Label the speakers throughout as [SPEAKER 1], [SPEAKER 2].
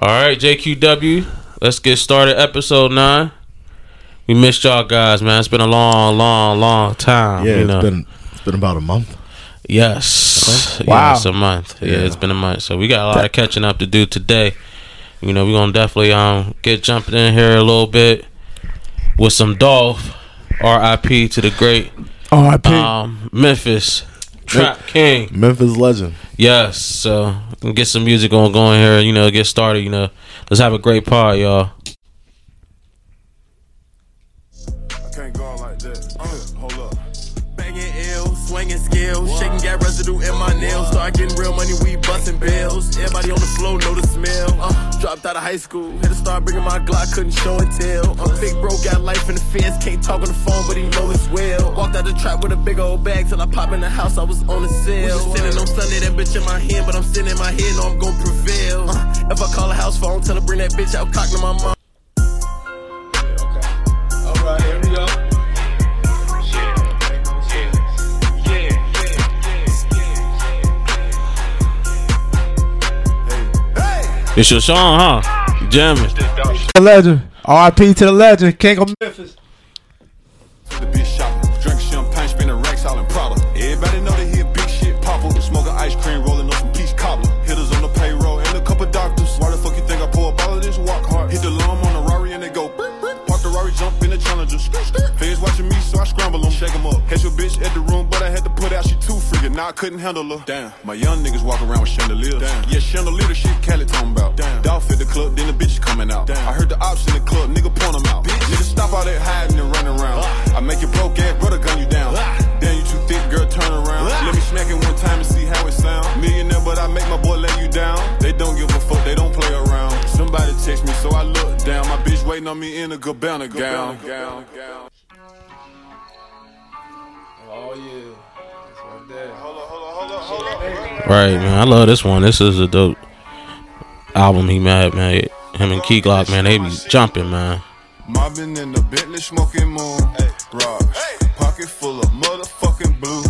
[SPEAKER 1] All right, JQW. Let's get started. Episode nine. We missed y'all guys, man. It's been a long, long, long time.
[SPEAKER 2] Yeah,
[SPEAKER 1] you
[SPEAKER 2] it's
[SPEAKER 1] know.
[SPEAKER 2] been it's been about a month.
[SPEAKER 1] yes.
[SPEAKER 3] Wow.
[SPEAKER 1] Yes, a month. Yeah. it's been a month. So we got a lot of catching up to do today. You know, we're gonna definitely um get jumping in here a little bit with some Dolph. R.I.P. to the great
[SPEAKER 3] R.I.P.
[SPEAKER 1] um Memphis Trap King.
[SPEAKER 2] Uh, Memphis legend.
[SPEAKER 1] Yes. So we'll get some music on going here. You know, get started. You know, let's have a great pod, y'all.
[SPEAKER 4] Can't go out like that. Uh, hold up.
[SPEAKER 5] Banging ill, swinging skills, shaking got residue in my nails. Start getting real money, we busting bills. Everybody on the floor know the smell. Uh, dropped out of high school, had to start bringing my Glock, couldn't show and tell. Uh, big bro got life in the fence, can't talk on the phone, but he know it's well. Walked out the trap with a big old bag till I pop in the house, I was on the sale. Was just sitting on Sunday, that bitch in my hand, but I'm sitting in my head, know I'm gon' prevail. Uh, if I call a house phone, tell her bring that bitch out, cock to my mom.
[SPEAKER 1] It's your song, huh? Jamming.
[SPEAKER 3] the legend. R.I.P. to the legend. King of Memphis.
[SPEAKER 4] The bitch shopping. Drink champagne, spinning racks all in Prada. Everybody know that he a big shit popper. Smoking ice cream, rolling up some peach cobbler. Hitters on the payroll and a couple doctors. Why the fuck you think I pour a bottle of this walk hard? Hit the lum on the Rari and they go. brrr, brrr. Park the Rari, jump in the Challenger. Skirt, skirt. Feds watching me, so I scramble them. Shake them up. Had your bitch at the room, but I had to put out. She too freaking. Now I couldn't handle her. Damn. My young niggas walk around with chandeliers. Damn. Yeah, chandelier, the shit Cali talking about. Damn. Dolph at the club, then the bitch coming out. Damn. I heard the ops in the club, nigga point them out. Nigga stop all that hiding and running around. I make your broke ass brother gun you down. Damn, you too thick, girl, turn around. Let me smack it one time and see how it sound. Millionaire, but I make my boy lay you down. They don't give a fuck, they don't play around. Somebody text me, so I look down. My bitch waiting on me in a Gabbana gown. gown, gown.
[SPEAKER 1] Right, man. I love this one. This is a dope album he made, man. Him and Key Glock, man, they be jumping, man.
[SPEAKER 4] Mobbing in the Bentley smoking moon. Rock. Pocket full of motherfucking blue.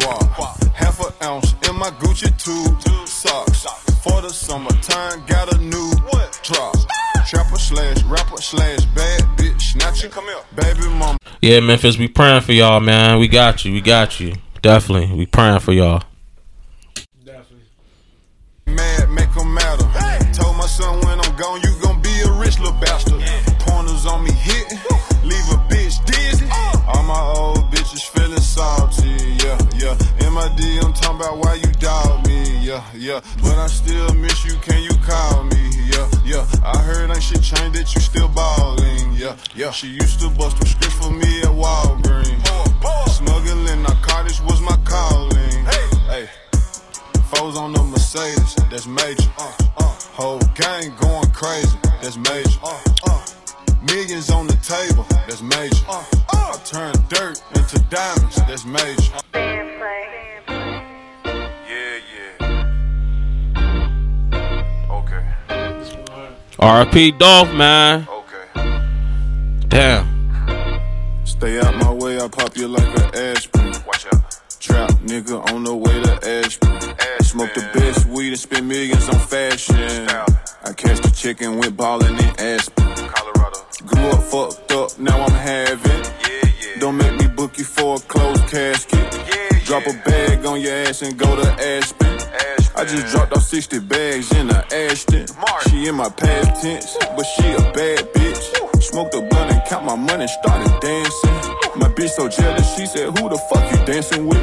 [SPEAKER 4] Guap. Half an ounce in my Gucci tube. Socks. For the summertime, got a new drop. Trapper slash rapper slash bad bitch snatching. Come here. Baby mama.
[SPEAKER 1] Yeah, Memphis, we praying for y'all, man. We got you. We got you. Definitely. We praying for y'all.
[SPEAKER 4] Mad, make 'em matter. Told my son when I'm gone, you gon' be a rich little bastard. Pointers on me hitting, leave a bitch dizzy. All my old bitches feeling salty, yeah, yeah. MID, I'm talking about why you doubt me, yeah, yeah. But I still miss you, can you call me, yeah, yeah. I heard ain't shit changed that you still ballin', yeah, yeah. She used to bust a script for me at Walgreens. Smuggling narcotics was my calling, hey. Foes on the Mercedes, that's major. Uh, uh, whole gang going crazy, that's major. Uh, uh, millions on the table, that's major. Uh, uh, I turn dirt into diamonds, that's major. Yeah, yeah. Okay,
[SPEAKER 1] R.I.P. Dolph, man.
[SPEAKER 4] okay.
[SPEAKER 1] Damn.
[SPEAKER 4] Stay out my way, I pop you like an aspirin. Watch out. Trap nigga on the way to Ashburn. Smoke the best weed and spend millions on fashion. I catch the chicken, went ballin' in Aspen. Colorado. Grew up fucked up, now I'm having. Yeah, yeah. Don't make me book you for a closed casket. Drop a bag on your ass and go to Aspen. I just dropped off 60 bags in a Ashton. She in my past tense, but she a bad bitch. Smoked a blunt and count my money, started dancing. My bitch so jealous, she said, Who the fuck you dancing with?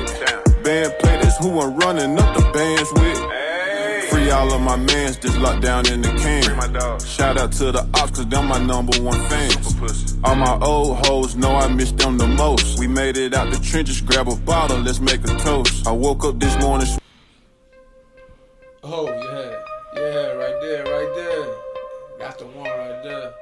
[SPEAKER 4] Band play, that's who I'm running up the bands with. Free all of my mans just locked down in the can. Shout out to the ops, cause them my number one fans. All my old hoes know I miss them the most. We made it out the trenches, grab a bottle, let's make a toast. I woke up this morning.
[SPEAKER 6] Oh yeah, yeah, right there, right there. That's the one right there.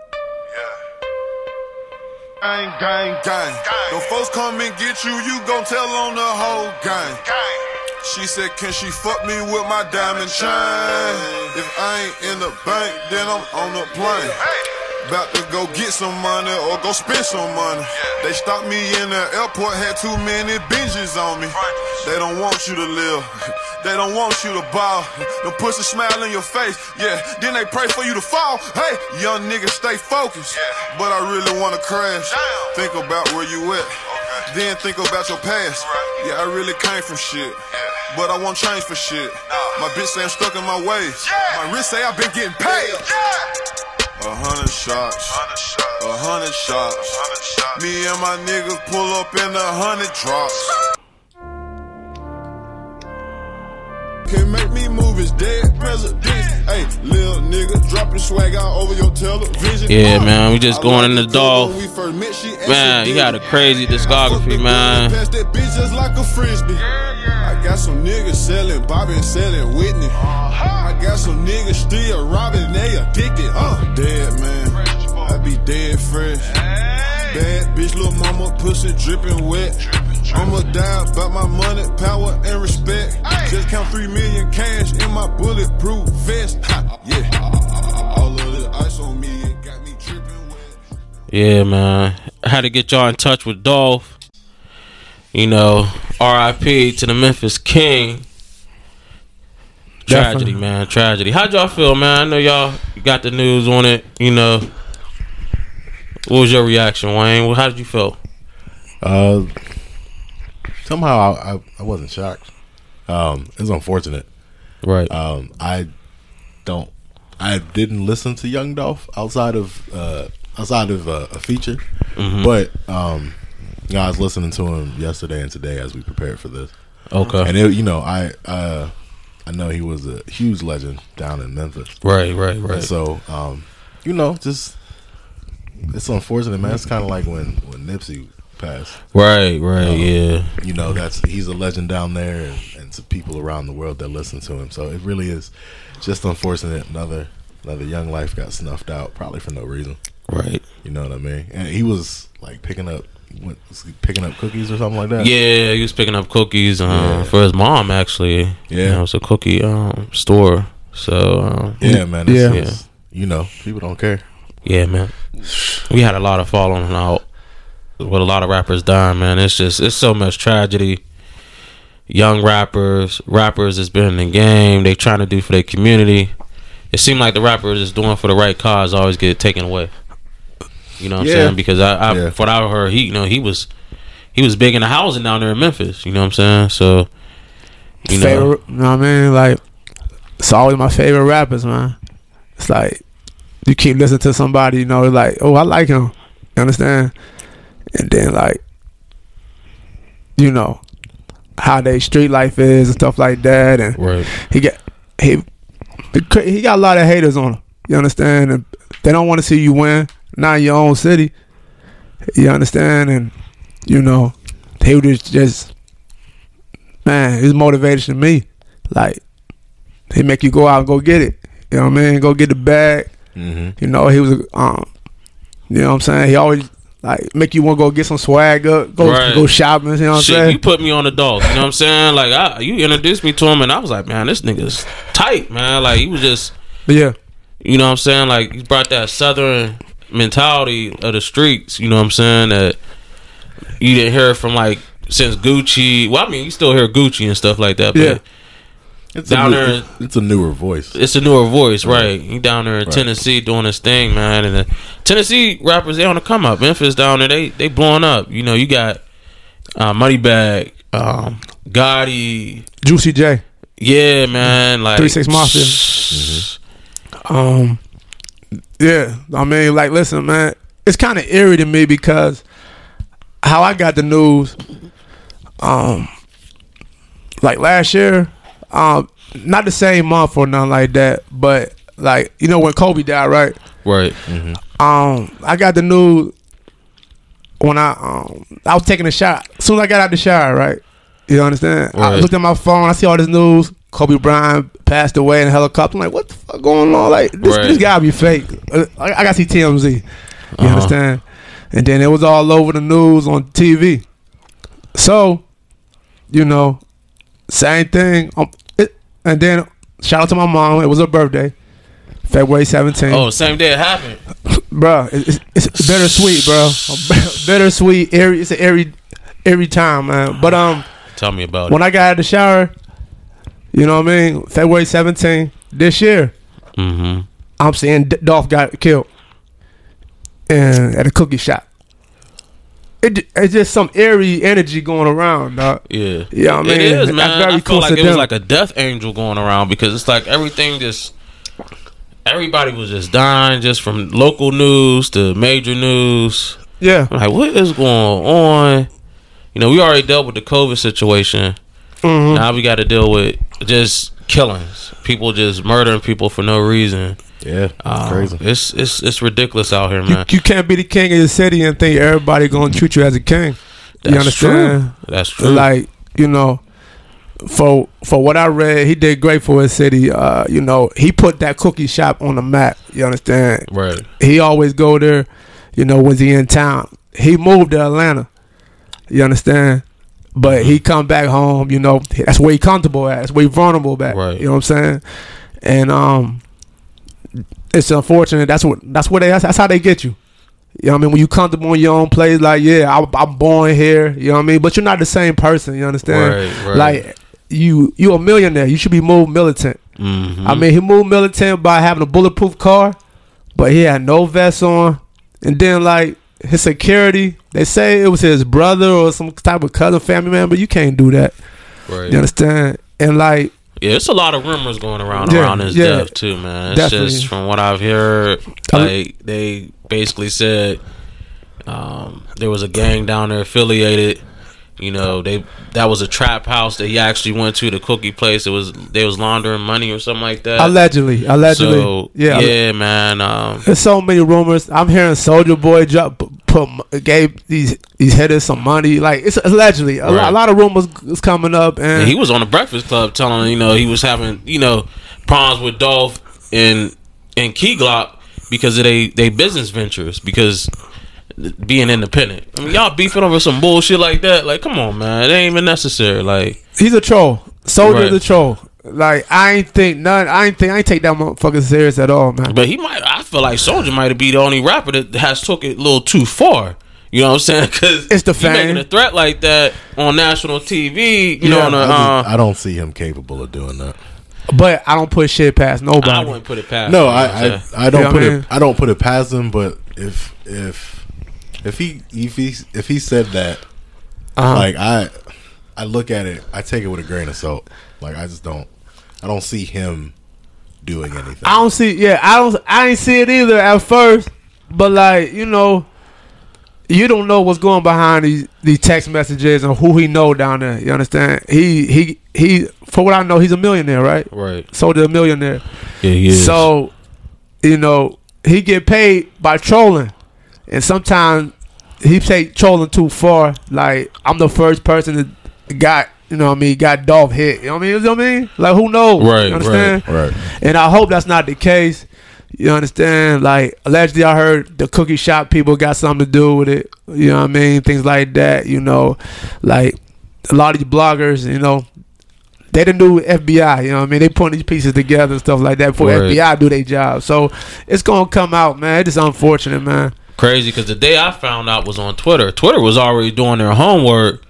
[SPEAKER 4] Gang, gang, gang. The folks come and get you, you gon' tell on the whole gang. She said, Can she fuck me with my diamond chain? If I ain't in the bank, then I'm on the plane. About to go get some money or go spend some money. They stopped me in the airport, had too many binges on me. They don't want you to live. They don't want you to ball. Them push a smile in your face. Yeah, then they pray for you to fall. Hey, young nigga, stay focused. But I really wanna crash. Think about where you at. Then think about your past. Yeah, I really came from shit. But I won't change for shit. My bitch say I'm stuck in my ways. My wrist say I've been getting paid. A hundred shots. A
[SPEAKER 7] Uh-huh.
[SPEAKER 4] hundred shots. Me and my niggas pull up in a hundred trucks. Can make me move is dead presidents. Hey, little nigga, dropping swag all over your television.
[SPEAKER 1] Yeah, man, we just
[SPEAKER 4] I
[SPEAKER 1] going in
[SPEAKER 4] like
[SPEAKER 1] the dog.
[SPEAKER 4] when we first met, she
[SPEAKER 1] Man, you got a crazy discography, man.
[SPEAKER 4] Pass that bitch just like a frisbee. I got some niggas selling Bobby and selling Whitney. I got some niggas still robbing, they addicted. Uh, dead man, I be dead fresh. Bad bitch, little mama, pussy dripping wet. I'ma die about my money, power, and respect. Just count three million cash in my bulletproof vest. Ha, yeah, all of the ice on me, it got me dripping wet.
[SPEAKER 1] Yeah, man. I had to get y'all in touch with Dolph. You know, R.I.P. to the Memphis King. Tragedy,
[SPEAKER 3] Definitely.
[SPEAKER 1] man. Tragedy. How'd y'all feel, man? I know y'all got the news on it. You know, what was your reaction, Wayne? Well, How did you feel?
[SPEAKER 2] Uh, somehow I, I, I wasn't shocked. Um, it's unfortunate.
[SPEAKER 1] Right. Uh,
[SPEAKER 2] Um, I don't. I didn't listen to Young Dolph outside of uh, outside of uh, a feature, but um, you know, I was listening to him yesterday and today as we prepared for this.
[SPEAKER 1] okay.
[SPEAKER 2] And it, you know, I uh, I know he was a huge legend down in Memphis.
[SPEAKER 1] Right, right, right.
[SPEAKER 2] And so, um, you know, just it's unfortunate, man. It's kind of like when when Nipsey passed.
[SPEAKER 1] right, right, yeah.
[SPEAKER 2] You know, that's he's a legend down there, and, and to people around the world that listen to him. So it really is just unfortunate. Another another young life got snuffed out, probably for no reason.
[SPEAKER 1] Right.
[SPEAKER 2] You know what I mean? And he was like picking up, what, was he picking up cookies or something like that.
[SPEAKER 1] Yeah, he was picking up cookies um, for his mom, actually. You
[SPEAKER 2] Yeah.
[SPEAKER 1] know, it was a cookie um, store. So, um,
[SPEAKER 2] yeah, man. It's,
[SPEAKER 3] Yeah.
[SPEAKER 2] it's- you know, people don't care.
[SPEAKER 1] Yeah, man. We had a lot of following out with a lot of rappers dying, man. It's just it's so much tragedy. Young rappers, rappers that's been in the game, they trying to do for their community. It seemed like the rappers is doing for the right cause always get taken away. You know what
[SPEAKER 2] Yeah.
[SPEAKER 1] I'm saying? Because I, I
[SPEAKER 2] Yeah.
[SPEAKER 1] from what I heard, he you know, he was he was big in the housing down there in Memphis. You know what I'm saying? So you know
[SPEAKER 3] favorite, you know what I mean? Like, it's always my favorite rappers, man. It's like you keep listening to somebody, you know, it's like, oh, I like him. You understand? And then like, you know, how they street life is and stuff like that, and
[SPEAKER 1] Right.
[SPEAKER 3] he got he the cra- he got a lot of haters on him. You understand? And they don't want to see you win, not in your own city. You understand? And you know, he was just man, his motivation to me. Like he make you go out and go get it. You know what I mean? Go get the bag.
[SPEAKER 2] Mm-hmm.
[SPEAKER 3] You know, he was a, um, you know what I'm saying? He always like make you want to go get some swag up, go
[SPEAKER 1] Right.
[SPEAKER 3] go shopping. You know what I'm
[SPEAKER 1] Shit,
[SPEAKER 3] saying?
[SPEAKER 1] you put me on the dog. You know what I'm saying? Like, I, you introduced me to him, and I was like, man, this nigga's tight, man. Like, he was just,
[SPEAKER 3] but yeah,
[SPEAKER 1] you know what I'm saying? Like, he brought that southern mentality of the streets. You know what I'm saying? That you didn't hear from like since Gucci. Well, I mean, you still hear Gucci and stuff like that, but
[SPEAKER 3] Yeah.
[SPEAKER 2] It's
[SPEAKER 1] Down
[SPEAKER 2] a
[SPEAKER 1] there-
[SPEAKER 2] new, It's a newer voice.
[SPEAKER 1] it's a newer voice, right? He down there in Tennessee doing his thing, man. And the Tennessee rappers, they on the come up. Memphis down there, they they blowing up. You know, you got uh, Moneybag, um, Gotti.
[SPEAKER 3] Juicy J.
[SPEAKER 1] Yeah, man. Like Mm-hmm.
[SPEAKER 3] 36 Mafia. Um, yeah, I mean, like, listen, man, it's kind of eerie to me because how I got the news, um, like last year, um, not the same month or nothing like that, but like you know when Kobe died, right?
[SPEAKER 1] Right.
[SPEAKER 3] Mm-hmm. Um, I got the news when I um I was taking a shot. As soon as I got out the shower, right? You understand? I
[SPEAKER 1] Right.
[SPEAKER 3] looked at my phone. I see all this news. Kobe Bryant passed away in a helicopter. I'm like, what the fuck going on? Like this,
[SPEAKER 1] Right.
[SPEAKER 3] this gotta be fake. Uh, I, I gotta see TMZ. You
[SPEAKER 1] Uh-huh.
[SPEAKER 3] understand? And then it was all over the news on TV. So, you know, same thing. Um, it, and then shout out to my mom. It was her birthday, February 17th
[SPEAKER 1] Oh, same day it happened.
[SPEAKER 3] bro. It's, it's it's bittersweet, bro. bittersweet. Every it's every every time, man. But um,
[SPEAKER 1] Tell me about
[SPEAKER 3] when I got out of the shower, You know what I mean? February 17th this year,
[SPEAKER 1] Mm-hmm.
[SPEAKER 3] I'm seeing D- Dolph got killed, and at a cookie shop. It, ju- it's just some eerie energy going around, dog.
[SPEAKER 1] Yeah.
[SPEAKER 3] Yeah, I mean,
[SPEAKER 1] it is,
[SPEAKER 3] that's
[SPEAKER 1] man.
[SPEAKER 3] very
[SPEAKER 1] I feel like it was
[SPEAKER 3] coincidental.
[SPEAKER 1] like a death angel going around because it's like everything just everybody was just dying just from local news to major news.
[SPEAKER 3] Yeah,
[SPEAKER 1] I'm like, what is going on? You know, we already dealt with the COVID situation.
[SPEAKER 3] Mhm.
[SPEAKER 1] Now we got to deal with just killings, people just murdering people for no reason.
[SPEAKER 2] Yeah,
[SPEAKER 1] Um,
[SPEAKER 2] crazy.
[SPEAKER 1] It's it's it's ridiculous out here,
[SPEAKER 3] you,
[SPEAKER 1] man.
[SPEAKER 3] you can't be the king of the city and think everybody gonna treat you as a king. you
[SPEAKER 1] That's
[SPEAKER 3] understand?
[SPEAKER 1] true. That's true.
[SPEAKER 3] Like you know, for for what I read, he did great for his city. Uh, you know, he put that cookie shop on the map. You understand?
[SPEAKER 1] right.
[SPEAKER 3] He always go there. You know, was he in town? He moved to Atlanta. You understand? But
[SPEAKER 1] Mm-hmm.
[SPEAKER 3] he come back home. You know, that's where he comfortable at. That's where he vulnerable at.
[SPEAKER 1] Right.
[SPEAKER 3] You know what I'm saying? And um, it's unfortunate. That's what that's what they that's, that's how they get you. You know what I mean? When you comfortable in your own place, like yeah, I, I'm born here. You know what I mean? But you're not the same person. You understand?
[SPEAKER 1] Right, right.
[SPEAKER 3] Like you you a millionaire. You should be more militant.
[SPEAKER 1] Mhm.
[SPEAKER 3] I mean, he moved militant by having a bulletproof car, but he had no vest on. And then, like, his security, they say it was his brother or some type of cousin, family member. You can't do that.
[SPEAKER 1] right.
[SPEAKER 3] You understand? And, like,
[SPEAKER 1] Yeah, it's a lot of rumors going around
[SPEAKER 3] Yeah,
[SPEAKER 1] around his
[SPEAKER 3] yeah.
[SPEAKER 1] death too, man. It's
[SPEAKER 3] Definitely.
[SPEAKER 1] just from what I've heard,
[SPEAKER 3] I mean-
[SPEAKER 1] like they basically said um, there was a gang down there affiliated. You know, they that was a trap house that he actually went to the cookie place. It was they was laundering money or something like that.
[SPEAKER 3] allegedly, allegedly.
[SPEAKER 1] So
[SPEAKER 3] yeah.
[SPEAKER 1] yeah, man. Um,
[SPEAKER 3] There's so many rumors. I'm hearing Soldier Boy drop, p- put, m- gave these these hitters some money. Like, it's allegedly. A, lo-
[SPEAKER 1] Right.
[SPEAKER 3] a lot of rumors is coming up.
[SPEAKER 1] And
[SPEAKER 3] And,
[SPEAKER 1] he was on the Breakfast Club telling you know he was having you know problems with Dolph and and Key Glock because of they they business ventures because being independent. I mean, y'all beefing over some bullshit like that. Like, come on, man, it ain't even necessary. Like,
[SPEAKER 3] he's a troll. Soldier's
[SPEAKER 1] Right.
[SPEAKER 3] a troll. Like, I ain't think none. I ain't think, I ain't take that motherfucker serious at all, man.
[SPEAKER 1] but he might. I feel like Soldier might be the only rapper that has took it a little too far. You know what I'm saying? Because
[SPEAKER 3] It's the
[SPEAKER 1] you making
[SPEAKER 3] fame.
[SPEAKER 1] a threat like that on national TV. You know,
[SPEAKER 3] Yeah,
[SPEAKER 1] on a,
[SPEAKER 2] I, just-
[SPEAKER 1] uh,
[SPEAKER 2] I don't see him capable of doing that.
[SPEAKER 3] But I don't put shit past nobody.
[SPEAKER 1] I, wouldn't put it past.
[SPEAKER 2] No,
[SPEAKER 1] you know what I'm
[SPEAKER 2] I, I,
[SPEAKER 1] saying?
[SPEAKER 2] I don't
[SPEAKER 3] Yeah, I
[SPEAKER 2] put
[SPEAKER 3] mean-
[SPEAKER 2] it I don't put it past him. But if if if he if he if he said that,
[SPEAKER 3] Uh-huh.
[SPEAKER 2] like I I look at it, I take it with a grain of salt. Like I just don't I don't see him doing anything.
[SPEAKER 3] I don't see. Yeah, I don't. I ain't see it either at first. But like you know, you don't know what's going behind these these text messages and who he know down there. You understand? He he he. For what I know, he's a millionaire, right?
[SPEAKER 1] right.
[SPEAKER 3] So a millionaire.
[SPEAKER 1] Yeah, he is.
[SPEAKER 3] So, you know, he get paid by trolling, and sometimes he take trolling too far. Like I'm the first person that got, you know, what I mean, got Dolph hit. You know what I mean? You know what I mean? Like who knows?
[SPEAKER 1] Right,
[SPEAKER 3] You understand?
[SPEAKER 2] right.
[SPEAKER 3] And I hope that's not the case. You understand? Like allegedly, I heard the cookie shop people got something to do with it. You know what I mean? Things like that. You know, like a lot of these bloggers. You know, they the new FBI. You know what I mean? They putting these pieces together and stuff like that before
[SPEAKER 1] Right.
[SPEAKER 3] FBI do their job. So it's gonna come out, man. It's just unfortunate, man.
[SPEAKER 1] crazy because the day I found out was on Twitter. Twitter was already doing their homework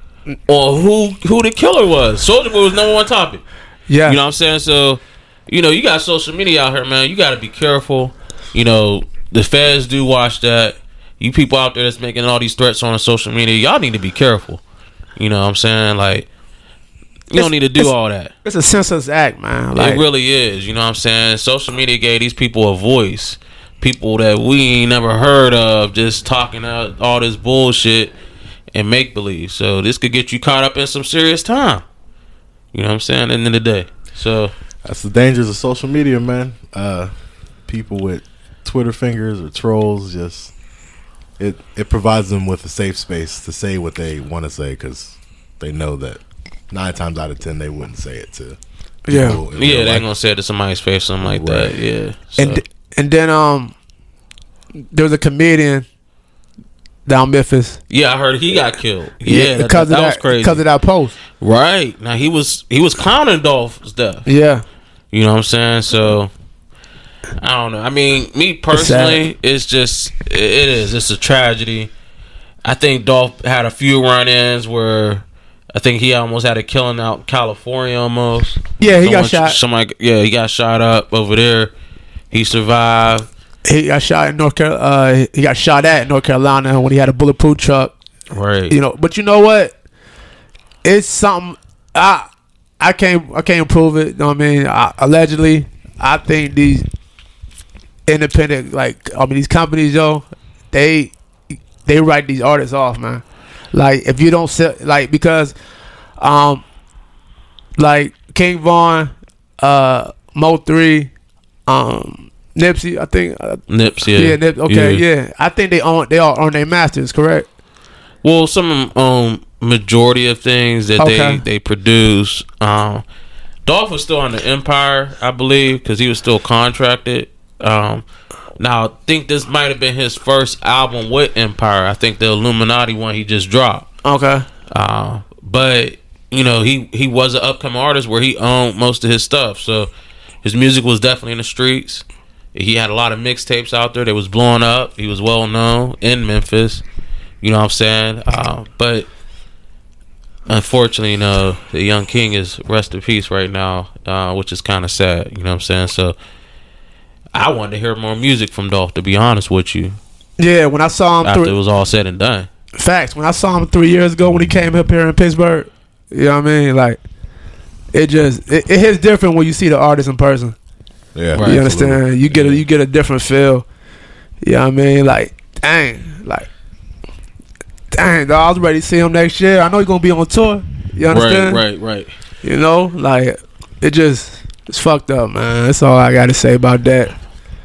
[SPEAKER 1] on who who the killer was. Soldier Boy was number one topic.
[SPEAKER 3] Yeah,
[SPEAKER 1] You know what I'm saying? So, you know, you got social media out here, man. You got to be careful. You know, the feds do watch that. You people out there that's making all these threats on social media, y'all need to be careful. You know what I'm saying? Like, you
[SPEAKER 3] It's-
[SPEAKER 1] don't need to do
[SPEAKER 3] it's-
[SPEAKER 1] all that.
[SPEAKER 3] it's a senseless act, man. Like,
[SPEAKER 1] it really is. You know what I'm saying? Social media gave these people a voice. People that we ain't never heard of just talking out all this bullshit and make believe. So this could get you caught up in some serious time. You know what I'm saying? At the end of the day. So
[SPEAKER 2] That's the dangers of social media, man. Uh, people with Twitter fingers or trolls just it it provides them with a safe space to say what they want to say because they know that nine times out of ten they wouldn't say it to.
[SPEAKER 3] Yeah.
[SPEAKER 2] people in
[SPEAKER 1] yeah,
[SPEAKER 2] real
[SPEAKER 1] they
[SPEAKER 2] life.
[SPEAKER 1] ain't gonna say it to somebody's face or something like that.
[SPEAKER 2] Right.
[SPEAKER 1] Yeah. So,
[SPEAKER 3] and th- and then um, there was a comedian down Memphis.
[SPEAKER 1] yeah, I heard he got killed. Yeah, that,
[SPEAKER 3] because
[SPEAKER 1] that
[SPEAKER 3] of that,
[SPEAKER 1] was crazy.
[SPEAKER 3] Because of that post.
[SPEAKER 1] right. Now he was he was clowning Dolph's death.
[SPEAKER 3] Yeah.
[SPEAKER 1] You know what I'm saying? So I don't know. I mean, me personally, it's just it it is. It's a tragedy. I think Dolph had a few run-ins where I think he almost had a killing out California almost.
[SPEAKER 3] Yeah, he got
[SPEAKER 1] Someone-
[SPEAKER 3] shot.
[SPEAKER 1] Somebody, yeah, he got shot up over there. He survived.
[SPEAKER 3] He got shot in North Carolina. Uh, he got shot at in North Carolina when he had a bulletproof truck.
[SPEAKER 1] Right.
[SPEAKER 3] You know, but you know what? It's something I I can't I can't prove it. You know what I mean? I, allegedly, I think these independent like I mean these companies, yo, they they write these artists off, man. Like if you don't sell, like because, um, like King Von, uh, Mo three, um, Nipsey, I think. Uh,
[SPEAKER 1] Nips. Yeah.
[SPEAKER 3] yeah, Nip, okay, yeah. I think they own they all own their masters, correct?
[SPEAKER 1] Well, some um majority of things that
[SPEAKER 3] Okay.
[SPEAKER 1] they they produce. Um, Dolph was still on the Empire, I believe, because he was still contracted. Um, now I think this might have been his first album with Empire. I think the Illuminati one he just dropped.
[SPEAKER 3] Okay,
[SPEAKER 1] Uh, but you know he he was an upcoming artist where he owned most of his stuff, so his music was definitely in the streets. He had a lot of mixtapes out there that was blowing up. He was well known in Memphis. You know what I'm saying? Uh, but unfortunately, you know, the young king is rest in peace right now, uh, which is kind of sad. You know what I'm saying? So I wanted to hear more music from Dolph, to be honest with you,
[SPEAKER 3] yeah. When I saw him,
[SPEAKER 1] after
[SPEAKER 3] three,
[SPEAKER 1] it was all said and done.
[SPEAKER 3] facts. When I saw him three years ago when he came up here in Pittsburgh, you know what I mean? Like, it just it, it hits different when you see the artist in person.
[SPEAKER 2] Yeah,
[SPEAKER 1] Right.
[SPEAKER 3] You
[SPEAKER 2] absolutely.
[SPEAKER 3] understand? You get a, you get a different feel. You know what I mean? Like, dang, like, dang. Dog, I was ready to see him next year. I know he's gonna be on tour. You
[SPEAKER 1] Right,
[SPEAKER 3] understand?
[SPEAKER 1] right, right.
[SPEAKER 3] You know, like, it just it's fucked up, man. That's all I got to say about that.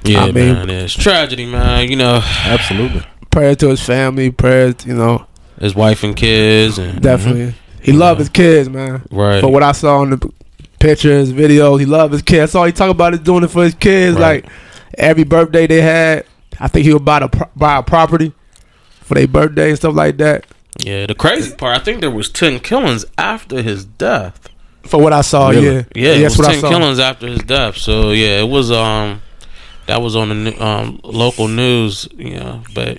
[SPEAKER 1] Yeah,
[SPEAKER 3] I mean-
[SPEAKER 1] man, it's tragedy, man. You know,
[SPEAKER 2] Absolutely.
[SPEAKER 3] Prayer to his family. Prayers, you know,
[SPEAKER 1] his wife and kids, and
[SPEAKER 3] definitely. He loved his kids, man.
[SPEAKER 1] Mm-hmm. right,
[SPEAKER 3] But what I saw in the p- pictures, videos, he loved his kids. That's all he talk about is doing it for his kids.
[SPEAKER 1] Right.
[SPEAKER 3] Like every birthday they had, I think he would buy the pro- buy a property for their birthday and stuff like that.
[SPEAKER 1] yeah. The crazy part, I think there was ten killings after his death.
[SPEAKER 3] For what I saw,
[SPEAKER 2] Really?
[SPEAKER 3] yeah,
[SPEAKER 1] Yeah, it
[SPEAKER 3] that's
[SPEAKER 1] was
[SPEAKER 3] what
[SPEAKER 1] ten
[SPEAKER 3] I saw.
[SPEAKER 1] killings after his death. So yeah, it was um, that was on the ne- um local news, you know. But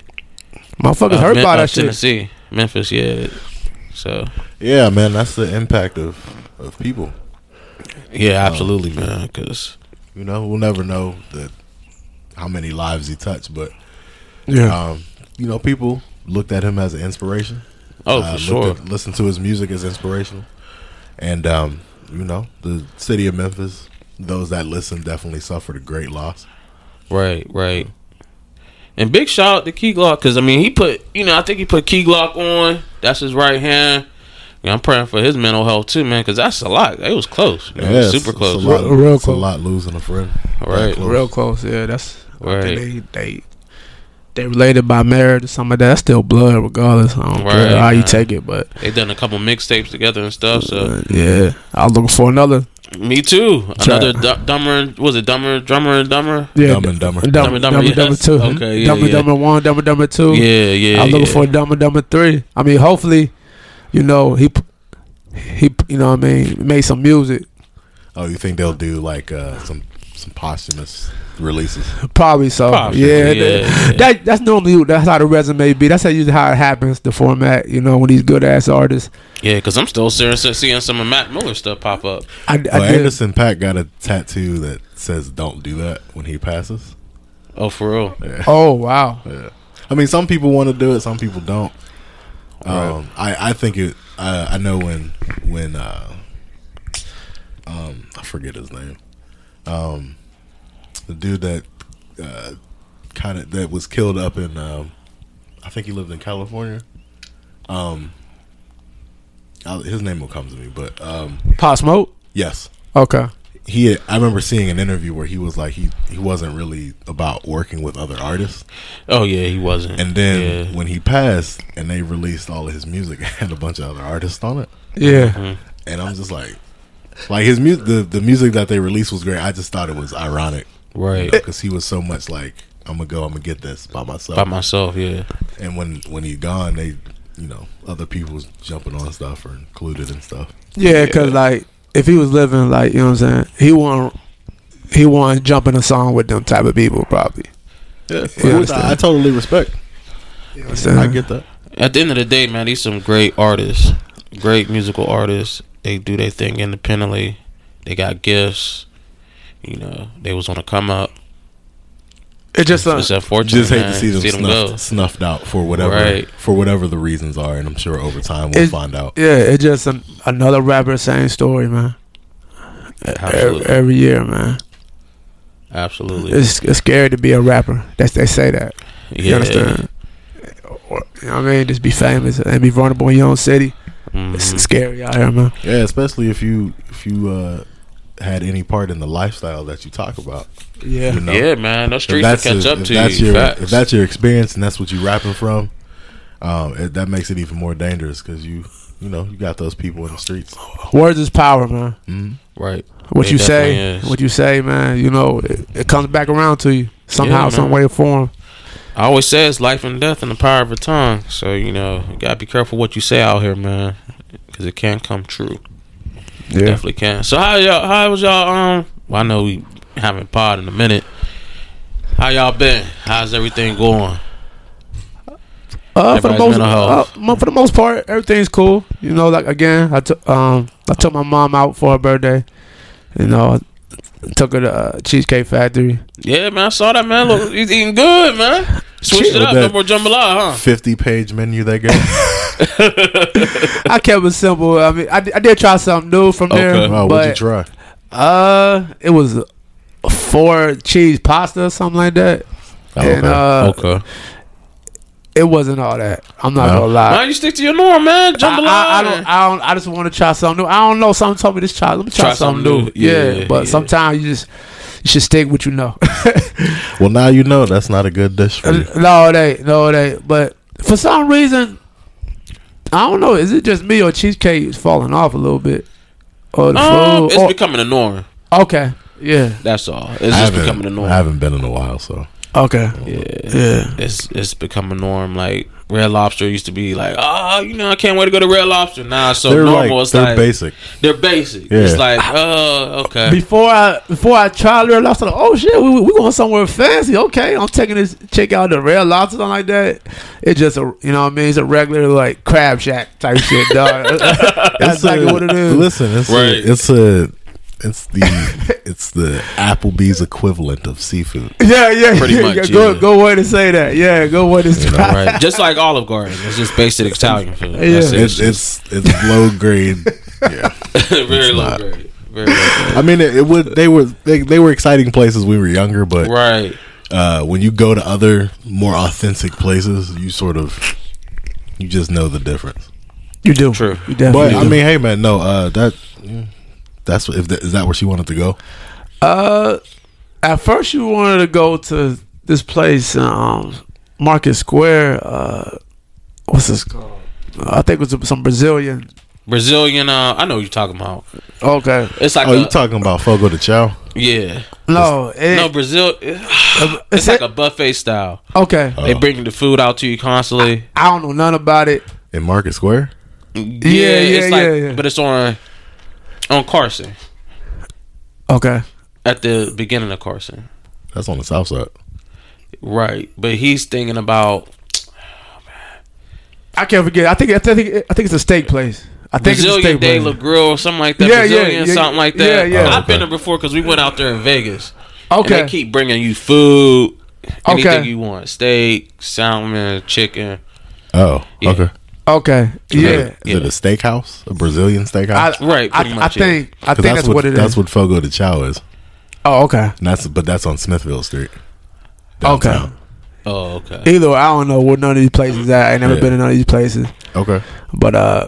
[SPEAKER 3] Motherfuckers
[SPEAKER 1] uh,
[SPEAKER 3] hurt
[SPEAKER 1] Mem-
[SPEAKER 3] by
[SPEAKER 1] uh,
[SPEAKER 3] that shit.
[SPEAKER 1] Tennessee, Memphis, yeah. So
[SPEAKER 2] Yeah, man, that's the impact of of people.
[SPEAKER 1] yeah,
[SPEAKER 3] Oh.
[SPEAKER 1] absolutely, man. Because
[SPEAKER 2] You know, we'll never know that how many lives he touched, but
[SPEAKER 3] Yeah,
[SPEAKER 2] um, you know, people looked at him as an inspiration.
[SPEAKER 1] oh,
[SPEAKER 2] Uh,
[SPEAKER 1] for
[SPEAKER 2] looked
[SPEAKER 1] sure,
[SPEAKER 2] at- listened to his music as inspirational, and um, you know, the city of Memphis, those that listened definitely suffered a great loss.
[SPEAKER 1] right, right. And big shout out to Key Glock because I mean he put you know I think he put Key Glock on. That's his right hand. Yeah, I'm praying for his mental health too, man, because that's a lot. It was close, man.
[SPEAKER 2] it's-
[SPEAKER 1] super
[SPEAKER 2] it's
[SPEAKER 1] close.
[SPEAKER 2] a lot,
[SPEAKER 3] Real- real
[SPEAKER 2] it's a
[SPEAKER 3] close.
[SPEAKER 2] lot losing a friend. that
[SPEAKER 1] Right.
[SPEAKER 2] close.
[SPEAKER 3] real close. Yeah, that's I
[SPEAKER 1] Right.
[SPEAKER 3] think they they they related by marriage or something like that. That's still blood, regardless. I don't
[SPEAKER 1] Right,
[SPEAKER 3] care how you
[SPEAKER 1] man.
[SPEAKER 3] take it, but
[SPEAKER 1] They done a couple mixtapes together and stuff. So
[SPEAKER 3] uh, yeah, I was looking for another.
[SPEAKER 1] me too.
[SPEAKER 3] Try-
[SPEAKER 1] Another du- dumber was it dumber drummer and dumber?
[SPEAKER 3] Yeah,
[SPEAKER 2] Dumb and Dumber.
[SPEAKER 3] Dumb and Dumber,
[SPEAKER 1] Dumb and Dumber,
[SPEAKER 3] Dumber
[SPEAKER 1] yes.
[SPEAKER 3] Two.
[SPEAKER 1] Okay, yeah,
[SPEAKER 3] Dumb and
[SPEAKER 1] yeah.
[SPEAKER 3] Dumber One, Dumb and Dumber Two.
[SPEAKER 1] Yeah, yeah.
[SPEAKER 3] I'm looking
[SPEAKER 1] yeah.
[SPEAKER 3] for a Dumb and Dumber Three. I mean, hopefully, you know he, p- he, p- you know what I mean, made some music.
[SPEAKER 2] Oh, you think they'll do like uh, some some posthumous releases?
[SPEAKER 3] Probably so.
[SPEAKER 1] Probably,
[SPEAKER 3] yeah,
[SPEAKER 1] yeah,
[SPEAKER 3] that-
[SPEAKER 1] yeah.
[SPEAKER 3] that that's normally that's how the resume be. That's how usually how it happens. The format, you know, when these good ass artists.
[SPEAKER 1] Yeah, because I'm still serious at seeing some of Matt Miller stuff pop up.
[SPEAKER 3] I, I
[SPEAKER 2] Well,
[SPEAKER 3] did-
[SPEAKER 2] Oh, Anderson Pack got a tattoo that says "Don't do that" when he passes.
[SPEAKER 1] Oh, for real.
[SPEAKER 3] Oh wow.
[SPEAKER 2] Yeah. I mean, some people want to do it, some people don't. Um, I I think it. Uh, I know when when uh, um, I forget his name. Um, the dude that uh, kind of that was killed up in. Um, I think he lived in California. Um, I, his name will come to me, but um,
[SPEAKER 3] Pop Smoke.
[SPEAKER 2] yes,
[SPEAKER 3] Okay.
[SPEAKER 2] he had- I remember seeing an interview where he was like he he wasn't really about working with other artists.
[SPEAKER 1] Oh yeah, he wasn't.
[SPEAKER 2] And then
[SPEAKER 1] yeah.
[SPEAKER 2] when he passed and they released all of his music it had a bunch of other artists on it.
[SPEAKER 1] Mm-hmm.
[SPEAKER 3] Yeah.
[SPEAKER 2] And I'm just like like his music the, the music that they released was great. I just thought it was ironic
[SPEAKER 1] right
[SPEAKER 2] because he was so much like I'm gonna go, I'm gonna get this by myself.
[SPEAKER 1] by myself, yeah.
[SPEAKER 2] and when when he gone, they you know other people's jumping on stuff or included and stuff.
[SPEAKER 3] Yeah, because like if he was living, like you know what I'm saying, he won't he won't jump in a song with them type of people probably.
[SPEAKER 2] Yeah,
[SPEAKER 3] I
[SPEAKER 2] which
[SPEAKER 3] understand.
[SPEAKER 2] I, I totally respect.
[SPEAKER 3] You know what I'm saying?
[SPEAKER 2] I get that.
[SPEAKER 1] At the end of the day, man, he's some great artists. great musical artists. They do their thing independently. They got gifts. You know, they was on a come up.
[SPEAKER 3] It's just uh,
[SPEAKER 1] It's unfortunate.
[SPEAKER 2] Just hate
[SPEAKER 1] man.
[SPEAKER 2] to see them,
[SPEAKER 1] go.
[SPEAKER 2] snuffed, snuffed out for whatever
[SPEAKER 1] Right.
[SPEAKER 2] for whatever the reasons are, and I'm sure over time we'll
[SPEAKER 3] It-
[SPEAKER 2] find out.
[SPEAKER 3] yeah, it's just an, another rapper same story, man. Every,
[SPEAKER 1] Absolutely.
[SPEAKER 3] every year, man.
[SPEAKER 1] Absolutely.
[SPEAKER 3] It's, it's scary to be a rapper. That's they say that. You
[SPEAKER 1] Yeah.
[SPEAKER 3] understand? Or, you know what I mean? Just be famous and be vulnerable in your own city.
[SPEAKER 1] Mhm.
[SPEAKER 3] It's scary out here, man.
[SPEAKER 2] Yeah, especially if you if you uh, had any part in the lifestyle that you talk about.
[SPEAKER 3] Yeah.
[SPEAKER 2] You know?
[SPEAKER 1] Yeah, man. Those
[SPEAKER 2] If
[SPEAKER 1] streets will
[SPEAKER 2] that's,
[SPEAKER 1] catch
[SPEAKER 2] your-
[SPEAKER 1] up
[SPEAKER 2] if
[SPEAKER 1] to
[SPEAKER 2] that's
[SPEAKER 1] you.
[SPEAKER 2] your
[SPEAKER 1] Facts.
[SPEAKER 2] if that's your experience and that's what you're rapping from, um, it, that makes it even more dangerous because you you know you got those people in the streets.
[SPEAKER 3] Words is power, man.
[SPEAKER 2] Mhm.
[SPEAKER 1] right.
[SPEAKER 3] What
[SPEAKER 1] It
[SPEAKER 3] you say,
[SPEAKER 1] definitely is.
[SPEAKER 3] what you say, man. You know, it, it comes back around to you somehow,
[SPEAKER 1] Yeah,
[SPEAKER 3] some
[SPEAKER 1] man.
[SPEAKER 3] way, or form.
[SPEAKER 1] I always say it's life and death in the power of a tongue. So, you know, you got to be careful what you say out here, man. Because it can come true.
[SPEAKER 3] Yeah.
[SPEAKER 1] Definitely can. So, how y'all, how was y'all, um, well, I know we haven't pod in a minute. How y'all been? How's everything going?
[SPEAKER 3] Uh, for the
[SPEAKER 1] Everybody's
[SPEAKER 3] most,
[SPEAKER 1] mental
[SPEAKER 3] uh,
[SPEAKER 1] health.
[SPEAKER 3] mo- for the most part, everything's cool. You know, like again, I took um, I took my mom out for her birthday. You know, I took her to uh, Cheesecake Factory.
[SPEAKER 1] Yeah, man, I saw that, man. Look, he's eating good, man. Switched it
[SPEAKER 2] With
[SPEAKER 1] up.
[SPEAKER 2] that-
[SPEAKER 1] No more jambalaya, huh?
[SPEAKER 2] Fifty page menu they got.
[SPEAKER 3] I kept it simple. I mean, I, di- I did try something new from there,
[SPEAKER 1] Okay.
[SPEAKER 2] oh, what'd you
[SPEAKER 3] but
[SPEAKER 2] try?
[SPEAKER 3] uh, it was four cheese pasta or something like that,
[SPEAKER 2] Oh,
[SPEAKER 3] and uh,
[SPEAKER 1] okay.
[SPEAKER 3] it wasn't all that. I'm not
[SPEAKER 2] No.
[SPEAKER 3] gonna lie.
[SPEAKER 1] Man, you stick to your norm, man.
[SPEAKER 3] I,
[SPEAKER 1] Jambalaya.
[SPEAKER 3] I, I don't. I don't. I just want to try something new. I don't know. Someone told me this. Try. Let me try,
[SPEAKER 1] Try
[SPEAKER 3] something,
[SPEAKER 1] something
[SPEAKER 3] new.
[SPEAKER 1] new.
[SPEAKER 3] Yeah,
[SPEAKER 1] Yeah,
[SPEAKER 3] but
[SPEAKER 1] yeah.
[SPEAKER 3] sometimes you just you should stick with you know.
[SPEAKER 2] well, now you know that's not a good dish
[SPEAKER 3] Uh,
[SPEAKER 2] for you.
[SPEAKER 3] no, it ain't. No, it ain't. But for some reason, I don't know. Is it just me or cheesecake is falling off a little bit? Or the
[SPEAKER 1] Um,
[SPEAKER 3] food?
[SPEAKER 1] it's
[SPEAKER 3] or-
[SPEAKER 1] becoming a norm.
[SPEAKER 3] okay. Yeah.
[SPEAKER 1] That's all. It's
[SPEAKER 2] I
[SPEAKER 1] just
[SPEAKER 2] haven't-
[SPEAKER 1] becoming a norm.
[SPEAKER 2] I haven't been in a while, so
[SPEAKER 3] Okay.
[SPEAKER 1] Yeah.
[SPEAKER 3] Yeah.
[SPEAKER 1] It's it's become a norm. Like Red Lobster used to be like, oh, you know, I can't wait to go to Red Lobster. Nah, it's so
[SPEAKER 2] they're
[SPEAKER 1] normal.
[SPEAKER 2] like
[SPEAKER 1] it's
[SPEAKER 2] they're
[SPEAKER 1] like
[SPEAKER 2] basic.
[SPEAKER 1] they're basic.
[SPEAKER 2] Yeah.
[SPEAKER 1] It's like, oh, okay.
[SPEAKER 3] Before I before I tried Red Lobster, like, oh shit, we we we going somewhere fancy. Okay, I'm taking this check out the Red Lobster, something like that. It's just a you know what I mean. It's a regular like crab shack type shit, dog.
[SPEAKER 2] It's
[SPEAKER 3] That's
[SPEAKER 2] a-
[SPEAKER 3] exactly what it is.
[SPEAKER 2] Listen, it's
[SPEAKER 1] Right.
[SPEAKER 2] a, it's a it's the it's the Applebee's equivalent of seafood.
[SPEAKER 3] Yeah, yeah,
[SPEAKER 1] Pretty
[SPEAKER 3] yeah,
[SPEAKER 1] much,
[SPEAKER 3] yeah. Go
[SPEAKER 1] yeah.
[SPEAKER 3] go way to say that. Yeah, go way to say
[SPEAKER 2] know,
[SPEAKER 3] that.
[SPEAKER 1] right. Just like Olive Garden. It's just basic Italian food.
[SPEAKER 3] Yeah.
[SPEAKER 1] That's it.
[SPEAKER 2] It's it's it's low grade. Yeah,
[SPEAKER 1] very
[SPEAKER 2] it's
[SPEAKER 1] low
[SPEAKER 2] not.
[SPEAKER 1] grade. Very low grade.
[SPEAKER 2] I mean it, it would they were they, they were exciting places when we were younger, but
[SPEAKER 1] Right.
[SPEAKER 2] uh, when you go to other more authentic places, you sort of you just know the difference.
[SPEAKER 3] You do.
[SPEAKER 1] True.
[SPEAKER 3] You
[SPEAKER 2] But
[SPEAKER 3] definitely do.
[SPEAKER 2] I mean, hey man, no, uh, that that's what, if that, is that where she wanted to go?
[SPEAKER 3] uh, at first you wanted to go to this place, um, Market Square. Uh, what's this called? I think it was some Brazilian.
[SPEAKER 1] Brazilian. Uh, I know what you're talking about.
[SPEAKER 3] Okay,
[SPEAKER 1] It's like
[SPEAKER 2] Oh,
[SPEAKER 1] a,
[SPEAKER 2] you talking about Fogo de Chao?
[SPEAKER 1] yeah.
[SPEAKER 3] no, it,
[SPEAKER 1] no Brazil. It's
[SPEAKER 3] it's
[SPEAKER 1] like a buffet style.
[SPEAKER 3] okay.
[SPEAKER 1] They
[SPEAKER 2] Oh.
[SPEAKER 1] bring the food out to you constantly.
[SPEAKER 3] I don't know nothing about it.
[SPEAKER 2] In Market Square?
[SPEAKER 1] Yeah,
[SPEAKER 3] yeah,
[SPEAKER 1] it's like,
[SPEAKER 3] yeah, yeah.
[SPEAKER 1] But it's on on Carson
[SPEAKER 3] Okay,
[SPEAKER 1] at the beginning of Carson,
[SPEAKER 2] That's on the south side.
[SPEAKER 1] right? But he's thinking about
[SPEAKER 3] I can't forget. I think I think I think it's a steak place. I think it's a
[SPEAKER 1] Brazilian
[SPEAKER 3] steak
[SPEAKER 1] Day
[SPEAKER 3] place.
[SPEAKER 1] La Grill or something like that.
[SPEAKER 3] Yeah, yeah,
[SPEAKER 1] Brazilian
[SPEAKER 3] yeah,
[SPEAKER 1] something like
[SPEAKER 3] yeah,
[SPEAKER 1] that.
[SPEAKER 2] Oh,
[SPEAKER 3] yeah.
[SPEAKER 1] I've been
[SPEAKER 2] okay.
[SPEAKER 1] there before because we went out there in Vegas. Okay.
[SPEAKER 3] okay,
[SPEAKER 1] And they keep bringing you food, anything
[SPEAKER 3] Okay.
[SPEAKER 1] you want, steak, salmon, chicken.
[SPEAKER 2] Oh,
[SPEAKER 1] Yeah.
[SPEAKER 2] okay.
[SPEAKER 3] okay, yeah.
[SPEAKER 2] Is it a steakhouse? A Brazilian
[SPEAKER 3] I,
[SPEAKER 2] steakhouse?
[SPEAKER 1] Right,
[SPEAKER 3] I,
[SPEAKER 1] pretty
[SPEAKER 3] I
[SPEAKER 1] much, yeah.
[SPEAKER 3] think I
[SPEAKER 2] 'Cause
[SPEAKER 3] think that's, what it is.
[SPEAKER 2] That's what Fogo de Chao is.
[SPEAKER 3] Oh, okay,
[SPEAKER 2] And that's but that's on Smithville Street.
[SPEAKER 3] okay.
[SPEAKER 2] Downtown.
[SPEAKER 1] Oh, okay.
[SPEAKER 3] Either way, I don't know where none of these places at. I ain't never
[SPEAKER 2] Yeah.
[SPEAKER 3] been in none of these places.
[SPEAKER 2] Okay.
[SPEAKER 3] But uh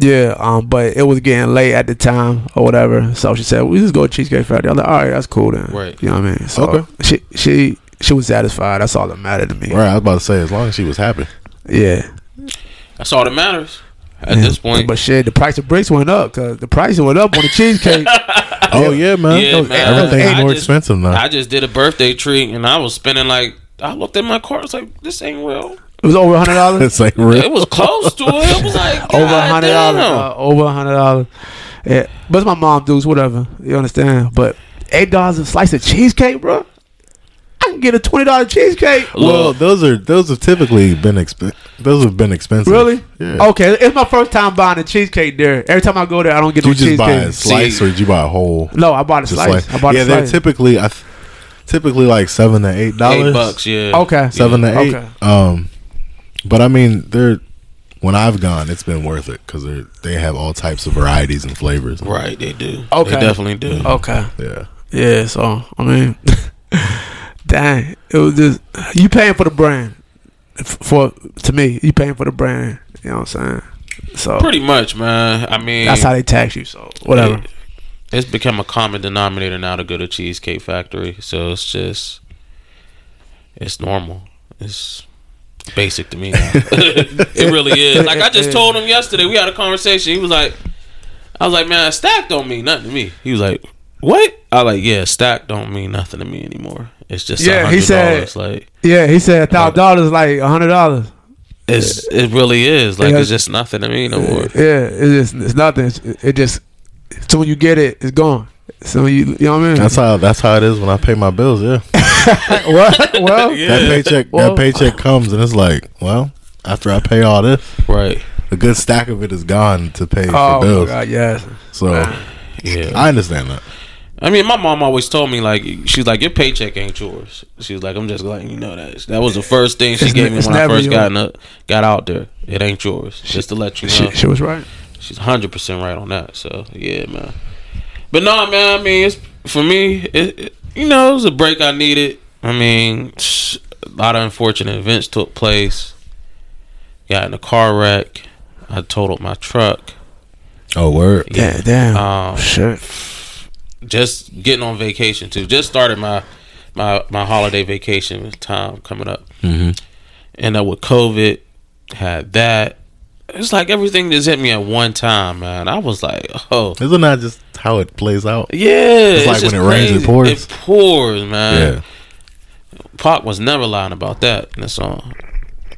[SPEAKER 3] yeah, um but it was getting late at the time or whatever. So she said, We just go to Cheesecake Factory. I was like, All right, that's cool then.
[SPEAKER 1] Right.
[SPEAKER 3] You know what I mean? So
[SPEAKER 2] Okay.
[SPEAKER 3] she she she was satisfied. That's all that mattered to me.
[SPEAKER 2] Right. I was about to say as long as she was happy.
[SPEAKER 3] Yeah.
[SPEAKER 1] That's all that matters at
[SPEAKER 3] Yeah.
[SPEAKER 1] this point.
[SPEAKER 3] But shit, the price of bricks went up because the price went up on the cheesecake.
[SPEAKER 2] Oh yeah, man.
[SPEAKER 1] Yeah, man.
[SPEAKER 2] Everything's
[SPEAKER 1] I
[SPEAKER 2] more
[SPEAKER 1] just-
[SPEAKER 2] expensive
[SPEAKER 3] uh,
[SPEAKER 2] now.
[SPEAKER 1] I just did a birthday treat and I was spending like I looked at my card. It's like this ain't real.
[SPEAKER 3] It was over a hundred dollars.
[SPEAKER 2] it's like real.
[SPEAKER 1] It was close to it. It was like
[SPEAKER 3] Over a hundred dollars.
[SPEAKER 1] $100.
[SPEAKER 3] Uh, over a hundred dollars. Yeah. But it's my mom dudes, whatever. You understand? But eight dollars a slice of cheesecake, bro. I can can get a twenty dollar cheesecake.
[SPEAKER 2] Well, those are those have typically been exp- those have been expensive.
[SPEAKER 3] Really? Oh,
[SPEAKER 2] Yeah.
[SPEAKER 3] Okay, it's my first time buying a cheesecake there. Every time I go there, I don't get
[SPEAKER 2] Did you
[SPEAKER 3] no
[SPEAKER 2] just buy a
[SPEAKER 3] cheesecake.
[SPEAKER 2] slice or did you buy a whole?
[SPEAKER 3] no, I bought a
[SPEAKER 2] Just
[SPEAKER 3] slice.
[SPEAKER 2] like-
[SPEAKER 3] I bought
[SPEAKER 2] yeah,
[SPEAKER 3] a
[SPEAKER 2] they're
[SPEAKER 3] slice.
[SPEAKER 2] typically I th- typically like seven to eight dollars.
[SPEAKER 1] Eight bucks, yeah.
[SPEAKER 3] okay,
[SPEAKER 2] seven to eight.
[SPEAKER 3] Okay.
[SPEAKER 2] Um, but I mean, they're when I've gone, it's been worth it because they they have all types of varieties and flavors.
[SPEAKER 1] Right, they do.
[SPEAKER 3] Okay. Oh.
[SPEAKER 1] They definitely do.
[SPEAKER 3] Okay.
[SPEAKER 2] Yeah.
[SPEAKER 3] Yeah. So I mean, dang, it was just you paying for the brand. F- For to me, you paying for the brand. You know what I'm saying? So
[SPEAKER 1] Pretty much, man. I mean,
[SPEAKER 3] that's how they tax you. So whatever.
[SPEAKER 1] it- it's become a common denominator now to go to Cheesecake Factory. So it's just, it's normal. It's basic to me now. it really is. Like, I just told him yesterday, we had a conversation. He was like, I was like, man, stack don't mean nothing to me. He was like, what? I was like, yeah, stack don't mean nothing to me anymore. It's just
[SPEAKER 3] Yeah,
[SPEAKER 1] yeah.
[SPEAKER 3] he
[SPEAKER 1] He
[SPEAKER 3] said-
[SPEAKER 1] like
[SPEAKER 3] Yeah, he said thousand dollars like a hundred dollars.
[SPEAKER 1] it's it really is like
[SPEAKER 3] Yeah.
[SPEAKER 1] it's just nothing to me no more.
[SPEAKER 3] Yeah, it's just it's nothing. It's, it just so when you get it, it's gone. So you you know what I mean?
[SPEAKER 2] That's how that's how it is when I pay my bills. Yeah,
[SPEAKER 3] well, well,
[SPEAKER 2] that paycheck
[SPEAKER 3] Well-
[SPEAKER 2] that paycheck comes and it's like, well, after I pay all this,
[SPEAKER 1] Right?
[SPEAKER 2] a good stack of it is gone to pay
[SPEAKER 3] oh
[SPEAKER 2] for
[SPEAKER 3] my
[SPEAKER 2] bills.
[SPEAKER 3] god, yes.
[SPEAKER 2] So
[SPEAKER 1] Yeah.
[SPEAKER 2] I understand that.
[SPEAKER 1] I mean, my mom always told me like she's like your paycheck ain't yours. She was like, I'm just letting you know that. That was the first thing she
[SPEAKER 3] It's
[SPEAKER 1] gave
[SPEAKER 3] ne-
[SPEAKER 1] me
[SPEAKER 3] it's
[SPEAKER 1] when I
[SPEAKER 3] never
[SPEAKER 1] first
[SPEAKER 3] yours.
[SPEAKER 1] got up, got out there. It ain't yours. just to let you know,
[SPEAKER 3] She, she was right.
[SPEAKER 1] she's 100 percent right on that. So yeah, man. But no, man. I mean, it's for me. It, it- you know, it was a break I needed. I mean, a lot of unfortunate events took place. Got in a car wreck. I totaled my truck.
[SPEAKER 2] Oh, word.
[SPEAKER 3] Yeah, damn.
[SPEAKER 1] Um,
[SPEAKER 3] Shit.
[SPEAKER 1] just getting on vacation too. Just started my my my holiday vacation time coming up.
[SPEAKER 2] Mm-hmm.
[SPEAKER 1] End up with COVID. Had that. It's like everything just hit me at one time, man. I was like, oh
[SPEAKER 2] Isn't that just how it plays out?
[SPEAKER 1] yeah.
[SPEAKER 2] It's like
[SPEAKER 1] just
[SPEAKER 2] when it rains, it
[SPEAKER 1] crazy.
[SPEAKER 2] pours.
[SPEAKER 1] It pours, man.
[SPEAKER 2] Yeah.
[SPEAKER 1] Pac was never lying about that in the song.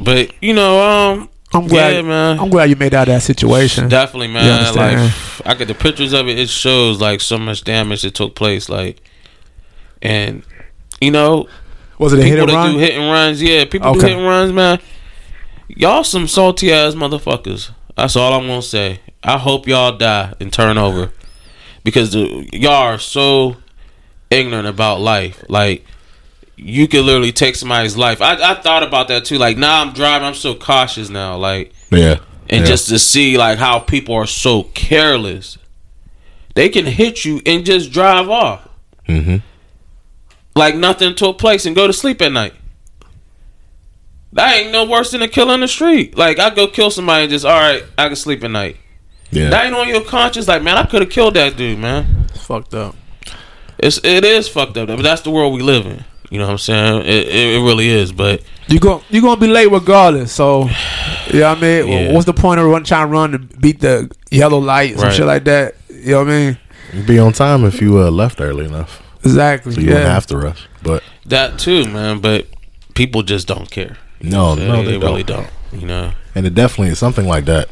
[SPEAKER 1] But you know, um,
[SPEAKER 3] I'm glad.
[SPEAKER 1] yeah, man.
[SPEAKER 3] I'm glad you made out of that situation.
[SPEAKER 1] Definitely,
[SPEAKER 3] You
[SPEAKER 1] man.
[SPEAKER 3] understand?
[SPEAKER 1] Like I get the pictures of it. It shows like so much damage that took place. Like, and you know,
[SPEAKER 3] was it a hit
[SPEAKER 1] people
[SPEAKER 3] and
[SPEAKER 1] that
[SPEAKER 3] run?
[SPEAKER 1] do hit and runs, yeah, people do
[SPEAKER 3] Okay.
[SPEAKER 1] hit and runs, man. Y'all some salty ass motherfuckers. That's all I'm gonna say. I hope y'all die and turn over because the, y'all are so ignorant about life. Like you could literally take somebody's life. I, I thought about that too. Like now I'm driving, I'm so cautious now. Like
[SPEAKER 2] Yeah.
[SPEAKER 1] and
[SPEAKER 2] Yeah.
[SPEAKER 1] just to see like how people are so careless. They can hit you and just drive off
[SPEAKER 2] Mhm.
[SPEAKER 1] like nothing took place and go to sleep at night. That ain't no worse than a kill in the street. Like I go kill somebody and just all right, I can sleep at night.
[SPEAKER 2] yeah.
[SPEAKER 1] That ain't on your conscience. Like man, I could have killed that dude, man.
[SPEAKER 3] It's fucked up.
[SPEAKER 1] It's it is fucked up, but that's the world we live in. You know what I'm saying? It it, it really is. But
[SPEAKER 3] You go. You gonna be late regardless. So, yeah, I mean,
[SPEAKER 1] Yeah.
[SPEAKER 3] what's the point of run trying to run to beat the yellow light, some
[SPEAKER 1] Right.
[SPEAKER 3] shit like that? You know what I mean?
[SPEAKER 2] You'd be on time if you uh, left early enough,
[SPEAKER 3] Exactly.
[SPEAKER 2] so you
[SPEAKER 3] yeah.
[SPEAKER 2] wouldn't have to rush. But
[SPEAKER 1] that too, man. But people just don't care.
[SPEAKER 2] no, no, they,
[SPEAKER 1] really
[SPEAKER 2] don't.
[SPEAKER 1] don't. You know?
[SPEAKER 2] And it definitely is something like that.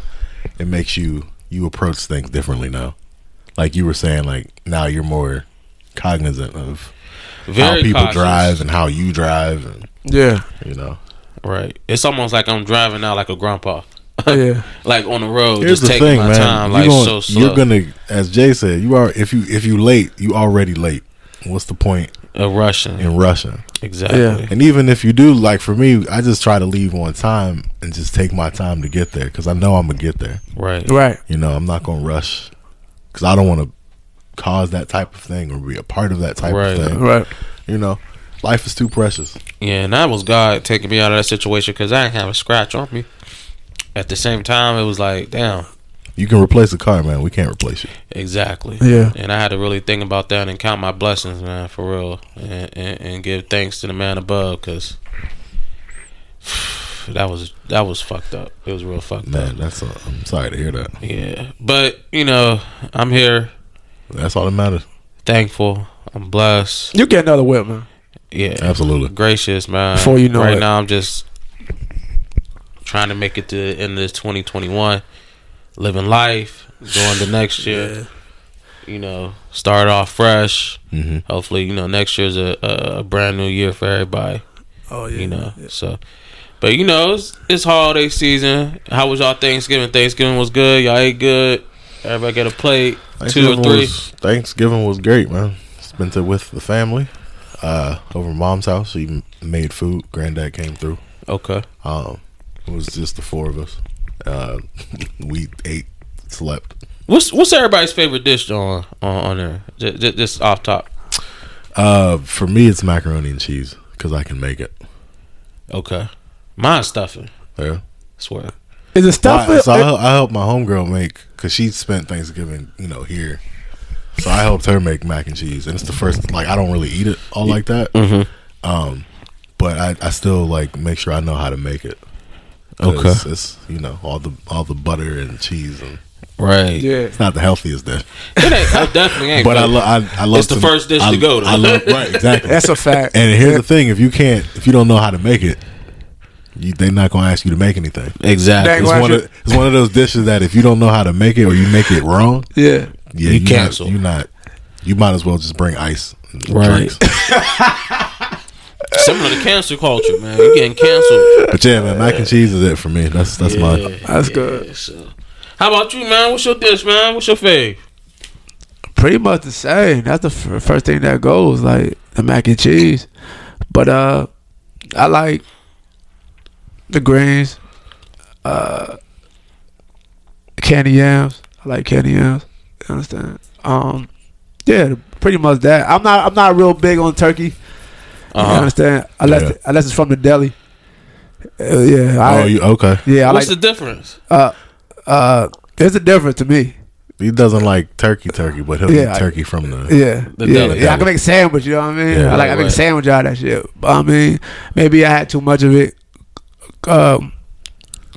[SPEAKER 2] It makes you you approach things differently now. Like you were saying, like now you're more cognizant of how people
[SPEAKER 1] cautious.
[SPEAKER 2] drive and how you drive, and
[SPEAKER 3] Yeah.
[SPEAKER 2] you know.
[SPEAKER 1] Right. It's almost like I'm driving out like a grandpa,
[SPEAKER 3] Yeah.
[SPEAKER 1] like on the road,
[SPEAKER 2] Here's
[SPEAKER 1] just
[SPEAKER 2] the
[SPEAKER 1] taking
[SPEAKER 2] thing,
[SPEAKER 1] my
[SPEAKER 2] man.
[SPEAKER 1] time,
[SPEAKER 2] you
[SPEAKER 1] like
[SPEAKER 2] gonna,
[SPEAKER 1] so slow.
[SPEAKER 2] You're gonna, as Jay said, you are if you if you late, you already late. What's the point
[SPEAKER 1] a Russian,
[SPEAKER 2] in rushing?
[SPEAKER 1] exactly.
[SPEAKER 3] Yeah.
[SPEAKER 2] And even if you do, like for me, I just try to leave on time and just take my time to get there because I know I'm gonna get there.
[SPEAKER 1] Right.
[SPEAKER 3] Right.
[SPEAKER 2] You know, I'm not gonna rush because I don't want to cause that type of thing or be a part of that type
[SPEAKER 1] Right.
[SPEAKER 2] of thing.
[SPEAKER 3] Right.
[SPEAKER 2] You know, life is too precious.
[SPEAKER 1] Yeah, and that was God taking me out of that situation because I didn't have a scratch on me. At the same time, it was like, damn,
[SPEAKER 2] You can replace a car, man. We can't replace you.
[SPEAKER 1] exactly.
[SPEAKER 3] Yeah.
[SPEAKER 1] And I had to really think about that and count my blessings, man, for real, and and, and give thanks to the man above because that was that was fucked up. It was real fucked
[SPEAKER 2] Man,
[SPEAKER 1] up.
[SPEAKER 2] that's. i I'm sorry to hear that.
[SPEAKER 1] Yeah, but you know, I'm here,
[SPEAKER 2] That's all that matters.
[SPEAKER 1] thankful. I'm blessed.
[SPEAKER 3] You get another whip, man.
[SPEAKER 1] Yeah,
[SPEAKER 2] Absolutely.
[SPEAKER 1] gracious, man.
[SPEAKER 3] Before you know
[SPEAKER 1] right
[SPEAKER 3] it.
[SPEAKER 1] now, I'm just trying to make it to the end of this 2021, living life, going to next year. you know, start off fresh.
[SPEAKER 2] Mm-hmm.
[SPEAKER 1] Hopefully, you know, next year's a, a a brand new year for everybody.
[SPEAKER 3] Oh yeah.
[SPEAKER 1] You know, so. But you know, it's, it's holiday season. How was y'all Thanksgiving? Thanksgiving was good. Y'all ate good. Everybody got a plate, two or
[SPEAKER 2] Thanksgiving
[SPEAKER 1] three.
[SPEAKER 2] Was, Thanksgiving was great, man. Spent it with the family uh, over mom's house. She m- made food. Granddad came through.
[SPEAKER 1] Okay.
[SPEAKER 2] Um, it was just the four of us. Uh, we ate, slept.
[SPEAKER 1] What's what's everybody's favorite dish on on, on there? Just, just, off top.
[SPEAKER 2] Uh, for me, it's macaroni and cheese because I can make it.
[SPEAKER 1] Okay. Mine's stuffing.
[SPEAKER 2] Yeah.
[SPEAKER 1] swear.
[SPEAKER 3] Is it stuff?
[SPEAKER 2] I,
[SPEAKER 3] it-
[SPEAKER 2] so I, hel- I helped my homegirl make because she spent Thanksgiving, you know, here. So I helped her make mac and cheese, and it's the first like I don't really eat it all like that. Um, but I, I still like make sure I know how to make it. 'Cause
[SPEAKER 1] Okay.
[SPEAKER 2] it's you know all the all the butter and cheese, and
[SPEAKER 1] Right.
[SPEAKER 3] yeah.
[SPEAKER 2] it's not the healthiest dish,
[SPEAKER 1] It ain't, I definitely ain't.
[SPEAKER 2] but I love I, I love
[SPEAKER 1] It's the first dish
[SPEAKER 2] I-
[SPEAKER 1] to go to.
[SPEAKER 2] I love right exactly.
[SPEAKER 3] That's a fact.
[SPEAKER 2] and here's the thing: if you can't, if you don't know how to make it, you, they're not gonna ask you to make anything.
[SPEAKER 1] exactly.
[SPEAKER 3] Dang,
[SPEAKER 2] It's
[SPEAKER 3] why
[SPEAKER 2] one,
[SPEAKER 3] should-
[SPEAKER 2] of, it's one of those dishes that if you don't know how to make it or you make it wrong,
[SPEAKER 3] yeah.
[SPEAKER 1] You
[SPEAKER 2] yeah, you
[SPEAKER 1] cancel.
[SPEAKER 2] Not, you not. You might as well just bring ice. and
[SPEAKER 1] Right.
[SPEAKER 2] drinks.
[SPEAKER 1] Similar to cancer culture, man. You getting canceled.
[SPEAKER 2] But yeah, man, mac and cheese is it for me. That's that's my.
[SPEAKER 3] That's good.
[SPEAKER 1] Yeah, so. How about you, man? What's your dish, man? What's your fave?
[SPEAKER 3] Pretty much the same. That's the f- first thing that goes, like the mac and cheese. But uh, I like the greens, uh, candy yams. I like candy yams. You understand? Um, yeah, pretty much that. I'm not. I'm not real big on turkey. You
[SPEAKER 1] Uh-huh.
[SPEAKER 3] understand? Unless
[SPEAKER 2] Yeah.
[SPEAKER 3] unless it's from the deli. Uh, yeah. I,
[SPEAKER 2] oh, you okay?
[SPEAKER 3] yeah. I like.
[SPEAKER 1] What's the difference?
[SPEAKER 3] uh, there's a difference to me.
[SPEAKER 2] He doesn't like turkey, turkey, but he'll
[SPEAKER 3] Yeah,
[SPEAKER 2] eat
[SPEAKER 3] I-
[SPEAKER 2] turkey from the.
[SPEAKER 3] Yeah,
[SPEAKER 1] The
[SPEAKER 3] yeah,
[SPEAKER 1] deli.
[SPEAKER 3] yeah. I can make a sandwich. You know what I mean?
[SPEAKER 2] Yeah.
[SPEAKER 3] I like I
[SPEAKER 1] Right,
[SPEAKER 3] make
[SPEAKER 1] right.
[SPEAKER 3] a sandwich out of that shit. But I mean, maybe I had too much of it, um,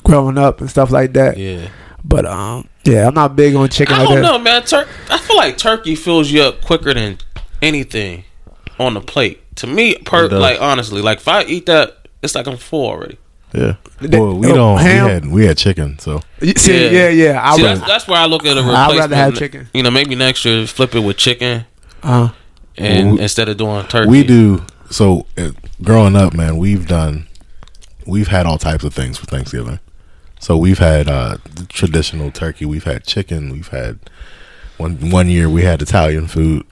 [SPEAKER 3] growing up and stuff like that.
[SPEAKER 1] Yeah.
[SPEAKER 3] But um, yeah, I'm not big on chicken.
[SPEAKER 1] I
[SPEAKER 3] like
[SPEAKER 1] don't
[SPEAKER 3] that.
[SPEAKER 1] know, man. Tur- I feel like turkey fills you up quicker than anything on the plate. To me, per-
[SPEAKER 2] It does.
[SPEAKER 1] like honestly, like if I eat that, it's like I'm full already.
[SPEAKER 2] Yeah.
[SPEAKER 3] They-
[SPEAKER 2] Well, we
[SPEAKER 3] oh,
[SPEAKER 2] don't.
[SPEAKER 3] ham?
[SPEAKER 2] We had we had chicken, so
[SPEAKER 3] You- See, yeah, yeah. I
[SPEAKER 1] See,
[SPEAKER 3] would.
[SPEAKER 1] that's, that's where I look at a replacement.
[SPEAKER 3] I'd rather have chicken.
[SPEAKER 1] You know, maybe next year flip it with chicken,
[SPEAKER 3] uh,
[SPEAKER 1] and
[SPEAKER 2] Well, we-
[SPEAKER 1] instead of doing turkey,
[SPEAKER 2] we do. So uh, growing up, man, we've done, we've had all types of things for Thanksgiving. So we've had uh, the traditional turkey, we've had chicken, we've had one one year we had Italian food.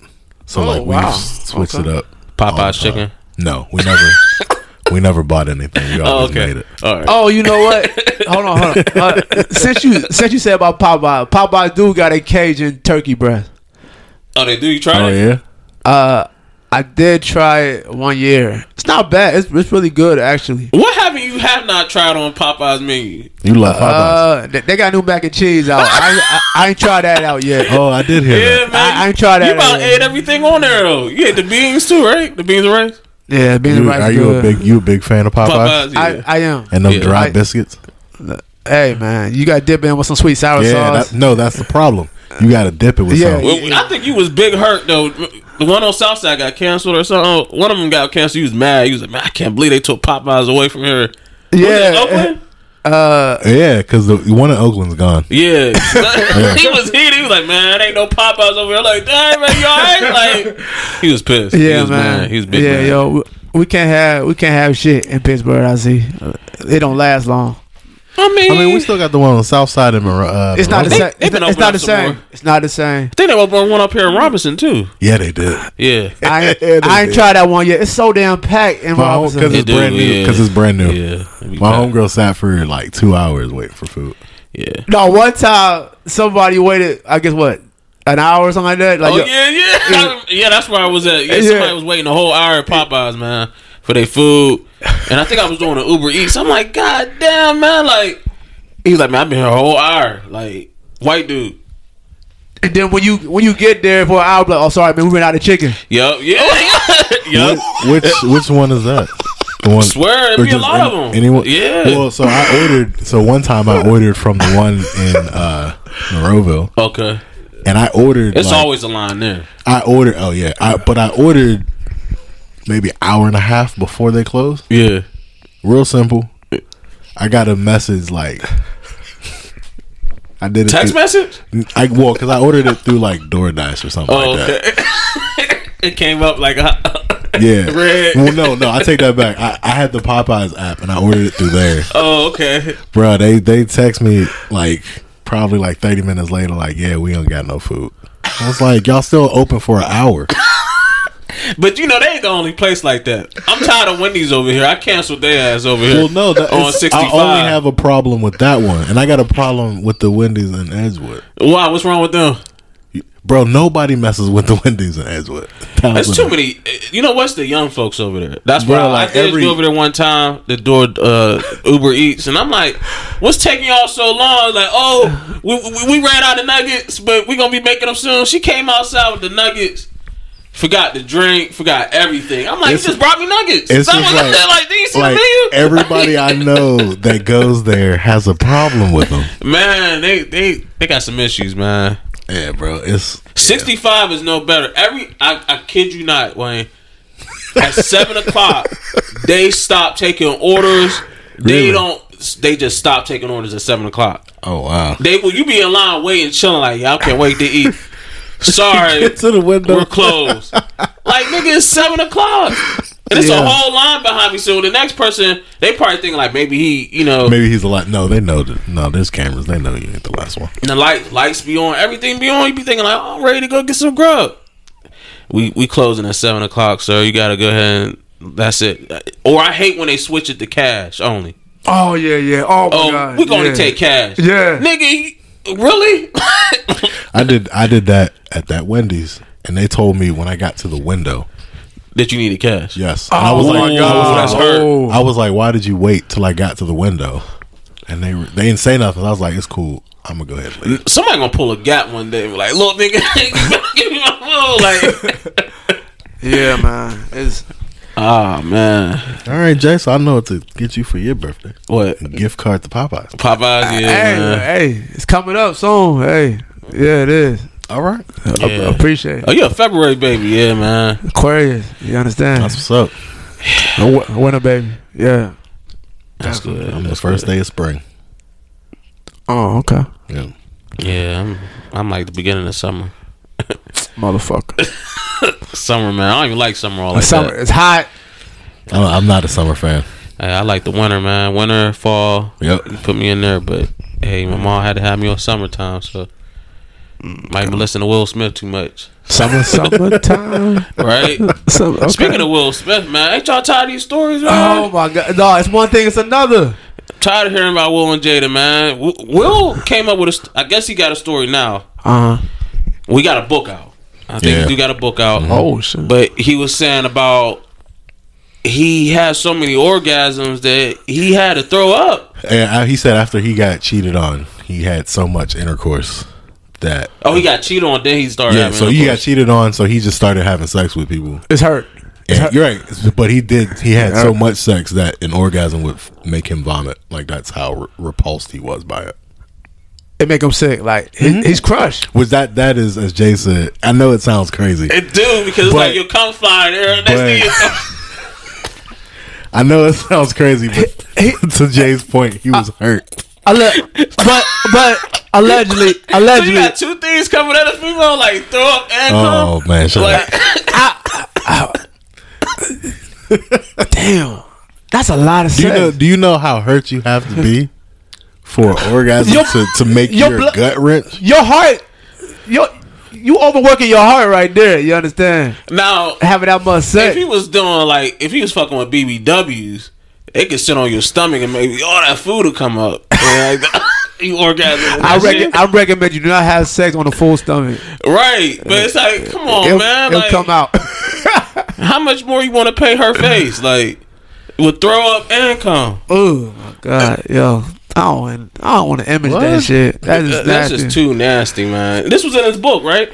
[SPEAKER 2] So
[SPEAKER 3] Oh,
[SPEAKER 2] like we
[SPEAKER 3] wow.
[SPEAKER 2] have switched it up. all the
[SPEAKER 1] Popeye's
[SPEAKER 2] time.
[SPEAKER 1] chicken.
[SPEAKER 2] No, we never, we never bought anything. We
[SPEAKER 1] Oh,
[SPEAKER 2] always
[SPEAKER 1] okay.
[SPEAKER 2] made it.
[SPEAKER 1] All right.
[SPEAKER 3] Oh, you know what? hold on, hold on. Uh, since you since you said about Popeye, Popeye do got a Cajun turkey breast.
[SPEAKER 1] Oh, they do. You tried
[SPEAKER 2] Oh
[SPEAKER 1] it?
[SPEAKER 2] yeah,
[SPEAKER 3] Uh, I did try it one year. It's not bad. It's it's really good actually.
[SPEAKER 1] What haven't you have not tried on Popeye's menu?
[SPEAKER 2] you love Popeyes.
[SPEAKER 3] Uh, they, they got new mac and cheese out. I, I, I ain't tried that out yet.
[SPEAKER 2] oh, I did hear
[SPEAKER 1] Yeah,
[SPEAKER 2] that.
[SPEAKER 1] man.
[SPEAKER 3] I- I ain't tried
[SPEAKER 1] You
[SPEAKER 3] that
[SPEAKER 1] about
[SPEAKER 3] either.
[SPEAKER 1] ate everything on there though. You ate the beans too, right? The beans and rice.
[SPEAKER 3] Yeah, being
[SPEAKER 2] You-
[SPEAKER 3] rice
[SPEAKER 2] are you
[SPEAKER 3] good.
[SPEAKER 2] a big you a big fan of Popeyes?
[SPEAKER 1] Popeye's.
[SPEAKER 3] I,
[SPEAKER 1] Yeah.
[SPEAKER 3] I am.
[SPEAKER 2] And them
[SPEAKER 1] Yeah.
[SPEAKER 2] dry
[SPEAKER 3] I-
[SPEAKER 2] biscuits.
[SPEAKER 3] Hey man, you got to dip in with some sweet sour
[SPEAKER 2] Yeah,
[SPEAKER 3] sauce.
[SPEAKER 2] that, no, that's the problem. You got to dip it with
[SPEAKER 3] Yeah.
[SPEAKER 2] something.
[SPEAKER 1] well, I think you was big hurt though. The one on Southside got canceled or something. One of them got canceled. You was mad. You was like, man, I can't believe they took Popeyes away from here. Yeah,
[SPEAKER 3] yeah,
[SPEAKER 1] Oakland.
[SPEAKER 3] uh,
[SPEAKER 2] Yeah, because the one in Oakland's gone.
[SPEAKER 1] Yeah, he was heated. He was like, man, ain't no Popeyes over here. Like, dang, man, you alright? Like, he was pissed. he
[SPEAKER 3] yeah,
[SPEAKER 1] was
[SPEAKER 3] man.
[SPEAKER 1] Mad. He was big.
[SPEAKER 3] yeah,
[SPEAKER 1] mad.
[SPEAKER 3] yo, we, we can't have we can't have shit in Pittsburgh. I see, Uh, it don't last long.
[SPEAKER 1] I mean,
[SPEAKER 2] I mean, we still got the one on the south side in Monroe. Uh,
[SPEAKER 3] It's not
[SPEAKER 1] They-
[SPEAKER 2] Monroe.
[SPEAKER 3] the same.
[SPEAKER 1] they've
[SPEAKER 3] It's
[SPEAKER 1] been
[SPEAKER 3] not- it's
[SPEAKER 1] opening
[SPEAKER 3] not
[SPEAKER 1] up
[SPEAKER 3] the
[SPEAKER 1] some
[SPEAKER 3] same.
[SPEAKER 1] more.
[SPEAKER 3] It's not the same.
[SPEAKER 1] I think they opened one up here in Robinson too.
[SPEAKER 2] Yeah, they did.
[SPEAKER 1] Yeah,
[SPEAKER 3] I ain't,
[SPEAKER 2] Yeah, they
[SPEAKER 3] I ain't
[SPEAKER 2] did.
[SPEAKER 3] tried that one yet. It's so damn packed in
[SPEAKER 2] My home because
[SPEAKER 3] Robinson.
[SPEAKER 1] They
[SPEAKER 2] it's
[SPEAKER 1] do,
[SPEAKER 2] brand new.
[SPEAKER 1] yeah.
[SPEAKER 2] Because it's brand new.
[SPEAKER 1] yeah.
[SPEAKER 2] My homegirl sat for like two hours waiting for food.
[SPEAKER 1] Yeah.
[SPEAKER 3] No, one time somebody waited. I guess what an hour or something like that. Like,
[SPEAKER 1] Oh
[SPEAKER 3] yo-
[SPEAKER 1] yeah, yeah, yeah. That's where I was at. Yeah, somebody
[SPEAKER 3] Yeah.
[SPEAKER 1] was waiting a whole hour at Popeyes, man, for their food, and I think I was doing an Uber Eats. I'm like, God damn, man! Like, he was like, man, I've been here a whole hour. Like, white dude.
[SPEAKER 3] And then when you when you get there for an hour, be like, oh sorry man, we ran out of chicken.
[SPEAKER 1] Yup, yeah, yup.
[SPEAKER 2] Which which one is that? The one.
[SPEAKER 1] Swear, it'd
[SPEAKER 2] or
[SPEAKER 1] be a
[SPEAKER 2] just
[SPEAKER 1] lot
[SPEAKER 2] any-
[SPEAKER 1] of them.
[SPEAKER 2] Anyone?
[SPEAKER 1] Yeah.
[SPEAKER 2] Well, so I ordered. So one time I ordered from the one in uh, Monroeville,
[SPEAKER 1] Okay,
[SPEAKER 2] and I ordered.
[SPEAKER 1] it's
[SPEAKER 2] like,
[SPEAKER 1] always a line there.
[SPEAKER 2] I ordered. Oh yeah, I, but I ordered maybe an hour and a half before they closed.
[SPEAKER 1] Yeah.
[SPEAKER 2] Real simple. I got a message like I did it
[SPEAKER 1] Text
[SPEAKER 2] through-
[SPEAKER 1] message?
[SPEAKER 2] I well, cause I ordered it through like DoorDash or something
[SPEAKER 1] Oh,
[SPEAKER 2] like
[SPEAKER 1] okay.
[SPEAKER 2] that.
[SPEAKER 1] it came up like uh,
[SPEAKER 2] Yeah.
[SPEAKER 1] Red.
[SPEAKER 2] Well, no, no, I take that back. I, I had the Popeyes app and I ordered it through there,
[SPEAKER 1] oh, okay.
[SPEAKER 2] bro. They they text me like probably like thirty minutes later, like, yeah, we don't got no food. I was like, y'all still open for an hour?
[SPEAKER 1] But you know they ain't the only place like that. I'm tired of Wendy's over here. I canceled their ass over here.
[SPEAKER 2] Well, no, that,
[SPEAKER 1] on
[SPEAKER 2] it's-
[SPEAKER 1] 65.
[SPEAKER 2] I only have a problem with that one, and I got a problem with the Wendy's in Edgewood,
[SPEAKER 1] Why? What's wrong with them?
[SPEAKER 2] bro. Nobody messes with the Wendy's in Edgewood. That
[SPEAKER 1] That's
[SPEAKER 2] was
[SPEAKER 1] too
[SPEAKER 2] a-
[SPEAKER 1] many. eh, You know what's the young folks over there? That's why
[SPEAKER 2] Bro,
[SPEAKER 1] I
[SPEAKER 2] like
[SPEAKER 1] did
[SPEAKER 2] every-
[SPEAKER 1] go over there one time. The door uh, Uber Eats, and I'm like, "What's taking y'all so long?" Like, "Oh, we, we, we ran out of nuggets, but we gonna be making them soon." She came outside with the nuggets, forgot the drink, forgot everything. I'm like,
[SPEAKER 2] It's-
[SPEAKER 1] "You just brought me nuggets."
[SPEAKER 2] it's
[SPEAKER 1] Someone
[SPEAKER 2] just
[SPEAKER 1] like,
[SPEAKER 2] like-
[SPEAKER 1] like, "Did you see the
[SPEAKER 2] Like
[SPEAKER 1] menu?"
[SPEAKER 2] everybody I know that goes there has a problem with them.
[SPEAKER 1] man, they they they got some issues, man.
[SPEAKER 2] Yeah, bro. It's
[SPEAKER 1] 65 is no better. Every I, I kid you not, Wayne. At seven o'clock, they stop taking orders. They
[SPEAKER 2] Really?
[SPEAKER 1] don't. They just stop taking orders at seven o'clock.
[SPEAKER 2] oh wow.
[SPEAKER 1] They will. You be in line waiting, chilling like y'all can't wait to eat. Sorry,
[SPEAKER 2] Get to the window.
[SPEAKER 1] we're closed. Like nigga, it's seven o'clock. And it's a
[SPEAKER 2] Yeah.
[SPEAKER 1] whole line behind me. So the next person, they probably thinking like maybe he, you know,
[SPEAKER 2] Maybe he's a lot. No, they know. That, no, there's cameras. They know you ain't the last one.
[SPEAKER 1] And the light lights be on, everything be on. You be thinking like, oh, I'm ready to go get some grub. We we closing at seven o'clock, so you gotta go ahead and that's it. Or I hate when they switch it to cash only.
[SPEAKER 3] Oh yeah, yeah. Oh my
[SPEAKER 1] Oh,
[SPEAKER 3] god.
[SPEAKER 1] we gonna
[SPEAKER 3] yeah.
[SPEAKER 1] take cash.
[SPEAKER 3] Yeah.
[SPEAKER 1] nigga, you- really?
[SPEAKER 2] I did. I did that at that Wendy's, and they told me when I got to the window.
[SPEAKER 1] that you needed cash?
[SPEAKER 2] Yes.
[SPEAKER 3] Oh
[SPEAKER 2] and I was
[SPEAKER 3] my
[SPEAKER 2] like,
[SPEAKER 3] god.
[SPEAKER 1] oh, that's hurt.
[SPEAKER 3] Oh.
[SPEAKER 2] I was like, why did you wait till I got to the window? And they were- they didn't say nothing. I was like, it's cool. I'm gonna go ahead. And leave.
[SPEAKER 1] Somebody gonna pull a gap one day. and be Like, look, nigga, give me my food. Like,
[SPEAKER 3] Yeah, man. It's
[SPEAKER 1] ah man,
[SPEAKER 2] All right, Jay. So I know what to get you for your birthday.
[SPEAKER 1] what
[SPEAKER 2] Gift card to Popeyes.
[SPEAKER 1] Popeyes? Yeah,
[SPEAKER 3] hey,
[SPEAKER 1] man.
[SPEAKER 3] hey, it's coming up soon. Hey. Yeah, it is.
[SPEAKER 2] All right.
[SPEAKER 3] I- I,
[SPEAKER 1] Yeah.
[SPEAKER 3] appreciate
[SPEAKER 1] Oh,
[SPEAKER 3] it.
[SPEAKER 1] you a February baby? Yeah, man.
[SPEAKER 3] Aquarius, you understand?
[SPEAKER 2] That's what's up.
[SPEAKER 3] A wi- a winner, baby. Yeah.
[SPEAKER 1] That's good.
[SPEAKER 2] I'm the first day of spring.
[SPEAKER 3] Oh, okay.
[SPEAKER 2] Yeah.
[SPEAKER 1] Yeah, I'm, I'm like the beginning of summer.
[SPEAKER 3] Motherfucker.
[SPEAKER 1] Summer, man. I don't even like summer all like
[SPEAKER 3] Summer,
[SPEAKER 1] that.
[SPEAKER 3] it's hot.
[SPEAKER 2] I don't- Oh, I'm not a summer fan.
[SPEAKER 1] Hey, I like the winter, man. Winter, fall.
[SPEAKER 2] Yep.
[SPEAKER 1] You put me in there, but hey, my mom had to have me on summertime, so might be listening to Will Smith too much,
[SPEAKER 3] Summer, summertime.
[SPEAKER 1] right?
[SPEAKER 3] Summer, okay.
[SPEAKER 1] Speaking of Will Smith, man, ain't y'all tired of these stories, man?
[SPEAKER 3] Oh my god! No, it's one thing, it's another.
[SPEAKER 1] Tired of hearing about Will and Jada, man. W- Will came up with a. St- I guess he got a story now.
[SPEAKER 3] Uh huh.
[SPEAKER 1] We got a book out. I think
[SPEAKER 2] Yeah.
[SPEAKER 1] we do got a book out.
[SPEAKER 3] Oh shit!
[SPEAKER 1] But he was saying about he has so many orgasms that he had to throw up.
[SPEAKER 2] And I, he said after he got cheated on, he had so much intercourse that
[SPEAKER 1] Oh, he got cheated on. Then he started.
[SPEAKER 2] Oh, yeah.
[SPEAKER 1] having
[SPEAKER 2] So you got
[SPEAKER 1] intercourse.
[SPEAKER 2] cheated on, so he just started having sex with people.
[SPEAKER 3] it's hurt.
[SPEAKER 2] Yeah, you're right, but he did. He had so much sex that an orgasm would f- make him vomit. Like that's how re- repulsed he was by it.
[SPEAKER 3] It make him sick. Like he-
[SPEAKER 1] Mm-hmm.
[SPEAKER 3] he's crushed.
[SPEAKER 2] Was that that is as Jay said? I know it sounds crazy.
[SPEAKER 1] It do because it's
[SPEAKER 2] But-
[SPEAKER 1] like your cum flying there. Next
[SPEAKER 2] but-
[SPEAKER 1] thing you
[SPEAKER 2] I know it sounds crazy, but to Jay's point, he was hurt.
[SPEAKER 3] Alle- but but allegedly,
[SPEAKER 1] so you
[SPEAKER 3] allegedly,
[SPEAKER 1] got two things coming at us. We gonna like throw up and
[SPEAKER 2] Oh
[SPEAKER 1] cum.
[SPEAKER 2] man, shut up.
[SPEAKER 1] Like
[SPEAKER 3] damn, that's a lot of
[SPEAKER 2] Do you
[SPEAKER 3] sex.
[SPEAKER 2] know? Do you know how hurt you have to be for an orgasm
[SPEAKER 3] Your-
[SPEAKER 2] to, to make
[SPEAKER 3] your
[SPEAKER 2] your,
[SPEAKER 3] blo-
[SPEAKER 2] gut wrench?
[SPEAKER 3] your heart, your you overworking your heart right there. You understand?
[SPEAKER 1] now,
[SPEAKER 3] Having that much
[SPEAKER 1] if
[SPEAKER 3] sex.
[SPEAKER 1] he was doing like if he was fucking with BBWs, they could sit on your stomach and maybe all that food will come up. And, like, you orgasm.
[SPEAKER 3] I
[SPEAKER 1] reckon.
[SPEAKER 3] reckon. I recommend you do not have sex on a full stomach.
[SPEAKER 1] Right, but it's like, come on,
[SPEAKER 3] it'll
[SPEAKER 1] Oh, man.
[SPEAKER 3] it'll
[SPEAKER 1] like,
[SPEAKER 3] come out.
[SPEAKER 1] How much more you want to pay her face? Like, with throw up and come.
[SPEAKER 3] oh my god, yo. I don't, want- I don't want to image that shit. That is
[SPEAKER 1] Uh, That's just too nasty, man. This was in his book, right?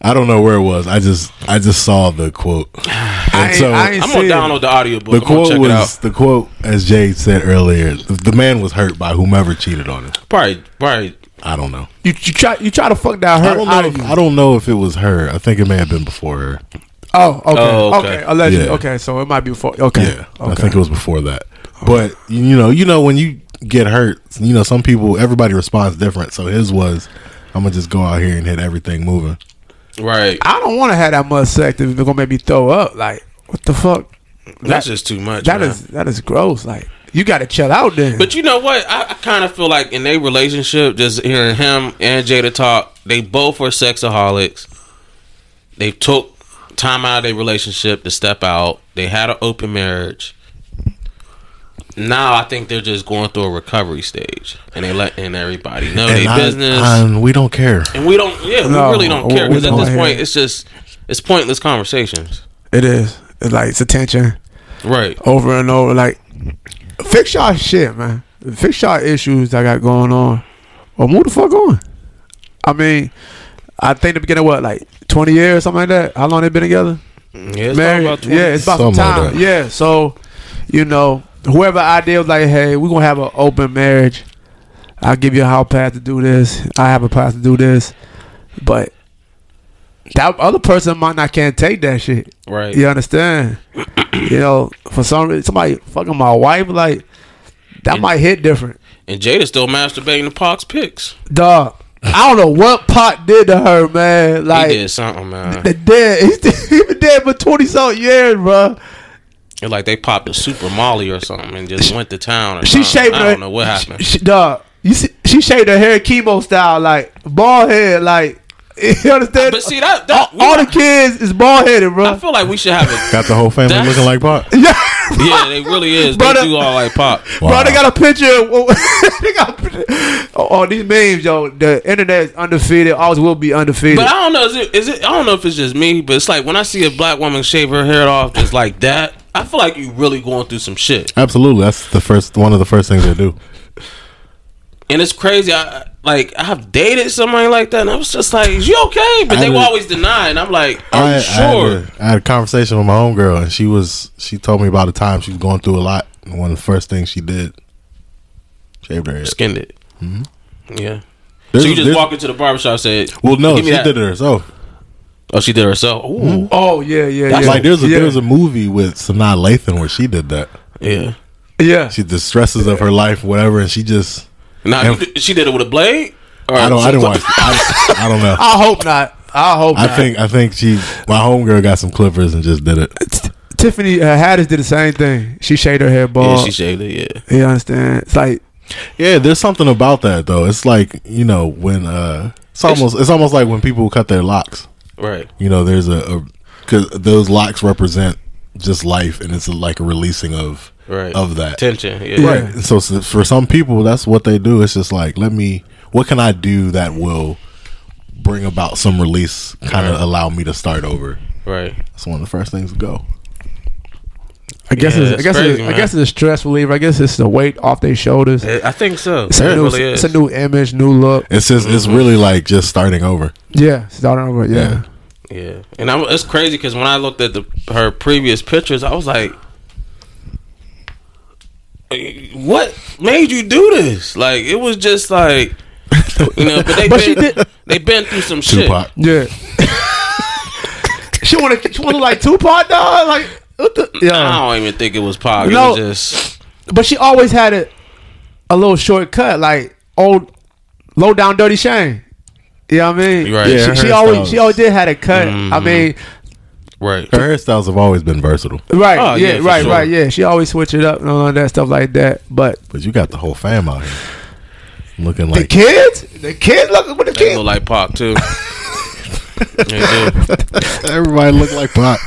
[SPEAKER 2] I don't know where it was. I just I just saw the quote. And
[SPEAKER 3] ain't-
[SPEAKER 2] so
[SPEAKER 3] I ain't
[SPEAKER 1] I'm gonna
[SPEAKER 3] See it.
[SPEAKER 1] download the audiobook. I'm
[SPEAKER 2] the
[SPEAKER 1] gonna
[SPEAKER 2] quote
[SPEAKER 1] check it out.
[SPEAKER 2] was the quote as Jay said earlier. The man was hurt by whomever cheated on him.
[SPEAKER 1] Probably, probably.
[SPEAKER 2] I don't know.
[SPEAKER 3] You, you try you try to fuck that
[SPEAKER 2] I
[SPEAKER 3] hurt
[SPEAKER 2] don't
[SPEAKER 3] out
[SPEAKER 2] know.
[SPEAKER 3] of
[SPEAKER 2] If,
[SPEAKER 3] you.
[SPEAKER 2] I don't know if it was her. I think it may have been before her.
[SPEAKER 3] Oh, okay,
[SPEAKER 1] Oh, okay.
[SPEAKER 3] okay. allegedly,
[SPEAKER 2] Yeah.
[SPEAKER 3] okay. So it might be before. Okay,
[SPEAKER 2] Yeah, I
[SPEAKER 3] okay.
[SPEAKER 2] think it was before that. But you know, you know when you get hurt, you know, some people, everybody responds different. So his was, I'm gonna just go out here and hit everything moving.
[SPEAKER 1] Right.
[SPEAKER 3] I don't want to have that much sex if it's gonna make me throw up. Like, what the fuck?
[SPEAKER 1] That's just too much.
[SPEAKER 3] That
[SPEAKER 1] man.
[SPEAKER 3] is that is gross. Like, you gotta chill out then.
[SPEAKER 1] But you know what? I, I kind of feel like in their relationship, just hearing him and Jada talk, they both are sexaholics. They took time out of their relationship to step out. They had an open marriage. Now I think they're just going through a recovery stage, and they letting everybody know
[SPEAKER 2] And
[SPEAKER 1] their
[SPEAKER 2] I-
[SPEAKER 1] business.
[SPEAKER 2] and we don't care.
[SPEAKER 1] and we don't, yeah,
[SPEAKER 3] No,
[SPEAKER 1] we really don't
[SPEAKER 3] we-
[SPEAKER 1] care
[SPEAKER 3] we
[SPEAKER 1] because at
[SPEAKER 3] don't
[SPEAKER 1] this
[SPEAKER 3] care.
[SPEAKER 1] point, it's just it's pointless conversations.
[SPEAKER 3] it is. It's like it's attention
[SPEAKER 1] Right.
[SPEAKER 3] over and over. Like, fix y'all shit, man. Fix y'all issues I got going on, or move the fuck on. I mean, I think the beginning of what like twenty years, something like that. How long they been together?
[SPEAKER 1] Yeah. It's all
[SPEAKER 3] married.
[SPEAKER 1] about
[SPEAKER 3] yeah, it's about some
[SPEAKER 2] Something like
[SPEAKER 3] time.
[SPEAKER 2] that.
[SPEAKER 3] yeah, so you know, whoever idea was like, hey, we're gonna have an open marriage. I'll give you a hall pass to do this. I have a pass to do this, but that other person might not can't take that shit.
[SPEAKER 1] right.
[SPEAKER 3] You understand? you know, for some reason, somebody fucking my wife like that
[SPEAKER 1] And-
[SPEAKER 3] might hit different,
[SPEAKER 1] And Jada's still masturbating the Pox picks.
[SPEAKER 3] dog. I don't know what Pot did to her, man. Like
[SPEAKER 1] he did something, man.
[SPEAKER 3] the dead, he's he been dead for twenty something years, bro.
[SPEAKER 1] It's like they popped a super molly or something and just went to town. Or
[SPEAKER 3] She
[SPEAKER 1] something.
[SPEAKER 3] shaved
[SPEAKER 1] I
[SPEAKER 3] her.
[SPEAKER 1] don't know what happened.
[SPEAKER 3] She, she- dog, you see, she shaved her hair chemo style, like bald head, like you understand?
[SPEAKER 1] But see that, that
[SPEAKER 3] all the kids is bald headed, bro.
[SPEAKER 1] I feel like we should have a
[SPEAKER 2] Got the whole family
[SPEAKER 1] That's-
[SPEAKER 2] looking like pot.
[SPEAKER 3] yeah,
[SPEAKER 1] yeah. They really is.
[SPEAKER 3] Brother-
[SPEAKER 1] they do all like pop.
[SPEAKER 3] bro,
[SPEAKER 2] Wow.
[SPEAKER 3] they got a picture. they got a picture. Oh, oh, these memes, yo. The internet is undefeated. Always will be undefeated.
[SPEAKER 1] But I don't know. Is it, is it? I don't know if it's just me. But it's like when I see a black woman shave her hair off just like that, I feel like you really going through some shit.
[SPEAKER 2] Absolutely, that's the first one of the first things they do.
[SPEAKER 1] And it's crazy. I I- like I've dated somebody like that, and I was just like, "Is you okay?" But
[SPEAKER 2] I
[SPEAKER 1] they will
[SPEAKER 2] had a-
[SPEAKER 1] always deny, and I'm like, "Are
[SPEAKER 2] I,
[SPEAKER 1] you
[SPEAKER 2] I
[SPEAKER 1] Oh, sure?"
[SPEAKER 2] had a, I had a conversation with my homegirl, and she was she told me about a time she was going through a lot. And one of the first things she did, shaved her head.
[SPEAKER 1] Skinned it. Yeah.
[SPEAKER 2] There's-
[SPEAKER 1] Mm-hmm. so you just
[SPEAKER 2] there's-
[SPEAKER 1] walk into the barbershop and said,
[SPEAKER 2] Well, no,
[SPEAKER 1] give
[SPEAKER 2] she
[SPEAKER 1] me that.
[SPEAKER 2] did it Mm-hmm. herself.
[SPEAKER 1] Oh, she did it herself. Ooh.
[SPEAKER 3] oh yeah, yeah, yeah.
[SPEAKER 2] Like there's a
[SPEAKER 3] yeah.
[SPEAKER 2] there's a movie with Sanaa Lathan where she did that.
[SPEAKER 1] Yeah.
[SPEAKER 3] yeah.
[SPEAKER 2] She the stresses of her life, whatever, and she just
[SPEAKER 1] Nah,
[SPEAKER 2] And-
[SPEAKER 1] you did- she did it with a blade. Or
[SPEAKER 2] I don't I didn't watch. I, I don't know.
[SPEAKER 3] I hope not. I hope
[SPEAKER 2] I
[SPEAKER 3] not.
[SPEAKER 2] think I think she my homegirl got some clippers and just did it.
[SPEAKER 3] T- Tiffany uh, Haddish did the same thing. She shaved her hair
[SPEAKER 1] Yeah,
[SPEAKER 3] bald.
[SPEAKER 2] Uh,
[SPEAKER 1] she shaved it. Yeah,
[SPEAKER 3] you understand? It's like
[SPEAKER 2] Yeah, there's something about that though. It's like you know when uh, it's almost it's almost like when people cut their locks.
[SPEAKER 1] right.
[SPEAKER 2] You know, there's a because those locks represent just life, and it's like a releasing of
[SPEAKER 1] Right.
[SPEAKER 2] of that.
[SPEAKER 1] Tension. Yeah.
[SPEAKER 2] Right. And So s- for some people, that's what they do. It's just like, let me. What can I do that will bring about some release? Kind of allow me to start over.
[SPEAKER 1] Right.
[SPEAKER 2] That's one of the first things to go.
[SPEAKER 3] I guess
[SPEAKER 1] Yeah,
[SPEAKER 3] it's, I
[SPEAKER 1] it's
[SPEAKER 3] guess
[SPEAKER 1] crazy,
[SPEAKER 3] it's, I
[SPEAKER 1] man.
[SPEAKER 3] guess it's a stress reliever. I guess it's the weight off their shoulders.
[SPEAKER 1] Eh, I think so.
[SPEAKER 3] It's,
[SPEAKER 1] it
[SPEAKER 3] a, new,
[SPEAKER 1] really is.
[SPEAKER 3] it's a new image, new look.
[SPEAKER 2] It's just it's
[SPEAKER 1] Mm-hmm.
[SPEAKER 2] really like just starting over.
[SPEAKER 3] Yeah, starting over. Yeah,
[SPEAKER 1] yeah, and I'm, it's crazy because when I looked at the her previous pictures, I was like, eh, "What made you do this?" Like it was just like, you know. But they
[SPEAKER 3] But she
[SPEAKER 1] been,
[SPEAKER 3] did-
[SPEAKER 1] they been through some shit.
[SPEAKER 2] Tupac.
[SPEAKER 3] yeah. she want to she want to like Tupac dog like what the yeah.
[SPEAKER 1] I don't even think it was Pac.
[SPEAKER 3] No.
[SPEAKER 1] It was just
[SPEAKER 3] But she always had a a little shortcut like old low down dirty Shane. You know what I mean?
[SPEAKER 1] Right.
[SPEAKER 2] Yeah,
[SPEAKER 3] She, she
[SPEAKER 2] her
[SPEAKER 3] always
[SPEAKER 2] styles.
[SPEAKER 3] she always did had a cut.
[SPEAKER 1] Mm-hmm.
[SPEAKER 3] I mean,
[SPEAKER 1] right.
[SPEAKER 2] Her hairstyles have always been versatile,
[SPEAKER 3] right?
[SPEAKER 1] Oh,
[SPEAKER 3] yeah,
[SPEAKER 1] yeah, for
[SPEAKER 3] right,
[SPEAKER 1] sure.
[SPEAKER 3] right. Yeah, she always switch it up and all that stuff like that. But
[SPEAKER 2] but you got the whole fam out here looking
[SPEAKER 3] the
[SPEAKER 2] like
[SPEAKER 3] kids, the kids look what the
[SPEAKER 1] They
[SPEAKER 3] kids
[SPEAKER 1] look like Pac too. they do.
[SPEAKER 2] everybody look like Pac.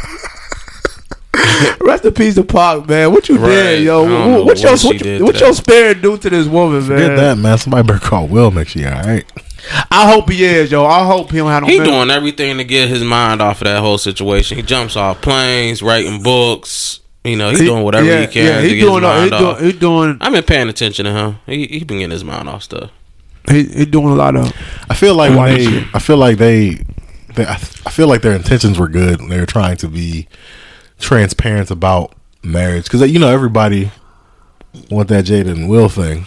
[SPEAKER 3] Rest in peace to Pac, man. What you
[SPEAKER 1] Right.
[SPEAKER 3] did, yo?
[SPEAKER 1] I don't
[SPEAKER 3] What,
[SPEAKER 1] know
[SPEAKER 3] what your
[SPEAKER 1] what she
[SPEAKER 3] what,
[SPEAKER 1] did
[SPEAKER 3] your-
[SPEAKER 1] to
[SPEAKER 3] what
[SPEAKER 1] that.
[SPEAKER 3] your spirit do to this woman, man?
[SPEAKER 2] Did that man? Somebody better call Will. Make sure you all right.
[SPEAKER 3] I hope he is, yo. I hope he don't have no.
[SPEAKER 1] He
[SPEAKER 3] mental-
[SPEAKER 1] doing everything to get his mind off of that whole situation. He jumps off planes, writing books. You know, he's
[SPEAKER 3] He-
[SPEAKER 1] doing whatever he can to
[SPEAKER 3] he
[SPEAKER 1] get his
[SPEAKER 3] doing. a-
[SPEAKER 1] mind
[SPEAKER 3] He
[SPEAKER 1] off.
[SPEAKER 3] doing. He doing.
[SPEAKER 1] I've been paying attention to him. He he been getting his mind off stuff.
[SPEAKER 3] He, he doing a lot of.
[SPEAKER 2] I feel like
[SPEAKER 3] Why
[SPEAKER 2] when
[SPEAKER 3] did
[SPEAKER 2] they,
[SPEAKER 3] you-
[SPEAKER 2] I feel like they, they, I I feel like their intentions were good. and They were trying to be transparent about marriage because you know everybody want that Jada and Will thing,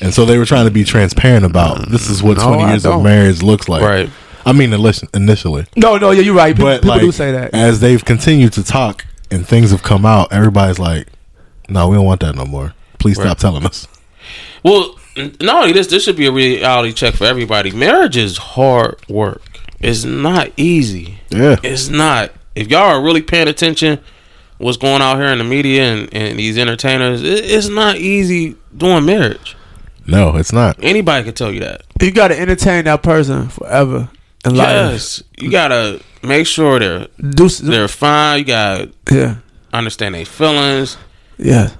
[SPEAKER 2] and so they were trying to be transparent about this is what twenty
[SPEAKER 3] I
[SPEAKER 2] years
[SPEAKER 3] don't.
[SPEAKER 2] of marriage looks like.
[SPEAKER 1] Right.
[SPEAKER 2] I mean, initi- initially,
[SPEAKER 3] No, no, yeah, you're right. People,
[SPEAKER 2] but
[SPEAKER 3] people
[SPEAKER 2] like
[SPEAKER 3] do say that.
[SPEAKER 2] as they've continued to talk and things have come out, everybody's like, "No, we don't want that no more. Please
[SPEAKER 1] Right.
[SPEAKER 2] stop telling us."
[SPEAKER 1] Well, n- not only this, this should be a reality check for everybody. Marriage is hard work. It's not easy.
[SPEAKER 2] Yeah.
[SPEAKER 1] It's not. If y'all are really paying attention, what's going out here in the media and, and these entertainers, it, it's not easy doing marriage.
[SPEAKER 2] No, it's not.
[SPEAKER 1] Anybody can tell you that.
[SPEAKER 3] You gotta entertain that person forever in life.
[SPEAKER 1] Yes, you gotta make sure they're
[SPEAKER 3] Do s-
[SPEAKER 1] they're fine. You gotta
[SPEAKER 3] yeah,
[SPEAKER 1] understand their feelings.
[SPEAKER 3] yeah.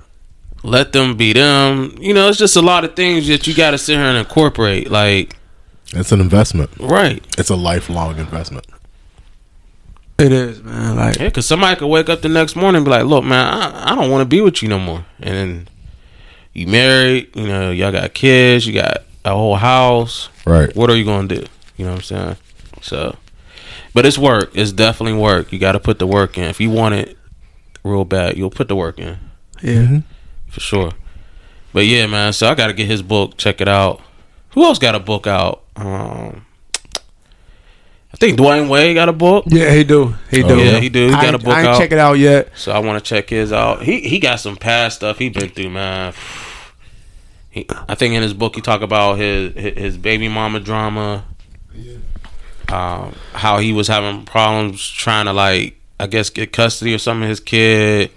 [SPEAKER 1] Let them be them. You know, it's just a lot of things that you gotta sit here and incorporate. Like,
[SPEAKER 2] It's an investment.
[SPEAKER 1] right?
[SPEAKER 2] It's a lifelong investment.
[SPEAKER 3] It is, man. Like
[SPEAKER 1] Yeah, because somebody could wake up the next morning and be like, look, man, I, I don't want to be with you no more. And then you married, you know, y'all got kids, you got a whole house.
[SPEAKER 2] Right.
[SPEAKER 1] What are you going to do? You know what I'm saying? So, but it's work. It's definitely work. You got to put the work in. If you want it real bad, you'll put the work in
[SPEAKER 3] yeah.
[SPEAKER 2] Mm-hmm.
[SPEAKER 1] for sure. But yeah, man, so I got to get his book, check it out. Who else got a book out? Um, I think Dwayne Wade got a book.
[SPEAKER 3] Yeah, he do.
[SPEAKER 2] Oh,
[SPEAKER 3] He do.
[SPEAKER 1] yeah, he do. He
[SPEAKER 3] I
[SPEAKER 1] got
[SPEAKER 3] ain't-
[SPEAKER 1] a book
[SPEAKER 3] I ain't
[SPEAKER 1] out.
[SPEAKER 3] check it out yet.
[SPEAKER 1] So I want to check his out. He he got some past stuff he been through, man. He, I think in his book he talk about his his his baby mama drama, um, how he was having problems trying to like I guess get custody of some of his kid,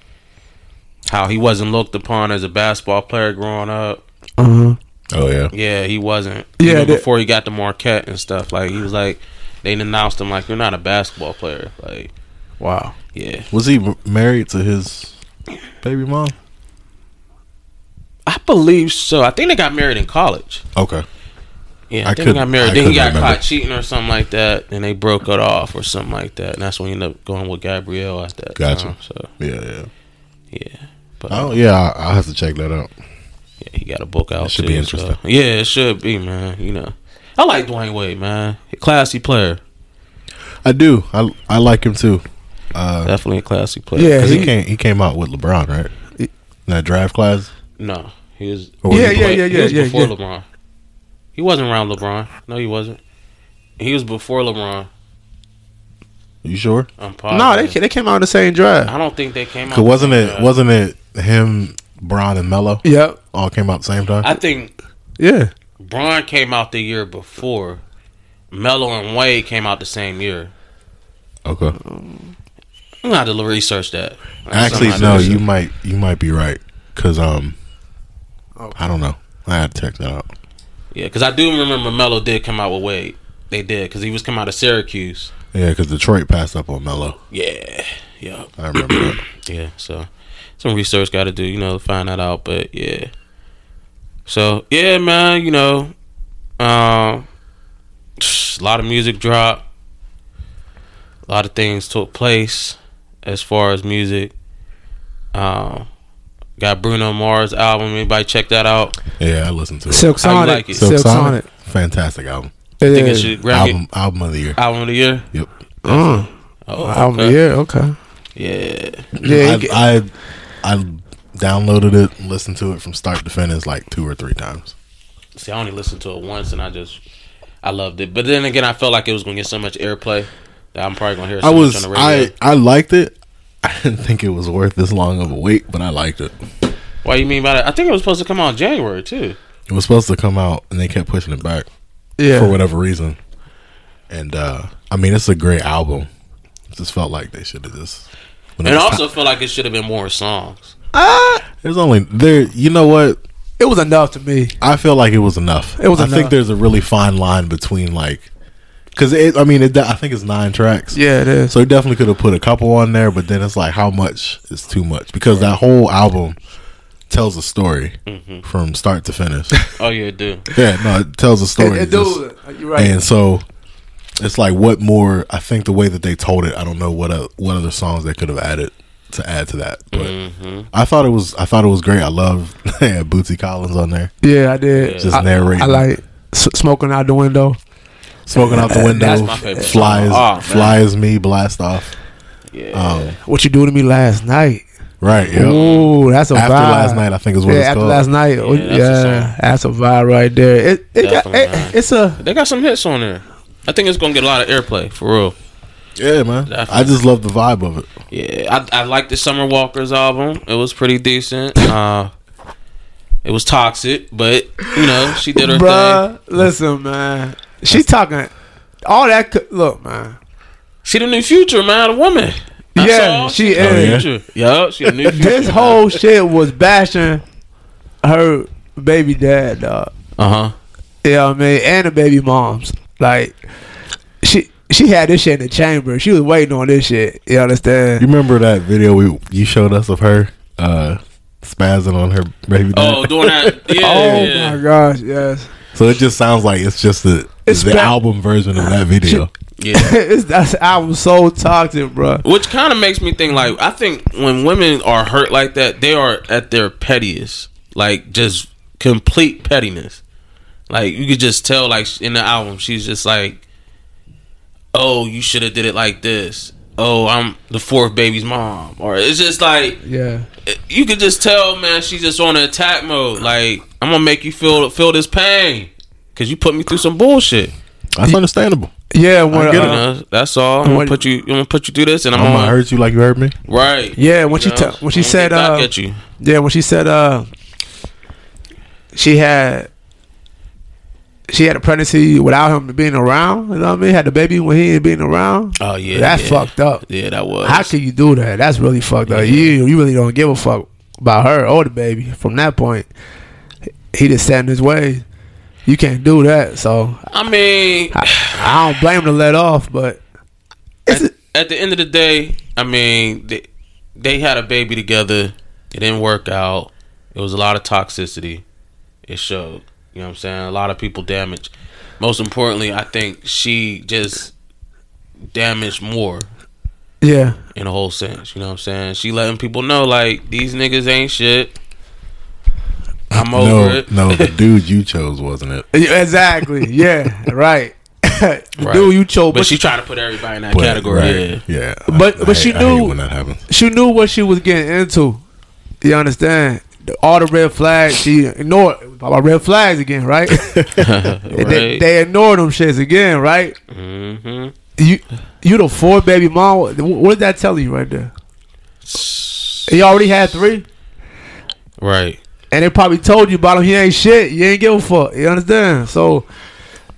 [SPEAKER 1] how he wasn't looked upon as a basketball player growing up.
[SPEAKER 3] Uh-huh.
[SPEAKER 2] Oh yeah.
[SPEAKER 1] Yeah, he wasn't. Yeah,
[SPEAKER 3] Yeah, that-
[SPEAKER 1] before he got to Marquette and stuff, like he was like they denounced him like you're not a basketball player. Like
[SPEAKER 3] Wow.
[SPEAKER 1] yeah,
[SPEAKER 2] Was he m- married to his baby mom?
[SPEAKER 1] I believe so. I think they got married in college.
[SPEAKER 2] Okay.
[SPEAKER 1] Yeah, I,
[SPEAKER 2] I
[SPEAKER 1] think
[SPEAKER 2] couldn't-
[SPEAKER 1] he got married.
[SPEAKER 2] I
[SPEAKER 1] then he got
[SPEAKER 2] couldn't remember.
[SPEAKER 1] caught cheating or something like that, and they broke it off or something like that. And that's when he ended up going with Gabrielle at that
[SPEAKER 2] Gotcha.
[SPEAKER 1] time. So
[SPEAKER 2] Yeah, yeah.
[SPEAKER 1] yeah, but
[SPEAKER 2] Oh yeah, I- I'll have to check that out.
[SPEAKER 1] yeah, he got a book out.
[SPEAKER 2] should
[SPEAKER 1] too,
[SPEAKER 2] be interesting.
[SPEAKER 1] so- Yeah, it should be, man. You know, I like Dwayne Wade, man. Classy player,
[SPEAKER 2] I do. I I like him too. Uh,
[SPEAKER 1] definitely a classy player.
[SPEAKER 3] Yeah,
[SPEAKER 2] Cause
[SPEAKER 3] he,
[SPEAKER 2] he came he came out with LeBron, right? In that draft class.
[SPEAKER 1] no, he was.
[SPEAKER 2] Or was
[SPEAKER 3] Yeah,
[SPEAKER 2] he
[SPEAKER 3] yeah,
[SPEAKER 2] play-
[SPEAKER 3] yeah.
[SPEAKER 1] he was before
[SPEAKER 3] yeah.
[SPEAKER 1] LeBron. He wasn't around LeBron. No, he wasn't. He was before LeBron.
[SPEAKER 2] You sure?
[SPEAKER 1] I'm
[SPEAKER 3] No, they
[SPEAKER 1] positive.
[SPEAKER 3] ca- they came out in the same draft.
[SPEAKER 1] I don't think they came out.
[SPEAKER 2] Cause wasn't
[SPEAKER 1] like
[SPEAKER 2] it
[SPEAKER 1] that.
[SPEAKER 2] wasn't it him, Bron, and Mello
[SPEAKER 3] Yep.
[SPEAKER 2] all came out at the same time?
[SPEAKER 1] I think
[SPEAKER 3] Yeah.
[SPEAKER 1] Braun came out the year before. Melo and Wade came out the same year.
[SPEAKER 2] okay.
[SPEAKER 1] I'm gonna have to research that. That's
[SPEAKER 2] Actually,
[SPEAKER 1] something I
[SPEAKER 2] no.
[SPEAKER 1] do.
[SPEAKER 2] You might you might be right. Cause um,
[SPEAKER 1] Oh.
[SPEAKER 2] I don't know. I had to check that out.
[SPEAKER 1] yeah, because I do remember Melo did come out with Wade. They did because he was coming out of Syracuse.
[SPEAKER 2] Yeah, because Detroit passed up on Mello.
[SPEAKER 1] Yeah, yeah,
[SPEAKER 2] I remember that.
[SPEAKER 1] yeah. So some research got to do, you know, to find that out. But yeah, so yeah, man, you know, um, a lot of music dropped. A lot of things took place as far as music. Um, got Bruno Mars album. Anybody check that out?
[SPEAKER 2] Yeah, I listened to it.
[SPEAKER 3] Silk
[SPEAKER 1] How you
[SPEAKER 3] Sonic.
[SPEAKER 1] like it?
[SPEAKER 3] Silk, Sonic.
[SPEAKER 2] fantastic album.
[SPEAKER 3] It
[SPEAKER 1] Think it
[SPEAKER 3] is.
[SPEAKER 1] should grab
[SPEAKER 2] Album album of the year.
[SPEAKER 1] album of the year.
[SPEAKER 2] Yep.
[SPEAKER 3] Uh,
[SPEAKER 1] Oh,
[SPEAKER 3] album.
[SPEAKER 1] okay.
[SPEAKER 3] Yeah. Okay.
[SPEAKER 1] yeah.
[SPEAKER 3] Yeah. he
[SPEAKER 2] I, I I downloaded it, listened to it from start to finish like two or three times.
[SPEAKER 1] See, I only listened to it once, and I just I loved it. But then again, I felt like it was gonna get so much airplay that I'm probably gonna hear. So
[SPEAKER 2] I
[SPEAKER 1] much
[SPEAKER 2] was
[SPEAKER 1] on the radio.
[SPEAKER 2] I I liked it. I didn't think it was worth this long of a wait, but I liked it.
[SPEAKER 1] What do you mean by that? I think it was supposed to come out in January too.
[SPEAKER 2] It was supposed to come out, and they kept pushing it back
[SPEAKER 3] get- yeah.
[SPEAKER 2] for whatever reason. And uh I mean, it's a great album. It just felt like they should have just. when it
[SPEAKER 1] And I
[SPEAKER 2] was
[SPEAKER 1] also
[SPEAKER 2] ti-
[SPEAKER 1] feel like it should have been more songs.
[SPEAKER 2] there's only there. You know what?
[SPEAKER 3] It was enough to me.
[SPEAKER 2] I feel like it was enough.
[SPEAKER 3] It was
[SPEAKER 2] I think
[SPEAKER 3] enough.
[SPEAKER 2] there's a really fine line between like, because it. I mean, it, I think it's nine tracks.
[SPEAKER 3] Yeah. It is.
[SPEAKER 2] So he definitely could have put a couple on there, but then it's like how much is too much because that whole album tells a story
[SPEAKER 1] Mm-hmm.
[SPEAKER 2] from start to finish.
[SPEAKER 1] Oh yeah, it do.
[SPEAKER 2] yeah, no, it tells a story.
[SPEAKER 3] It, it
[SPEAKER 2] Just-
[SPEAKER 3] do. You right.
[SPEAKER 2] And so it's like what more? I think the way that they told it, I don't know what o- what other songs they could have added to add to that. But
[SPEAKER 1] Mm-hmm.
[SPEAKER 2] I thought it was I thought it was great. I love yeah, Bootsy Collins on there,
[SPEAKER 3] yeah, I did.
[SPEAKER 2] just
[SPEAKER 3] I,
[SPEAKER 2] narrating,
[SPEAKER 3] I like s- smoking out the window.
[SPEAKER 2] smoking out the
[SPEAKER 1] That's
[SPEAKER 2] window,
[SPEAKER 1] my favorite
[SPEAKER 2] flies
[SPEAKER 1] song. Oh,
[SPEAKER 2] flies me, blast off.
[SPEAKER 1] Yeah,
[SPEAKER 2] Um,
[SPEAKER 3] What you do to me last night?
[SPEAKER 2] right, yeah.
[SPEAKER 3] Ooh, that's a
[SPEAKER 2] After
[SPEAKER 3] vibe.
[SPEAKER 2] last night, I think is what
[SPEAKER 3] yeah,
[SPEAKER 2] it's
[SPEAKER 3] after
[SPEAKER 2] called.
[SPEAKER 3] last night. Yeah,
[SPEAKER 1] that's a song.
[SPEAKER 3] yeah that's, a vibe right there. It, it, got-
[SPEAKER 1] Definitely,
[SPEAKER 3] it-
[SPEAKER 1] man.
[SPEAKER 3] it's a
[SPEAKER 1] they got some hits on there. I think it's gonna get a lot of airplay for real.
[SPEAKER 2] Yeah, man.
[SPEAKER 1] Definitely.
[SPEAKER 2] I just love the vibe of it.
[SPEAKER 1] Yeah, I I like the Summer Walker's album. It was pretty decent. Uh, It was toxic, but you know she did her thing.
[SPEAKER 3] Bruh, listen, man. She talking all that. Could, look, man.
[SPEAKER 1] She the new future, man. A woman. That's
[SPEAKER 3] Yeah,
[SPEAKER 1] all.
[SPEAKER 3] she
[SPEAKER 1] the new
[SPEAKER 2] is.
[SPEAKER 1] Future. Yup, she the new future.
[SPEAKER 3] This whole shit was bashing her baby dad, dog.
[SPEAKER 1] Uh huh.
[SPEAKER 3] You know what I mean? And the baby moms. Like, she she had this shit in the chamber. She was waiting on this shit. You
[SPEAKER 2] You
[SPEAKER 3] understand?
[SPEAKER 2] remember that video we you showed us of her uh spazzing on her baby?
[SPEAKER 1] Oh,
[SPEAKER 2] dad?
[SPEAKER 1] doing that. Yeah.
[SPEAKER 3] Oh
[SPEAKER 1] yeah.
[SPEAKER 3] my gosh, yes.
[SPEAKER 2] so it just sounds like it's just the
[SPEAKER 3] It's
[SPEAKER 2] the
[SPEAKER 3] spa-
[SPEAKER 2] album version of that video.
[SPEAKER 1] Yeah.
[SPEAKER 3] it's, that's album so toxic, bruh.
[SPEAKER 1] Which kind of makes me think like I think when women are hurt like that, they are at their pettiest, like just complete pettiness. Like you could just tell, like in the album, she's just like, "Oh, you should have did it like this." Oh, I'm the fourth baby's mom, or it's just like
[SPEAKER 3] Yeah.
[SPEAKER 1] you could just tell, man, she's just on an attack mode. Like I'm gonna make you feel feel this pain because you put me through some bullshit.
[SPEAKER 2] That's understandable.
[SPEAKER 3] Yeah, when,
[SPEAKER 2] get it.
[SPEAKER 1] You
[SPEAKER 3] uh,
[SPEAKER 1] know, that's all. I'm gonna
[SPEAKER 3] what-
[SPEAKER 1] put you. I'm gonna put you through this, and I'm,
[SPEAKER 2] I'm
[SPEAKER 1] gonna
[SPEAKER 2] gonna hurt you like you hurt me.
[SPEAKER 1] right.
[SPEAKER 3] yeah, when she
[SPEAKER 1] You know,
[SPEAKER 3] ta- when she
[SPEAKER 1] I'm gonna
[SPEAKER 3] said
[SPEAKER 1] get back
[SPEAKER 3] uh,
[SPEAKER 1] at you.
[SPEAKER 3] yeah, when she said uh she had she had a pregnancy without him being around, you know what I mean? Had the baby when he ain't being around.
[SPEAKER 1] Oh yeah,
[SPEAKER 3] That's
[SPEAKER 1] yeah.
[SPEAKER 3] fucked up.
[SPEAKER 1] Yeah, that was.
[SPEAKER 3] How could you do that? That's really fucked up. You you really don't give a fuck about her or the baby. From that point, he just sat in his way. You can't do that. So
[SPEAKER 1] I mean,
[SPEAKER 3] I don't blame him to let off, but it's
[SPEAKER 1] at, at the end of the day, I mean, they, they had a baby together. It didn't work out. It was a lot of toxicity. It showed. You know what I'm saying? A lot of people damaged. Most importantly, I think she just damaged more
[SPEAKER 3] yeah.
[SPEAKER 1] in a whole sense. You know what I'm saying? She letting people know like these niggas ain't shit. I'm over
[SPEAKER 2] no,
[SPEAKER 1] it.
[SPEAKER 2] no, the dude you chose wasn't it?
[SPEAKER 3] Yeah, Exactly. Yeah. right. The Dude, you chose,
[SPEAKER 1] But,
[SPEAKER 3] but
[SPEAKER 1] she
[SPEAKER 3] she,
[SPEAKER 1] tried to put everybody in that
[SPEAKER 2] But,
[SPEAKER 1] category. Yeah.
[SPEAKER 2] right, yeah. I-
[SPEAKER 3] But-
[SPEAKER 2] I
[SPEAKER 3] but she
[SPEAKER 2] hate- I hate
[SPEAKER 3] knew-
[SPEAKER 2] when that happens.
[SPEAKER 3] she knew what she was getting into. You understand? The- All the red flags, she ignored. It was About red flags again, right? They,
[SPEAKER 1] right.
[SPEAKER 3] they ignored them shits again, right?
[SPEAKER 1] mm-hmm.
[SPEAKER 3] You, you the four baby mom. What what did that tell you right there? He already had three,
[SPEAKER 1] Right.
[SPEAKER 3] and they probably told you about him. He ain't shit. You ain't give a fuck. You understand? So,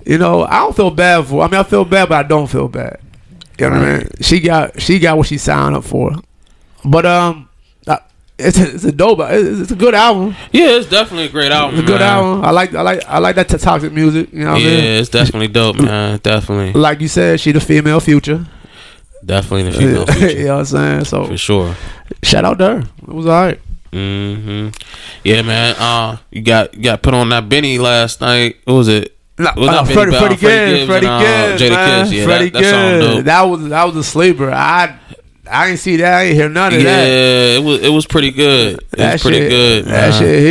[SPEAKER 3] you know, I don't feel bad for. I mean, I feel bad, but I don't feel bad. You know what I mean? She got she got what she signed up for, but um, I- it's a, it's a dope. It's, it's a good album.
[SPEAKER 1] Yeah, it's definitely a great album.
[SPEAKER 3] It's a good
[SPEAKER 1] man.
[SPEAKER 3] album. I like I like I like that t- toxic music. You know what
[SPEAKER 1] yeah,
[SPEAKER 3] I mean?
[SPEAKER 1] it's definitely dope, man. Definitely,
[SPEAKER 3] Like you said, she the female future.
[SPEAKER 1] definitely the female
[SPEAKER 3] you
[SPEAKER 1] feature
[SPEAKER 3] know what I'm saying? So
[SPEAKER 1] for sure.
[SPEAKER 3] shout out to her. It was all right.
[SPEAKER 1] hmm Yeah, man. Uh, you got you got put on that Benny last night. What was it?
[SPEAKER 3] No,
[SPEAKER 1] Well,
[SPEAKER 3] uh,
[SPEAKER 1] not Benny
[SPEAKER 3] Freddie,
[SPEAKER 1] Bell,
[SPEAKER 3] Freddie,
[SPEAKER 1] Freddie
[SPEAKER 3] Gibbs,
[SPEAKER 1] Gibbs
[SPEAKER 3] Freddie
[SPEAKER 1] and, uh,
[SPEAKER 3] Gibbs,
[SPEAKER 1] Jada
[SPEAKER 3] man.
[SPEAKER 1] Kiss. Yeah, that-
[SPEAKER 3] Freddie
[SPEAKER 1] that song
[SPEAKER 3] Gibbs.
[SPEAKER 1] dope.
[SPEAKER 3] That was that was a sleeper. I I ain't see that. I ain't hear none of
[SPEAKER 1] yeah,
[SPEAKER 3] that.
[SPEAKER 1] it was it was pretty good. It
[SPEAKER 3] That
[SPEAKER 1] was pretty
[SPEAKER 3] shit,
[SPEAKER 1] good.
[SPEAKER 3] That
[SPEAKER 1] man.
[SPEAKER 3] shit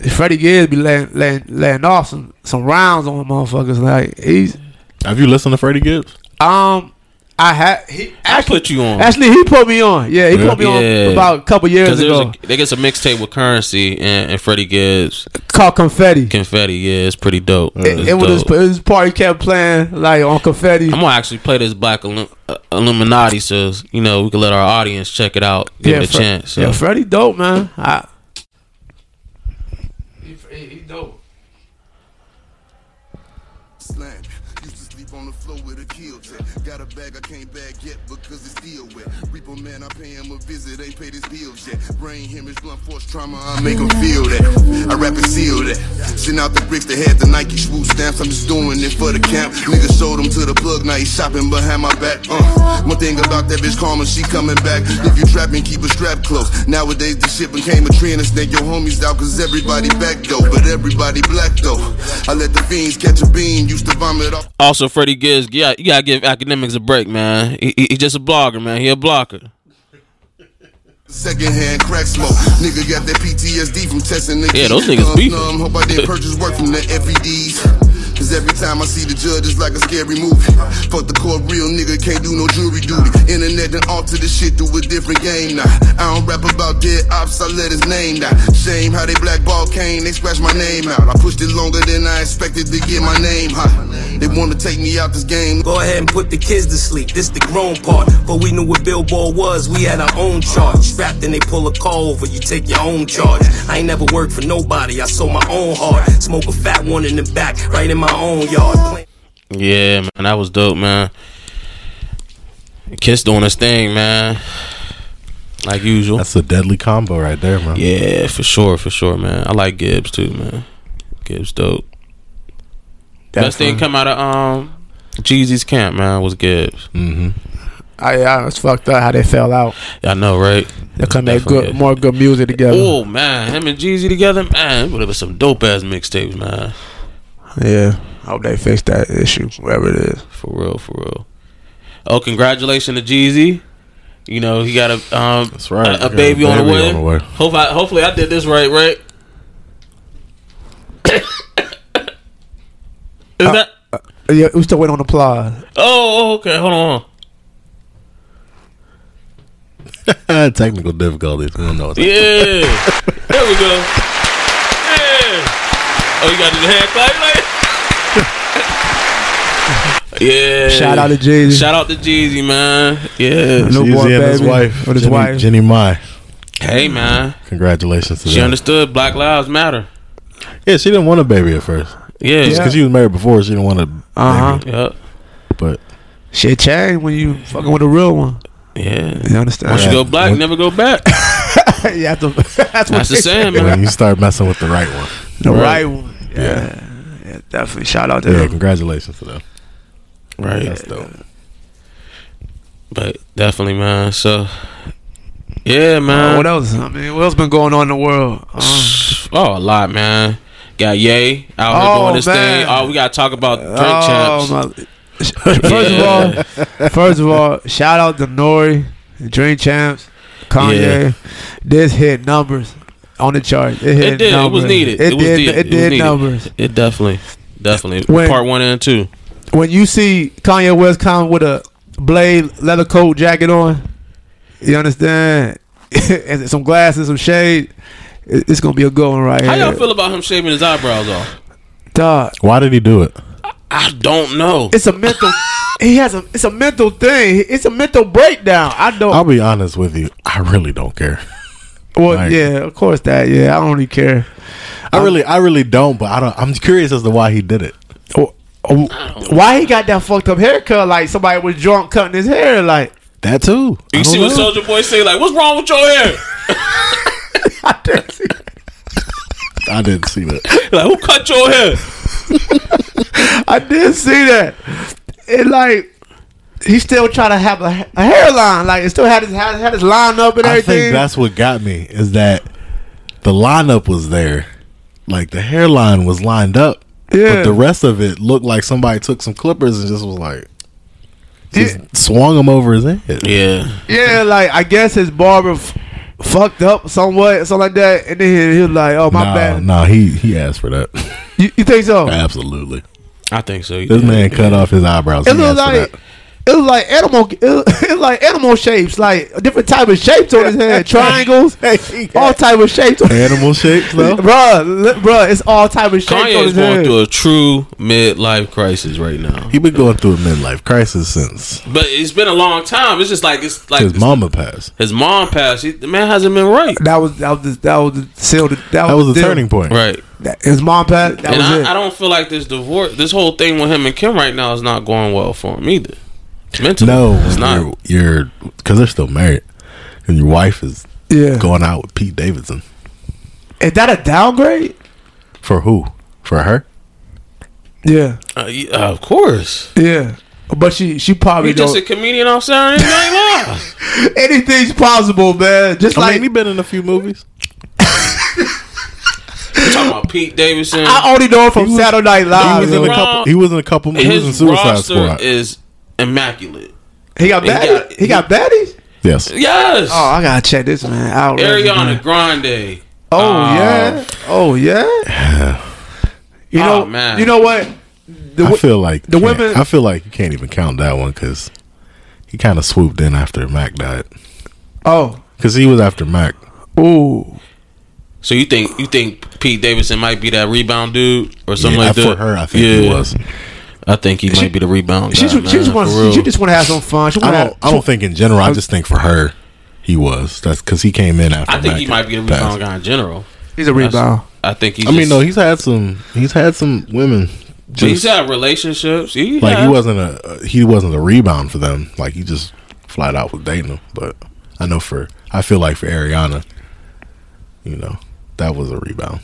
[SPEAKER 3] heat. Freddie Gibbs be laying, laying, laying off some, some rounds on motherfuckers. Like he's
[SPEAKER 2] Have you listened to Freddie Gibbs?
[SPEAKER 3] um I had he
[SPEAKER 1] I
[SPEAKER 3] actually,
[SPEAKER 1] put you on
[SPEAKER 3] actually he put me on. Yeah, he
[SPEAKER 2] Yeah.
[SPEAKER 3] put me
[SPEAKER 1] Yeah.
[SPEAKER 3] on about a couple years
[SPEAKER 1] because
[SPEAKER 3] ago.
[SPEAKER 1] they get some mixtape with Currency and, and Freddie Gibbs
[SPEAKER 3] called confetti.
[SPEAKER 1] Confetti. Yeah, it's pretty dope.
[SPEAKER 3] It,
[SPEAKER 1] It's
[SPEAKER 3] it was
[SPEAKER 1] dope.
[SPEAKER 3] it was party kept playing like on confetti.
[SPEAKER 1] I'm gonna actually play this Black Illum- uh, Illuminati, so you know we can let our audience check it out, give it a
[SPEAKER 3] Fre-
[SPEAKER 1] chance. So.
[SPEAKER 3] Yeah, Freddie dope, man. I, he, he dope.
[SPEAKER 7] slant. Used to sleep on the floor with a kill tech. Got a bag I can't bag yet because it's still wet. Repo man, I pay him a visit, ain't paid his bills yet. Brain hemorrhage, blunt force trauma, I make him feel that. I rap and seal that. Send out the bricks that had the Nike swoosh stamps. I'm just doing it for the camp. Nigga showed him to the plug, now he shopping behind my back. Uh. One thing about that bitch Karma, she coming back. If you trapping, keep a strap close. Nowadays, this shit became a trend and snake your homies out cause everybody back though. But everybody black though. I let the fiends catch a bean, used to vomit off.
[SPEAKER 1] Also, Freddie Gibbs, yeah, you gotta give academics a break, man. He, he, he just a blogger, man. He a blocker.
[SPEAKER 7] Secondhand crack smoke. Nigga got that PTSD from testing the
[SPEAKER 1] Yeah, those
[SPEAKER 7] key.
[SPEAKER 1] niggas
[SPEAKER 7] Thumbs
[SPEAKER 1] beefing.
[SPEAKER 7] numb, Hope I didn't purchase work from the FEDs. E Cause every time I see the judge, it's like a scary movie. Fuck the court, real nigga can't do no jury duty. Internet and alter the shit through a different game now. I don't rap about dead ops, I let his name die. Shame how they blackball Kane, they scratch my name out. I pushed it longer than I expected to get my name hot. They wanna take me out this game.
[SPEAKER 8] Go ahead and put the kids to sleep. This the grown part. But we knew what Billboard was. We had our own chart. Strapped and they pull a call over. You take your own charge. I ain't never worked for nobody. I sold my own heart. Smoke a fat one in the back, right in my own yard. Plain-
[SPEAKER 1] Yeah, man, that was dope, man. Kiss doing his thing, man. Like usual.
[SPEAKER 2] That's a deadly combo right there, man.
[SPEAKER 1] yeah, for sure, for sure, man. I like Gibbs too, man. Gibbs dope. Best thing come out of um Jeezy's camp, man, was Gibbs.
[SPEAKER 2] Mm-hmm.
[SPEAKER 3] I, yeah, it's fucked up how they fell out.
[SPEAKER 1] I know, right?
[SPEAKER 3] They could make
[SPEAKER 1] Definitely.
[SPEAKER 3] good, more good music together.
[SPEAKER 1] Oh man, him and Jeezy together, man, would have been some dope ass mixtapes, man.
[SPEAKER 3] Yeah, I hope they fix that issue, whatever it is.
[SPEAKER 1] For real, for real. Oh, congratulations to Jeezy. You know, he got a um
[SPEAKER 2] That's right.
[SPEAKER 1] a, a
[SPEAKER 2] Got a
[SPEAKER 1] baby, on, the
[SPEAKER 2] baby
[SPEAKER 1] way.
[SPEAKER 2] on the way.
[SPEAKER 1] Hope I, hopefully I did this right, right? Is that
[SPEAKER 3] Yeah, we still waiting on applause.
[SPEAKER 1] Oh, oh, okay. Hold on. hold on.
[SPEAKER 2] Technical difficulties. We don't know. What that-
[SPEAKER 1] Yeah. there we go. Yeah. Oh, you got to do the hand clap like Yeah.
[SPEAKER 3] Shout out to Jeezy.
[SPEAKER 1] Shout out to Jeezy, man. Yeah.
[SPEAKER 3] Newborn
[SPEAKER 2] Jeezy and his
[SPEAKER 3] baby.
[SPEAKER 2] wife,
[SPEAKER 3] With his
[SPEAKER 2] Jenny,
[SPEAKER 3] wife.
[SPEAKER 2] Jenny Mai.
[SPEAKER 1] Hey, man.
[SPEAKER 2] Congratulations to
[SPEAKER 1] She
[SPEAKER 2] them.
[SPEAKER 1] understood Black Lives Matter.
[SPEAKER 2] Yeah, she didn't want a baby at first
[SPEAKER 1] Yeah.
[SPEAKER 2] because she was married before. She didn't want a
[SPEAKER 3] Uh-huh.
[SPEAKER 2] baby,
[SPEAKER 1] Yep.
[SPEAKER 2] but
[SPEAKER 3] Shit changed when you fucking with a real one.
[SPEAKER 1] Yeah.
[SPEAKER 3] You
[SPEAKER 1] Once you
[SPEAKER 3] understand?
[SPEAKER 1] go black,
[SPEAKER 2] What-
[SPEAKER 1] never go back.
[SPEAKER 3] you have to, that's what
[SPEAKER 1] That's the
[SPEAKER 3] they-
[SPEAKER 1] saying, man.
[SPEAKER 2] when you start messing with the right one,
[SPEAKER 3] The right one. Yeah. yeah. Definitely. Shout out to
[SPEAKER 2] yeah,
[SPEAKER 3] him.
[SPEAKER 2] congratulations to them.
[SPEAKER 1] Right.
[SPEAKER 2] That's dope.
[SPEAKER 1] But definitely, man. So, yeah,
[SPEAKER 3] Uh,
[SPEAKER 1] man.
[SPEAKER 3] what else? I mean, what else been going on in the world? Uh,
[SPEAKER 1] Oh, a lot, man. Got Ye out here
[SPEAKER 3] Oh,
[SPEAKER 1] doing this
[SPEAKER 3] man.
[SPEAKER 1] thing.
[SPEAKER 3] Oh,
[SPEAKER 1] Oh, we gotta talk about drink champs.
[SPEAKER 3] Uh, my- First of all, first of all, shout out to Nori, Dream Champs, Kanye. This hit numbers on the chart. It, hit
[SPEAKER 1] It did. It was
[SPEAKER 3] numbers.
[SPEAKER 1] needed.
[SPEAKER 3] It,
[SPEAKER 1] It, was
[SPEAKER 3] did.
[SPEAKER 1] needed.
[SPEAKER 3] It
[SPEAKER 1] was
[SPEAKER 3] did
[SPEAKER 1] needed.
[SPEAKER 3] numbers.
[SPEAKER 1] It definitely, definitely.
[SPEAKER 3] When-
[SPEAKER 1] Part one and two.
[SPEAKER 3] When you see Kanye West come with a blade leather coat jacket on, you understand, and some glasses, some shade. it- It's gonna be a good one right
[SPEAKER 1] How
[SPEAKER 3] here.
[SPEAKER 1] y'all feel about him shaving his eyebrows off?
[SPEAKER 3] Dog,
[SPEAKER 2] Why did he do it?
[SPEAKER 1] I don't know.
[SPEAKER 3] it's a mental. he has a. It's a mental thing. It's a mental breakdown. I
[SPEAKER 1] Oh.
[SPEAKER 3] don't.
[SPEAKER 2] I'll be honest with you. I really don't care.
[SPEAKER 3] Well,
[SPEAKER 2] Like-
[SPEAKER 3] yeah, of course that. Yeah, I don't really care.
[SPEAKER 2] I really, I really don't. But I don't. I'm curious as to why he did it.
[SPEAKER 3] Oh, oh, why he got that fucked up haircut? Like somebody was drunk cutting his hair. Like
[SPEAKER 2] That too. I
[SPEAKER 1] you
[SPEAKER 2] don't
[SPEAKER 1] see what
[SPEAKER 2] know.
[SPEAKER 1] Soldier Boy say? Like, what's wrong with your hair?
[SPEAKER 3] I didn't see-
[SPEAKER 2] I didn't see that.
[SPEAKER 1] like, who cut your hair?
[SPEAKER 3] I did see that. It like he still trying to have a, a hairline. Like it still had his had, had his line up and
[SPEAKER 2] I
[SPEAKER 3] everything.
[SPEAKER 2] think that's what got me is that the lineup was there, like the hairline was lined up,
[SPEAKER 3] Yeah.
[SPEAKER 2] but the rest of it looked like somebody took some clippers and just was like
[SPEAKER 3] yeah,
[SPEAKER 2] swung him over his head.
[SPEAKER 1] Yeah,
[SPEAKER 3] yeah, like I guess his barber f- fucked up somewhat, something like that. And then he, he was like, "Oh my
[SPEAKER 2] nah,
[SPEAKER 3] bad."
[SPEAKER 2] nah, he he asked for that.
[SPEAKER 3] You, you think so?
[SPEAKER 2] Absolutely,
[SPEAKER 1] I think so.
[SPEAKER 2] this man cut off his eyebrows. He
[SPEAKER 3] It looked
[SPEAKER 2] asked for
[SPEAKER 3] like it was like animal. It was like animal shapes, like different type of shapes on his head, triangles, all type of shapes.
[SPEAKER 2] that. animal shapes though.
[SPEAKER 3] Bruh, li- bruh, it's all type of shapes on
[SPEAKER 1] Kanye
[SPEAKER 3] his
[SPEAKER 1] is going
[SPEAKER 3] head.
[SPEAKER 1] through a true midlife crisis right now.
[SPEAKER 2] He been going through a midlife crisis since
[SPEAKER 1] But it's been a long time. It's just like it's like
[SPEAKER 2] his mama passed.
[SPEAKER 1] his mom passed. He, the man hasn't been right.
[SPEAKER 3] That was that was the, that was the seal. That,
[SPEAKER 2] That was the
[SPEAKER 3] deal.
[SPEAKER 2] turning point.
[SPEAKER 1] Right.
[SPEAKER 3] That- his mom passed. That
[SPEAKER 1] and
[SPEAKER 3] was
[SPEAKER 1] I,
[SPEAKER 3] it.
[SPEAKER 1] I don't feel like this divorce, this whole thing with him and Kim right now is not going well for him either. Mentally,
[SPEAKER 2] No,
[SPEAKER 1] it's not.
[SPEAKER 2] You're because they're still married, and your wife is
[SPEAKER 3] yeah.
[SPEAKER 2] going out with Pete Davidson
[SPEAKER 3] Is that a downgrade?
[SPEAKER 2] for who? For her?
[SPEAKER 3] Yeah.
[SPEAKER 1] Uh, y- uh, of course,
[SPEAKER 3] Yeah. But she she probably
[SPEAKER 1] he just
[SPEAKER 3] don't.
[SPEAKER 1] a comedian on Saturday Night Live.
[SPEAKER 3] Anything's possible, man. Just like
[SPEAKER 2] been in a few movies.
[SPEAKER 1] You talking about Pete Davidson?
[SPEAKER 3] I only know him from
[SPEAKER 2] He was-
[SPEAKER 3] Saturday
[SPEAKER 2] He
[SPEAKER 3] Night Live.
[SPEAKER 2] was
[SPEAKER 3] yo.
[SPEAKER 2] in a
[SPEAKER 1] Raw-
[SPEAKER 2] couple. He was in a couple. He was in
[SPEAKER 1] uh, His
[SPEAKER 2] Suicide
[SPEAKER 1] roster
[SPEAKER 2] Squad.
[SPEAKER 1] is immaculate.
[SPEAKER 3] he got
[SPEAKER 1] he
[SPEAKER 3] baddies.
[SPEAKER 1] got-
[SPEAKER 3] He got baddies.
[SPEAKER 2] yes,
[SPEAKER 1] Yes,
[SPEAKER 3] Oh, I gotta check this man out.
[SPEAKER 1] Ariana Grande.
[SPEAKER 3] Oh yeah. Oh yeah. You know,
[SPEAKER 1] Oh, man.
[SPEAKER 3] you know what? the
[SPEAKER 2] I
[SPEAKER 3] wi-
[SPEAKER 2] feel like
[SPEAKER 3] the
[SPEAKER 2] yeah,
[SPEAKER 3] women-
[SPEAKER 2] I feel like you can't even count that one because he kind of swooped in after Mac died
[SPEAKER 3] oh
[SPEAKER 2] because he was after Mac.
[SPEAKER 3] ooh
[SPEAKER 1] So you think you think Pete Davidson might be that rebound dude or something
[SPEAKER 2] Yeah,
[SPEAKER 1] like that?
[SPEAKER 2] for her, I think he was.
[SPEAKER 1] I think he might be the rebound.
[SPEAKER 3] she,
[SPEAKER 1] guy,
[SPEAKER 3] ju- she just
[SPEAKER 1] man,
[SPEAKER 3] wants
[SPEAKER 1] for real.
[SPEAKER 3] she just want to have some fun. She
[SPEAKER 2] I
[SPEAKER 3] want
[SPEAKER 2] don't. I don't think in general. I just think for her, he was. That's because he came in after.
[SPEAKER 1] I think
[SPEAKER 2] Mac
[SPEAKER 1] he might be the
[SPEAKER 2] passed.
[SPEAKER 1] rebound guy in general.
[SPEAKER 3] He's a rebound.
[SPEAKER 1] I think he's.
[SPEAKER 2] I mean,
[SPEAKER 1] just-
[SPEAKER 2] no, he's had some. He's had some women.
[SPEAKER 1] but he's
[SPEAKER 2] just-
[SPEAKER 1] had relationships. He
[SPEAKER 2] like
[SPEAKER 1] had-
[SPEAKER 2] he wasn't a uh, he wasn't a rebound for them. Like he just flat out was dating them. But I know for I feel like for Ariana, you know, that was a rebound.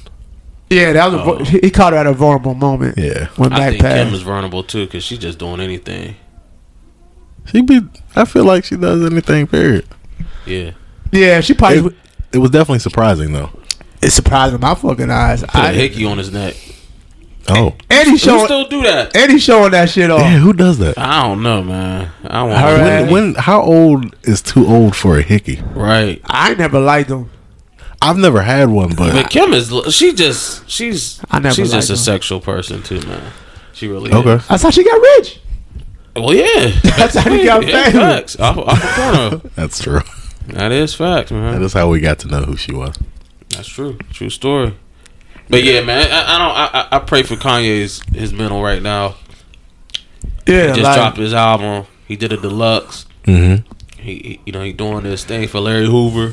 [SPEAKER 3] Yeah, that was a, vul- he caught her at a vulnerable moment.
[SPEAKER 2] Yeah.
[SPEAKER 3] when
[SPEAKER 1] I
[SPEAKER 3] Mac
[SPEAKER 1] think Kim is
[SPEAKER 3] passed.
[SPEAKER 1] vulnerable too because she's just doing anything.
[SPEAKER 2] She be. I feel like she does anything. Period.
[SPEAKER 1] Yeah,
[SPEAKER 3] Yeah, she probably.
[SPEAKER 2] It, it was definitely surprising though.
[SPEAKER 3] it's surprising in my fucking eyes.
[SPEAKER 1] put a
[SPEAKER 3] I,
[SPEAKER 1] hickey on his neck.
[SPEAKER 2] Oh,
[SPEAKER 3] and he
[SPEAKER 1] Who
[SPEAKER 3] showing
[SPEAKER 1] still do that?
[SPEAKER 3] and he showing that shit
[SPEAKER 1] Oh.
[SPEAKER 3] off.
[SPEAKER 2] yeah. Who does that?
[SPEAKER 1] I don't know, man. I don't
[SPEAKER 3] All
[SPEAKER 1] want
[SPEAKER 3] right.
[SPEAKER 2] When, when? How old is too old for a hickey?
[SPEAKER 1] right.
[SPEAKER 3] I never liked him.
[SPEAKER 2] I've never had one, but
[SPEAKER 1] But Kim is she just she's
[SPEAKER 3] I never
[SPEAKER 1] she's just
[SPEAKER 3] liked
[SPEAKER 1] a
[SPEAKER 3] her.
[SPEAKER 1] sexual person too, man. She really
[SPEAKER 2] okay.
[SPEAKER 1] Is.
[SPEAKER 3] That's how she got rich.
[SPEAKER 1] Well, yeah,
[SPEAKER 3] That's how he got
[SPEAKER 1] Yeah,
[SPEAKER 3] famous.
[SPEAKER 1] facts. Off, off a corner.
[SPEAKER 2] That's true.
[SPEAKER 1] That is facts, man.
[SPEAKER 2] That is how we got to know who she was.
[SPEAKER 1] That's true. True story. But yeah, man, I, I don't. I- I, I pray for Kanye's his mental right now.
[SPEAKER 3] Yeah,
[SPEAKER 1] Just
[SPEAKER 3] like,
[SPEAKER 1] dropped his album. He did a deluxe.
[SPEAKER 2] Mm-hmm.
[SPEAKER 1] He, he you know, he doing this thing for Larry Hoover.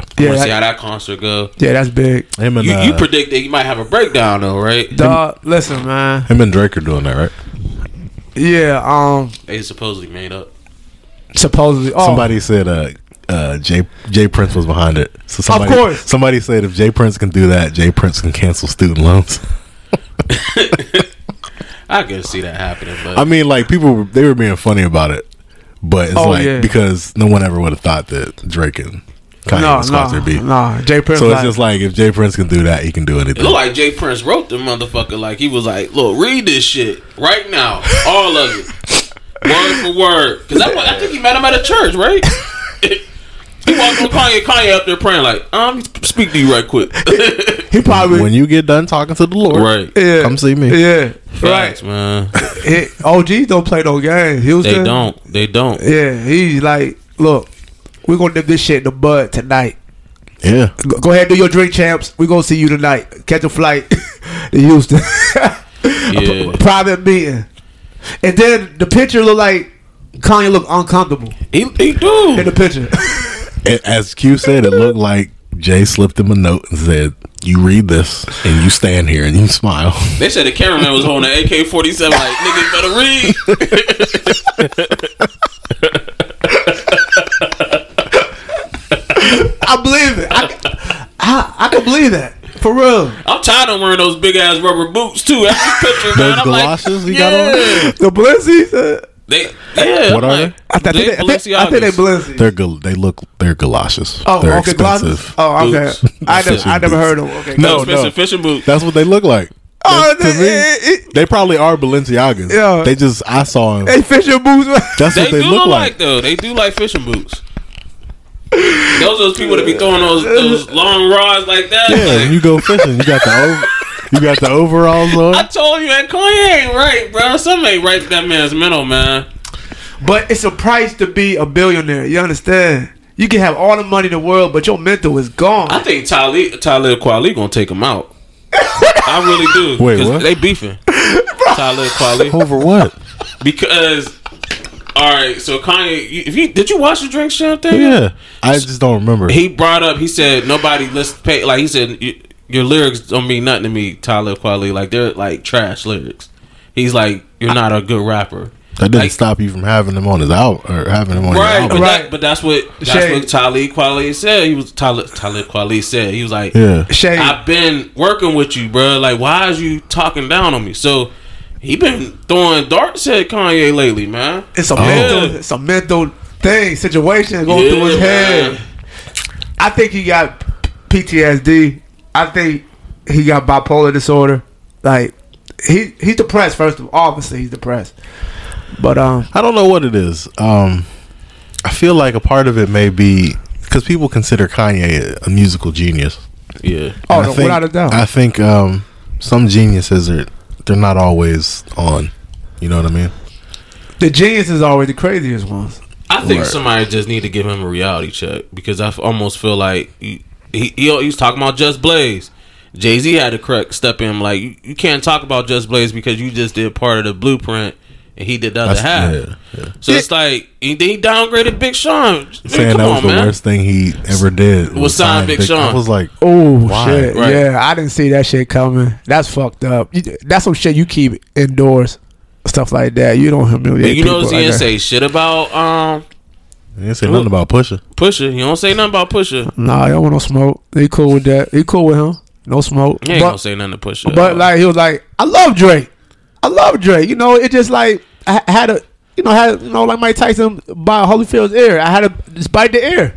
[SPEAKER 1] I
[SPEAKER 3] yeah,
[SPEAKER 1] want to see
[SPEAKER 3] that-
[SPEAKER 1] how that concert go.
[SPEAKER 3] yeah, that's big.
[SPEAKER 2] Him and
[SPEAKER 1] You,
[SPEAKER 2] uh,
[SPEAKER 1] you predict that you might have a breakdown though, right?
[SPEAKER 3] Dog, listen, man.
[SPEAKER 2] him and Drake are doing that, right?
[SPEAKER 3] Yeah, um,
[SPEAKER 1] They supposedly made up.
[SPEAKER 3] supposedly. Oh,
[SPEAKER 2] Somebody said uh, uh, Jay Jay Prince was behind it. So somebody,
[SPEAKER 3] course.
[SPEAKER 2] somebody said if Jay Prince can do that, Jay Prince can cancel student loans.
[SPEAKER 1] I can see that happening, but
[SPEAKER 2] I mean, like people were- they were being funny about it, but it's
[SPEAKER 3] Oh,
[SPEAKER 2] like
[SPEAKER 3] yeah.
[SPEAKER 2] because no one ever would have thought that Drake and Kanye
[SPEAKER 3] no,
[SPEAKER 2] was sponsored
[SPEAKER 3] no,
[SPEAKER 2] beat.
[SPEAKER 3] no. Jay Prince.
[SPEAKER 2] So it's
[SPEAKER 3] like-
[SPEAKER 2] just like if Jay Prince can do that, he can do
[SPEAKER 1] it
[SPEAKER 2] anything.
[SPEAKER 1] looked like Jay Prince wrote the motherfucker. Like he was like, "Look, read this shit right now, all of it, word for word." Because I, I think he met him at a church, right? he walked with Kanye. Kanye up there praying, like, "Um, speak to you right quick."
[SPEAKER 3] he probably.
[SPEAKER 2] when you get done talking to the Lord,
[SPEAKER 3] yeah,
[SPEAKER 2] Come see me.
[SPEAKER 3] Yeah,
[SPEAKER 1] Facts,
[SPEAKER 3] right.
[SPEAKER 1] man.
[SPEAKER 3] He, OG don't play no games. Houston,
[SPEAKER 1] They don't. They don't.
[SPEAKER 3] Yeah, he's like, look, we're gonna nip this shit in the bud tonight.
[SPEAKER 2] Yeah.
[SPEAKER 3] Go, go ahead, do your drink, champs. We're gonna see you tonight. Catch a flight to Houston.
[SPEAKER 1] Yeah.
[SPEAKER 3] Private meeting. And then the picture look like Kanye looked uncomfortable
[SPEAKER 1] He, he
[SPEAKER 3] in the
[SPEAKER 1] do.
[SPEAKER 3] picture.
[SPEAKER 2] It, as Q said, it looked like Jay slipped him a note and said, "You read this and you stand here and you smile."
[SPEAKER 1] They said the cameraman was holding an AK forty seven. Like, niggas better read.
[SPEAKER 3] I believe it. I, I, I can believe that. For real.
[SPEAKER 1] I'm tired of wearing those big ass rubber boots too. That's the picture, man.
[SPEAKER 2] Those
[SPEAKER 1] I'm
[SPEAKER 2] galoshes
[SPEAKER 1] like,
[SPEAKER 2] he got on?
[SPEAKER 1] yeah.
[SPEAKER 3] The Blizzies. uh,
[SPEAKER 1] They, yeah.
[SPEAKER 2] What
[SPEAKER 1] I'm
[SPEAKER 2] are
[SPEAKER 1] like,
[SPEAKER 2] they?
[SPEAKER 3] I, th- I think they, I think, I think they
[SPEAKER 1] Balenciagas.
[SPEAKER 3] Blizzies.
[SPEAKER 2] They're gal- they look they're galoshes.
[SPEAKER 3] oh,
[SPEAKER 2] they're
[SPEAKER 3] okay,
[SPEAKER 2] expensive.
[SPEAKER 3] Glosses. Oh, okay.
[SPEAKER 1] Boots.
[SPEAKER 3] I never, I never heard of them. Okay,
[SPEAKER 1] No,
[SPEAKER 2] No,
[SPEAKER 1] expensive
[SPEAKER 2] no.
[SPEAKER 1] fishing boots.
[SPEAKER 2] That's what they look like.
[SPEAKER 3] Oh,
[SPEAKER 2] That's- to
[SPEAKER 3] they-
[SPEAKER 2] me,
[SPEAKER 3] it- it-
[SPEAKER 2] they probably are Balenciagas.
[SPEAKER 3] Yeah.
[SPEAKER 2] They just I saw them.
[SPEAKER 3] They fishing boots.
[SPEAKER 2] That's
[SPEAKER 1] They,
[SPEAKER 2] what they
[SPEAKER 1] do
[SPEAKER 2] look
[SPEAKER 1] look
[SPEAKER 2] like.
[SPEAKER 1] like though. They do like fishing boots. Those are those people that be throwing those those long rods like that.
[SPEAKER 2] Yeah,
[SPEAKER 1] Like,
[SPEAKER 2] when you go fishing, you got the over, you got the overalls
[SPEAKER 1] I
[SPEAKER 2] on.
[SPEAKER 1] told you, man, Kanye ain't right, bro. Something ain't right with that man's mental, man.
[SPEAKER 3] But it's a price to be a billionaire. You understand? You can have all the money in the world, but your mental is gone.
[SPEAKER 1] I think Talib Talib Kweli gonna take him out. I really do.
[SPEAKER 2] Wait,
[SPEAKER 1] 'Cause
[SPEAKER 2] what?
[SPEAKER 1] They beefing. Talib Kweli
[SPEAKER 2] Over what?
[SPEAKER 1] because. All right, so Kanye, you- if you did you watch the drink champ thing?
[SPEAKER 2] Yeah, I just don't remember.
[SPEAKER 1] he brought up. He said nobody listen. Pay, like he said, "Y- your lyrics don't mean nothing to me, Tyler Quali. Like they're like trash lyrics. He's like, you're not a good rapper.
[SPEAKER 2] that didn't
[SPEAKER 1] like-
[SPEAKER 2] stop you from having him on his out or having him on your
[SPEAKER 1] Right,
[SPEAKER 2] album.
[SPEAKER 1] but,
[SPEAKER 3] Right.
[SPEAKER 1] That, but that's what that's
[SPEAKER 3] Shade.
[SPEAKER 1] what Talib Kweli said. He was Talib Talib Kweli said he was like,
[SPEAKER 2] Yeah.
[SPEAKER 3] Shade.
[SPEAKER 1] I've been working with you, bro. Like, why is you talking down on me? So he been throwing darts at Kanye lately, man.
[SPEAKER 3] it's a mental. It's a mental thing situation going through his
[SPEAKER 1] Yeah,
[SPEAKER 3] head.
[SPEAKER 1] man.
[SPEAKER 3] I think he got PTSD. I think he got bipolar disorder. Like he he's depressed. First of all, obviously he's depressed. But um,
[SPEAKER 2] I don't know what it is. Um, I feel like a part of it may be because people consider Kanye a, a musical genius.
[SPEAKER 1] Yeah,
[SPEAKER 3] oh,
[SPEAKER 2] And I
[SPEAKER 3] no,
[SPEAKER 2] think-
[SPEAKER 3] without a doubt,
[SPEAKER 2] I think um, some geniuses are they're not always on. You know what I mean?
[SPEAKER 3] The geniuses are always the craziest ones.
[SPEAKER 1] I think
[SPEAKER 2] Right.
[SPEAKER 1] somebody just need to give him a reality check because I f- almost feel like he, he, he he's talking about Just Blaze. Jay Z had to correct step in like you, you can't talk about Just Blaze because you just did part of the blueprint and he did the other half.
[SPEAKER 2] yeah, yeah.
[SPEAKER 1] So it's like he, he downgraded Big Sean. Man,
[SPEAKER 2] Saying
[SPEAKER 1] come
[SPEAKER 2] that was
[SPEAKER 1] on,
[SPEAKER 2] the
[SPEAKER 1] man.
[SPEAKER 2] worst thing he ever did was,
[SPEAKER 1] sign Big Sean.
[SPEAKER 2] I was like,
[SPEAKER 3] Oh
[SPEAKER 2] Why?
[SPEAKER 3] shit!
[SPEAKER 1] Right.
[SPEAKER 3] Yeah, I didn't see that shit coming. That's fucked up. You- That's some shit you keep indoors, stuff like that. You don't humiliate.
[SPEAKER 1] And you
[SPEAKER 3] people
[SPEAKER 1] notice he
[SPEAKER 3] like
[SPEAKER 1] didn't
[SPEAKER 3] that.
[SPEAKER 1] say shit about um
[SPEAKER 2] he didn't say nothing about Pusha.
[SPEAKER 1] Pusha. He don't say nothing about Pusha.
[SPEAKER 3] Nah, y'all want no smoke. He cool with that. He cool with him. No smoke.
[SPEAKER 1] He ain't
[SPEAKER 3] But-
[SPEAKER 1] gonna say nothing to Pusha.
[SPEAKER 3] But like he was like, I love Drake. I love Drake. You know, it just like I ha- had a you know had you know like Mike Tyson by Holyfield's ear. I had to just bite the ear.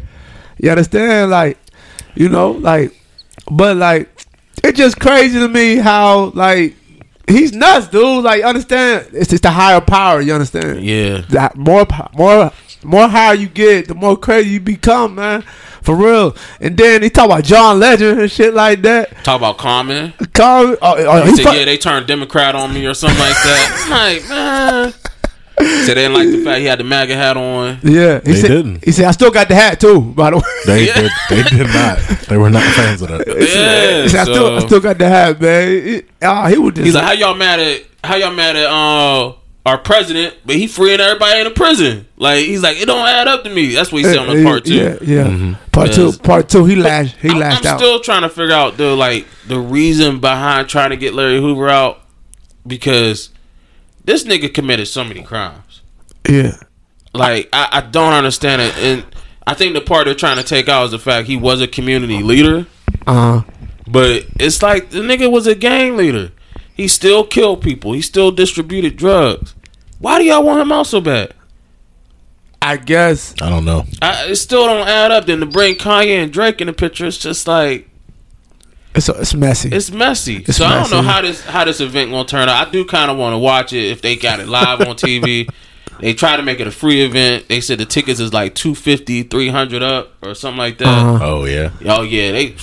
[SPEAKER 3] You understand? Like you know, like but like it's just crazy to me how like he's nuts, dude. Like understand? It's just the higher power. You understand?
[SPEAKER 1] yeah,
[SPEAKER 3] that more po- more more higher you get, the more crazy you become, man. For real. And then he talk about John Legend and shit like that.
[SPEAKER 1] talk about Common.
[SPEAKER 3] Call, oh, oh,
[SPEAKER 1] He
[SPEAKER 3] he
[SPEAKER 1] said,
[SPEAKER 3] fuck-
[SPEAKER 1] "Yeah, they turned Democrat on me or something like that." I'm like, man. So they didn't like the fact he had the MAGA hat on.
[SPEAKER 3] Yeah, he
[SPEAKER 2] They
[SPEAKER 3] said,
[SPEAKER 2] didn't.
[SPEAKER 3] He said, "I still got the hat too." By the way,
[SPEAKER 2] They did. They did not. They were not fans of that.
[SPEAKER 1] Yeah,
[SPEAKER 3] he said, I, still, I
[SPEAKER 1] so-
[SPEAKER 3] still got the hat, man. He, ah, he was just
[SPEAKER 1] he's like, "How y'all mad at? How y'all mad at uh, our president? But he freeing everybody in the prison. Like he's like, it don't add up to me. That's what he said on the part two.
[SPEAKER 3] Uh, Yeah, yeah.
[SPEAKER 2] Mm-hmm.
[SPEAKER 3] part two,
[SPEAKER 1] Yes.
[SPEAKER 3] part two. He lashed, he
[SPEAKER 1] I'm,
[SPEAKER 3] lashed
[SPEAKER 1] I'm
[SPEAKER 3] out.
[SPEAKER 1] still trying to figure out the like the reason behind trying to get Larry Hoover out because this nigga committed so many crimes.
[SPEAKER 3] yeah,
[SPEAKER 1] Like I, I don't understand it, and I think the part they're trying to take out is the fact he was a community leader.
[SPEAKER 2] Uh-huh.
[SPEAKER 3] uh,
[SPEAKER 1] But it's like the nigga was a gang leader. He still killed people. He still distributed drugs. Why do y'all want him out so bad?
[SPEAKER 3] I guess.
[SPEAKER 2] I don't know.
[SPEAKER 1] I, it still don't add up. Then to bring Kanye and Drake in the picture, it's just like
[SPEAKER 3] It's, it's messy.
[SPEAKER 1] it's messy.
[SPEAKER 3] It's
[SPEAKER 1] so I don't
[SPEAKER 3] messy.
[SPEAKER 1] know how this how this event gonna turn out. I do kind of want to watch it if they got it live on TV. They try to make it a free event. They said the tickets is like 250, 300 up or something like that.
[SPEAKER 3] Uh-huh.
[SPEAKER 2] Oh yeah.
[SPEAKER 1] Oh yeah, they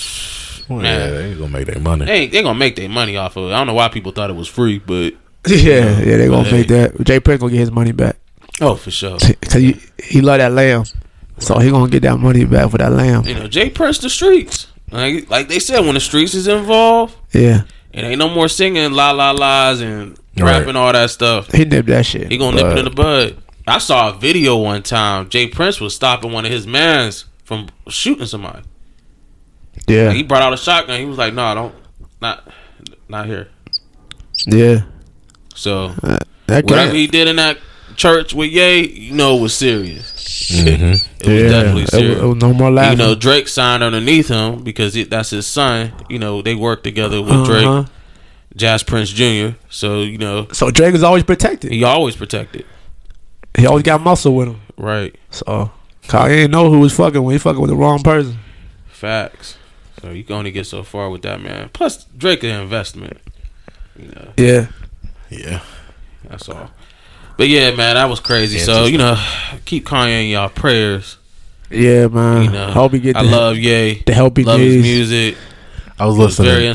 [SPEAKER 2] Well, yeah,
[SPEAKER 1] Man.
[SPEAKER 2] they ain't gonna make their money.
[SPEAKER 1] they they gonna make their money off of it. I don't know why people thought it was free, but
[SPEAKER 3] yeah, yeah. They gonna
[SPEAKER 1] Hey.
[SPEAKER 3] make that. Jay Prince gonna get his money back.
[SPEAKER 1] oh for sure.
[SPEAKER 3] Cause he, he love that lamb, so he gonna get that money back for that lamb.
[SPEAKER 1] you know, Jay Prince the streets. Like, like they said, when the streets is involved,
[SPEAKER 3] Yeah,
[SPEAKER 1] it ain't no more singing la la la's and
[SPEAKER 2] Right.
[SPEAKER 1] rapping all that stuff.
[SPEAKER 3] he nipped that shit.
[SPEAKER 1] He gonna nip it in the bud. I saw a video one time. Jay Prince was stopping one of his mans from shooting somebody.
[SPEAKER 3] Yeah,
[SPEAKER 1] Like, he brought out a shotgun. He was like, "No, nah, don't, not, not here."
[SPEAKER 3] yeah.
[SPEAKER 1] So
[SPEAKER 3] Uh, That
[SPEAKER 1] whatever
[SPEAKER 3] guy-
[SPEAKER 1] he did in that church with Ye, you know, it was serious.
[SPEAKER 2] Mm-hmm.
[SPEAKER 1] It was definitely
[SPEAKER 3] it
[SPEAKER 1] serious.
[SPEAKER 3] was- it was no more laughing.
[SPEAKER 1] you know, Drake signed underneath him because it, that's his son. You know, they worked together with
[SPEAKER 3] Uh-huh.
[SPEAKER 1] Drake, Jazz Prince Jr. So you know,
[SPEAKER 3] So Drake is always protected.
[SPEAKER 1] he always protected,
[SPEAKER 3] He always got muscle with him.
[SPEAKER 1] right?
[SPEAKER 3] So Kanye didn't know who was fucking when he fucking with the wrong person.
[SPEAKER 1] Facts. So you can only get so far with that man. Plus, Drake an investment. You know,
[SPEAKER 3] Yeah.
[SPEAKER 2] Yeah.
[SPEAKER 1] that's all. But yeah, man, that was crazy. so you know, keep Kanye in y'all prayers.
[SPEAKER 3] Yeah, man.
[SPEAKER 1] You know,
[SPEAKER 3] Hope he get
[SPEAKER 1] I
[SPEAKER 3] the,
[SPEAKER 1] love Ye.
[SPEAKER 3] the help he
[SPEAKER 1] Love his
[SPEAKER 3] needs.
[SPEAKER 1] music.
[SPEAKER 2] I was
[SPEAKER 1] It's very
[SPEAKER 2] listening. I was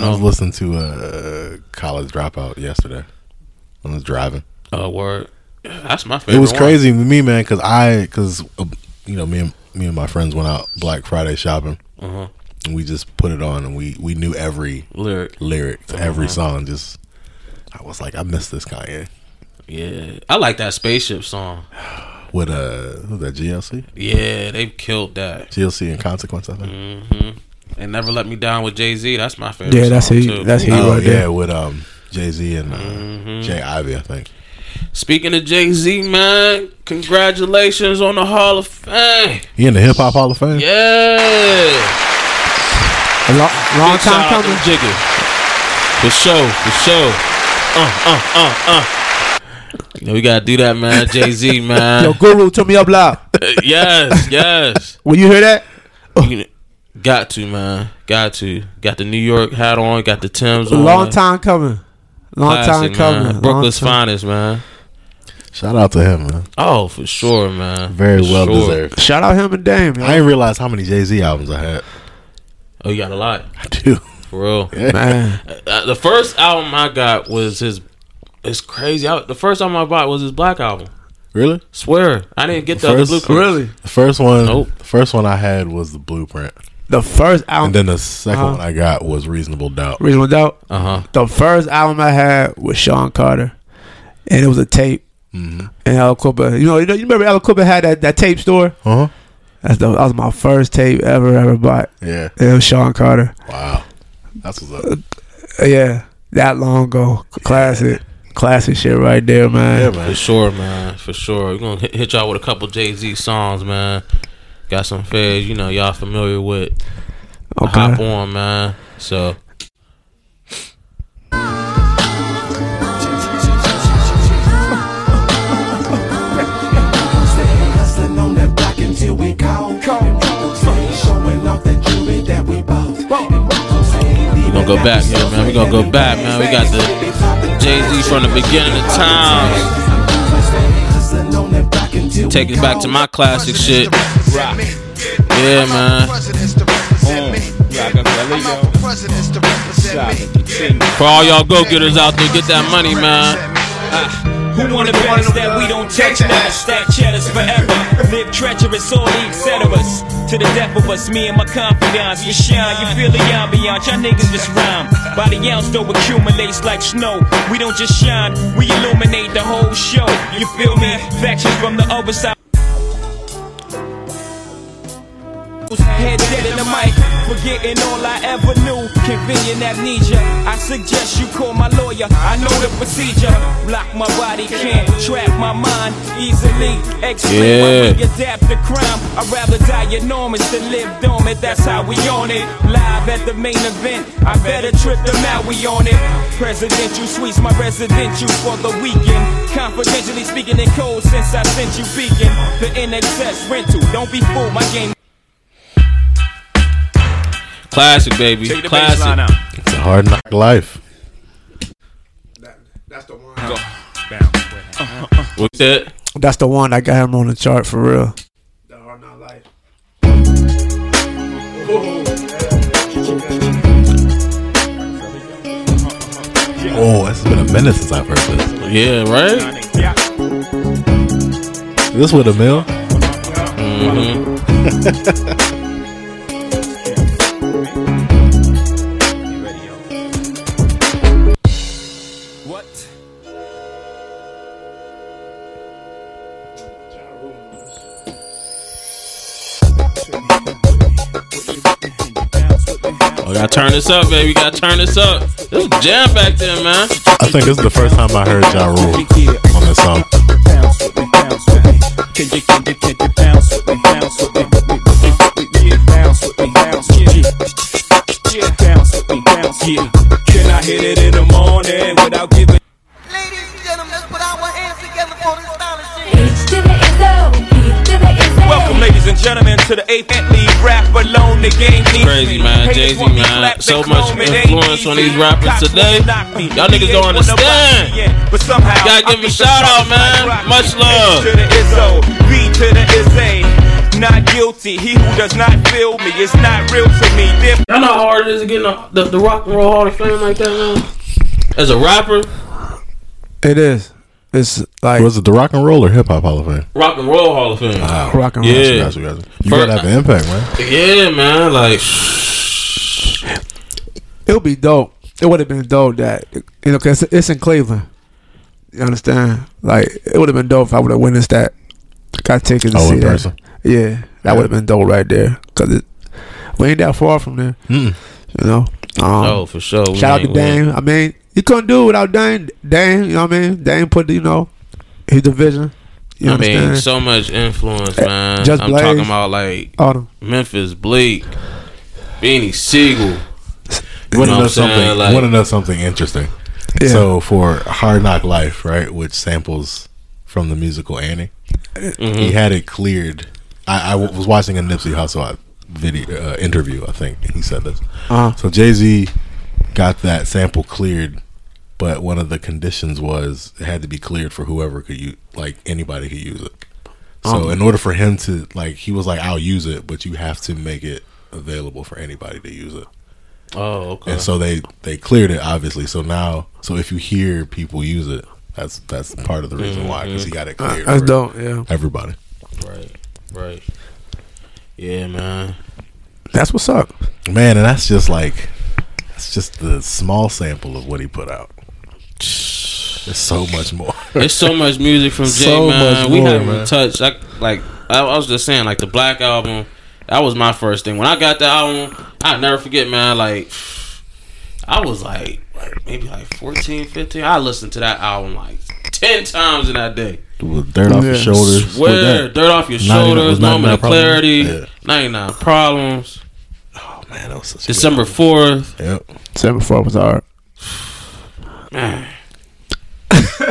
[SPEAKER 1] inspirational.
[SPEAKER 2] listening to uh, college dropout yesterday. I was driving.
[SPEAKER 1] Uh, word. That's my favorite.
[SPEAKER 2] It was
[SPEAKER 1] one.
[SPEAKER 2] crazy to me, man, because I, because uh, you know, me and me and my friends went out Black Friday shopping,
[SPEAKER 1] Uh-huh.
[SPEAKER 2] and we just put it on, and we we knew every
[SPEAKER 1] Lyric.
[SPEAKER 2] lyric to
[SPEAKER 1] Uh-huh.
[SPEAKER 2] every song. Just I was like, I miss this Kanye
[SPEAKER 1] Yeah, I like that spaceship song.
[SPEAKER 2] with uh, who's that GLC,
[SPEAKER 1] Yeah, they killed that.
[SPEAKER 2] GLC and Consequence, I think.
[SPEAKER 1] Mm-hmm. And never let me down with Jay Z. That's my favorite.
[SPEAKER 3] Yeah, that's
[SPEAKER 1] song,
[SPEAKER 3] he.
[SPEAKER 1] too.
[SPEAKER 3] That's he
[SPEAKER 2] Oh
[SPEAKER 3] right
[SPEAKER 2] yeah,
[SPEAKER 3] there.
[SPEAKER 2] with um Jay Z and uh,
[SPEAKER 1] Mm-hmm.
[SPEAKER 2] Jay Ivy, I think.
[SPEAKER 1] Speaking of Jay Z, man, congratulations on the Hall of Fame.
[SPEAKER 2] He in the Hip Hop Hall of Fame.
[SPEAKER 1] Yeah,
[SPEAKER 3] A lo- long
[SPEAKER 1] Big
[SPEAKER 3] time
[SPEAKER 1] shout out to
[SPEAKER 3] coming.
[SPEAKER 1] Jigga. For sure, for sure. Uh, uh, uh, uh. You know, we gotta do that, man. Jay Z,
[SPEAKER 3] Yo,
[SPEAKER 1] man.
[SPEAKER 3] Guru, turn me up loud.
[SPEAKER 1] yes, yes.
[SPEAKER 3] When you hear that,
[SPEAKER 1] You got to, man. Got to. Got the New York hat on. Got the Timbs
[SPEAKER 3] a
[SPEAKER 1] on.
[SPEAKER 3] long time coming. Long
[SPEAKER 1] Classic,
[SPEAKER 3] time coming.
[SPEAKER 1] Man.
[SPEAKER 3] Long
[SPEAKER 1] Brooklyn's
[SPEAKER 3] time.
[SPEAKER 1] finest, man.
[SPEAKER 2] Shout out to him, man.
[SPEAKER 1] Oh, for sure, man.
[SPEAKER 2] Very
[SPEAKER 1] For
[SPEAKER 2] well
[SPEAKER 1] sure.
[SPEAKER 2] deserved.
[SPEAKER 3] Shout out him and Dame. yo.
[SPEAKER 2] I didn't realize how many Jay Z albums I had.
[SPEAKER 1] Oh, you got a lot.
[SPEAKER 2] I do.
[SPEAKER 1] for real.
[SPEAKER 3] Man,
[SPEAKER 1] Uh, the first album I got was his. It's crazy. I, the first album I bought was his black album.
[SPEAKER 2] Really?
[SPEAKER 1] Swear, I didn't get the other
[SPEAKER 2] First-
[SPEAKER 1] blueprint.
[SPEAKER 3] really?
[SPEAKER 2] The first one,
[SPEAKER 1] Nope.
[SPEAKER 2] the first one I had was the blueprint,
[SPEAKER 3] The first
[SPEAKER 2] and
[SPEAKER 3] album,
[SPEAKER 2] then the 2nd
[SPEAKER 3] Uh-huh.
[SPEAKER 2] one I got was reasonable doubt.
[SPEAKER 3] Reasonable Doubt.
[SPEAKER 1] Uh huh.
[SPEAKER 3] The first album I had was Sean Carter, and it was a tape.
[SPEAKER 2] Mm-hmm.
[SPEAKER 3] And Al Kooper, you know, you know, you remember Al Kooper had that, that tape store.
[SPEAKER 2] Huh?
[SPEAKER 3] That's the, that was my first tape ever ever bought.
[SPEAKER 2] Yeah.
[SPEAKER 3] It was Sean Carter.
[SPEAKER 2] Wow. That's what's up.
[SPEAKER 3] Uh, Yeah, that long ago, classic, classic shit right there, man.
[SPEAKER 2] Yeah,
[SPEAKER 1] For
[SPEAKER 2] man.
[SPEAKER 1] sure, man. For sure. We're gonna hit, hit y'all with a couple Jay Z songs, man. Got some feds, you know, y'all familiar with.
[SPEAKER 3] Okay.
[SPEAKER 1] Hop on, man. So
[SPEAKER 8] Stay hustling on that block until we cold. And people saying, showing off that jewelry that we bought. And people saying,
[SPEAKER 1] we gonna go back, yo, man. We gonna go back, man. We got the Jay Z from the beginning of time. Take it back to my classic shit.
[SPEAKER 9] Rock.
[SPEAKER 1] Yeah, man.
[SPEAKER 9] Presidents to represent me. I'm out for presidents to represent me.
[SPEAKER 1] For all y'all go getters out there, get that money, man.
[SPEAKER 10] Who wanna bet us that we don't judge matters? Stack cheddars forever. Live treacherous, all the etceteras. To the death of us, me and my confidants. You shine, you feel the ambiance. Y'all niggas just rhyme. By the ounce, though, accumulates like snow. We don't just shine, we illuminate the whole show. You feel me? Factions from the other side. Head dead in the mic, forgetting all I ever knew. Convenient amnesia. I suggest you call my lawyer. I know the procedure. Block my body, can't trap my mind easily.
[SPEAKER 1] Yeah.
[SPEAKER 10] Explain yeah. adapt to crime. I'd rather die enormous than live dormant. That's how we on it. Live at the main event. I better trip them out. We on it. Presidential suites, my residential for the weekend. Confidentially speaking in code since I sent you beacon. The NXS rental. Don't be fooled. My game.
[SPEAKER 1] Classic, baby.
[SPEAKER 10] Take the baseline
[SPEAKER 1] Classic.
[SPEAKER 10] out.
[SPEAKER 2] It's a hard knock life.
[SPEAKER 1] What's that?
[SPEAKER 3] That's the one that got him on the chart for real.
[SPEAKER 2] Oh, it's been a minute since I've heard this.
[SPEAKER 1] Yeah, right?
[SPEAKER 2] This with a mill?
[SPEAKER 10] What?
[SPEAKER 1] Oh, gotta turn this up, baby. Gotta turn this up. This was jam back then, man.
[SPEAKER 2] I think this is the first time I heard Ja Rule on this song.
[SPEAKER 10] bounce with me, bounce with me. Can you, can you, can you bounce with me, bounce with me, with me, with me, with me, yeah. bounce with me, bounce, yeah. Yeah, bounce with me, bounce, yeah. Can I hit it in the morning without giving?
[SPEAKER 9] Ladies and gentlemen, let's put our hands together for this stylish shit.
[SPEAKER 10] Welcome, ladies and gentlemen, to the eighth and lead rap alone. The game needs
[SPEAKER 1] Crazy,
[SPEAKER 10] me.
[SPEAKER 1] man.
[SPEAKER 10] Haters
[SPEAKER 1] Jay-Z,
[SPEAKER 10] want me
[SPEAKER 1] man.
[SPEAKER 10] clapped,
[SPEAKER 1] So
[SPEAKER 10] they
[SPEAKER 1] much
[SPEAKER 10] clone me, they
[SPEAKER 1] influence on
[SPEAKER 10] easy.
[SPEAKER 1] these rappers
[SPEAKER 10] Cops
[SPEAKER 1] today.
[SPEAKER 10] wanna knock me.
[SPEAKER 1] Y'all niggas
[SPEAKER 10] They
[SPEAKER 1] don't
[SPEAKER 10] ain't wanna rock me
[SPEAKER 1] understand.
[SPEAKER 10] yet, But somehow,
[SPEAKER 1] Gotta give
[SPEAKER 10] I'm
[SPEAKER 1] me
[SPEAKER 10] just
[SPEAKER 1] shout
[SPEAKER 10] a
[SPEAKER 1] out, man.
[SPEAKER 10] rock.
[SPEAKER 1] Much love.
[SPEAKER 10] H to the Izzo, B to the Izzy. Not guilty. He who does not feel me is not real to me. Therefore,
[SPEAKER 1] Y'all know how hard it is to get in the, the, the Rock and Roll Hall of Fame like that, man? As a rapper,
[SPEAKER 3] It is. It's like
[SPEAKER 2] Was it the Rock and Roll or Hip Hop Hall of Fame?
[SPEAKER 1] Rock and Roll Hall of Fame.
[SPEAKER 3] rock and roll.
[SPEAKER 1] Yeah.
[SPEAKER 2] Gotcha, gotcha, gotcha. You
[SPEAKER 1] First-
[SPEAKER 2] gotta have an impact, man.
[SPEAKER 1] Yeah, man. Like,
[SPEAKER 3] um, It'll be dope. It would have been dope that you know, 'cause it's, it's in Cleveland. You understand? Like it would have been dope if I would have witnessed that. Got tickets to
[SPEAKER 2] Oh,
[SPEAKER 3] see
[SPEAKER 2] in
[SPEAKER 3] that.
[SPEAKER 2] person.
[SPEAKER 3] Yeah, that would have been dope right there. Cause it, we ain't that far from there.
[SPEAKER 2] Mm.
[SPEAKER 3] You know. Um,
[SPEAKER 1] oh, for sure. We
[SPEAKER 3] Shout out to
[SPEAKER 1] ain't win.
[SPEAKER 3] Dame. I mean, you couldn't do it without Dame. Dame, you know what I mean? Dame put, the- you know, his division. You
[SPEAKER 1] I
[SPEAKER 3] understand? Uh,
[SPEAKER 1] mean, so much influence, man.
[SPEAKER 3] Just
[SPEAKER 1] I'm
[SPEAKER 3] Blaze.
[SPEAKER 1] talking about like
[SPEAKER 3] All them.
[SPEAKER 1] Memphis Bleak, Beanie Siegel.
[SPEAKER 2] You wanna
[SPEAKER 1] know what
[SPEAKER 2] know
[SPEAKER 1] I'm saying?
[SPEAKER 2] something? you
[SPEAKER 1] Like-
[SPEAKER 2] wanna know something interesting?
[SPEAKER 3] Yeah.
[SPEAKER 2] So for Hard Knock Life, right, which samples from the musical Annie, he had it cleared. I, I w- was watching a Nipsey Hussle video uh, interview, I think, and he said this.
[SPEAKER 3] Uh-huh.
[SPEAKER 2] So Jay Z got that sample cleared, but one of the conditions was it had to be cleared for whoever could use, like anybody could use it. So
[SPEAKER 3] Uh-huh.
[SPEAKER 2] in order for him to like, he was like, "I'll use it," but you have to make it available for anybody to use it.
[SPEAKER 1] Oh, okay.
[SPEAKER 2] And so they they cleared it obviously. So now, so if you hear people use it, that's that's part of the reason why because he got it
[SPEAKER 3] Uh,
[SPEAKER 2] cleared.
[SPEAKER 3] that's
[SPEAKER 2] for
[SPEAKER 3] dope, yeah.
[SPEAKER 2] everybody.
[SPEAKER 1] Right, right. Yeah, man.
[SPEAKER 3] That's what's up.
[SPEAKER 2] Man, and that's just like that's just the small sample of what he put out. There's so much more.
[SPEAKER 1] There's so much music from Jay,
[SPEAKER 2] So
[SPEAKER 1] man.
[SPEAKER 2] much
[SPEAKER 1] we
[SPEAKER 2] more,
[SPEAKER 1] haven't
[SPEAKER 2] man.
[SPEAKER 1] touched. I, like I, I was just saying, like the Black album. That was my first thing. When I got the album, I never forget, man. Like I was like, like maybe like 14, 15. I listened to that album like ten times in that day.
[SPEAKER 2] With dirt off your
[SPEAKER 3] Yeah.
[SPEAKER 2] shoulders. with
[SPEAKER 1] Where
[SPEAKER 2] that.
[SPEAKER 1] dirt off your
[SPEAKER 2] 99
[SPEAKER 1] shoulders,
[SPEAKER 2] was 99
[SPEAKER 1] moment of
[SPEAKER 2] Problems.
[SPEAKER 1] clarity,
[SPEAKER 2] Yeah.
[SPEAKER 1] ninety nine problems.
[SPEAKER 2] Oh man, that was such a good-
[SPEAKER 1] December fourth,
[SPEAKER 2] Yep.
[SPEAKER 3] Seven four was hard.
[SPEAKER 1] man.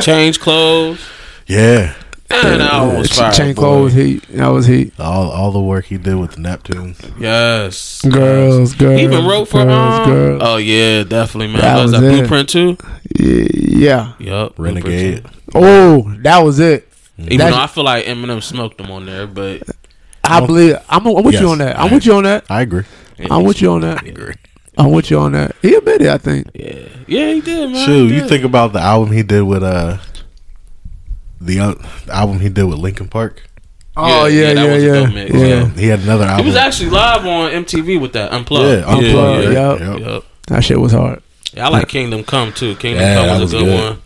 [SPEAKER 1] Change clothes.
[SPEAKER 2] Yeah.
[SPEAKER 1] Man, that album was fire.
[SPEAKER 3] Chain clothes, heat. That was heat.
[SPEAKER 2] All all the work he did with the Neptunes.
[SPEAKER 1] Yes,
[SPEAKER 3] Girls, girls.
[SPEAKER 1] He even wrote for
[SPEAKER 3] girls,
[SPEAKER 1] um,
[SPEAKER 3] girls.
[SPEAKER 1] Oh yeah, definitely, man.
[SPEAKER 3] That
[SPEAKER 1] was,
[SPEAKER 3] was
[SPEAKER 1] that
[SPEAKER 3] it.
[SPEAKER 1] Blueprint too?
[SPEAKER 3] yeah.
[SPEAKER 1] Yup. Blueprint
[SPEAKER 2] Renegade. Mm-hmm.
[SPEAKER 1] too.
[SPEAKER 3] Oh, that was it.
[SPEAKER 1] Even
[SPEAKER 3] That-
[SPEAKER 1] though I feel like Eminem smoked him on there, but
[SPEAKER 3] I believe I'm, I'm with you
[SPEAKER 2] Yes.
[SPEAKER 3] on that. I'm with you on that.
[SPEAKER 2] I agree.
[SPEAKER 3] I'm with you on that. I'm with you on that. He admitted, I think.
[SPEAKER 1] yeah, yeah, he did, man.
[SPEAKER 2] Shoot,
[SPEAKER 1] He
[SPEAKER 2] you
[SPEAKER 1] did.
[SPEAKER 2] think about the album he did with uh the, uh, the album he did with Linkin Park.
[SPEAKER 3] Oh yeah,
[SPEAKER 1] yeah, that
[SPEAKER 3] yeah,
[SPEAKER 1] was a
[SPEAKER 3] yeah,
[SPEAKER 1] dope mix,
[SPEAKER 3] yeah.
[SPEAKER 1] yeah.
[SPEAKER 2] He had another album.
[SPEAKER 1] he was actually live on MTV with that unplugged?
[SPEAKER 2] yeah, unplugged.
[SPEAKER 3] Unplugged,
[SPEAKER 1] yeah,
[SPEAKER 2] right?
[SPEAKER 3] yeah.
[SPEAKER 2] Yep.
[SPEAKER 1] Yup.
[SPEAKER 3] That shit was hard.
[SPEAKER 1] Yeah, I like Kingdom Come too. Kingdom
[SPEAKER 2] Yeah,
[SPEAKER 1] Come
[SPEAKER 2] that
[SPEAKER 1] was,
[SPEAKER 2] was
[SPEAKER 1] a good,
[SPEAKER 2] good.
[SPEAKER 1] one.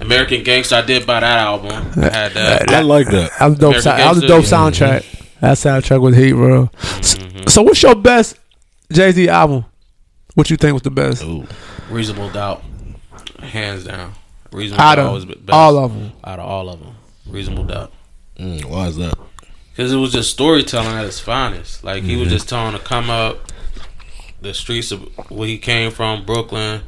[SPEAKER 1] American Gangster, I did buy that album. I had that.
[SPEAKER 2] I like that.
[SPEAKER 3] That was a dope.
[SPEAKER 1] American
[SPEAKER 3] sou- that was a dope
[SPEAKER 1] Gangster, Mm-hmm.
[SPEAKER 3] soundtrack. That soundtrack was heat, bro. S- So, what's your best Jay Z album? What you think was the best
[SPEAKER 2] Ooh.
[SPEAKER 1] Reasonable Doubt, hands down. Reasonable
[SPEAKER 3] out
[SPEAKER 1] Doubt was
[SPEAKER 3] of
[SPEAKER 1] be- best.
[SPEAKER 3] all of them?
[SPEAKER 1] out of all of them. Reasonable Doubt.
[SPEAKER 2] Mm, why is that?
[SPEAKER 1] Because it was just storytelling at its finest. Like, he was just telling to come up, the streets of where he came from, Brooklyn,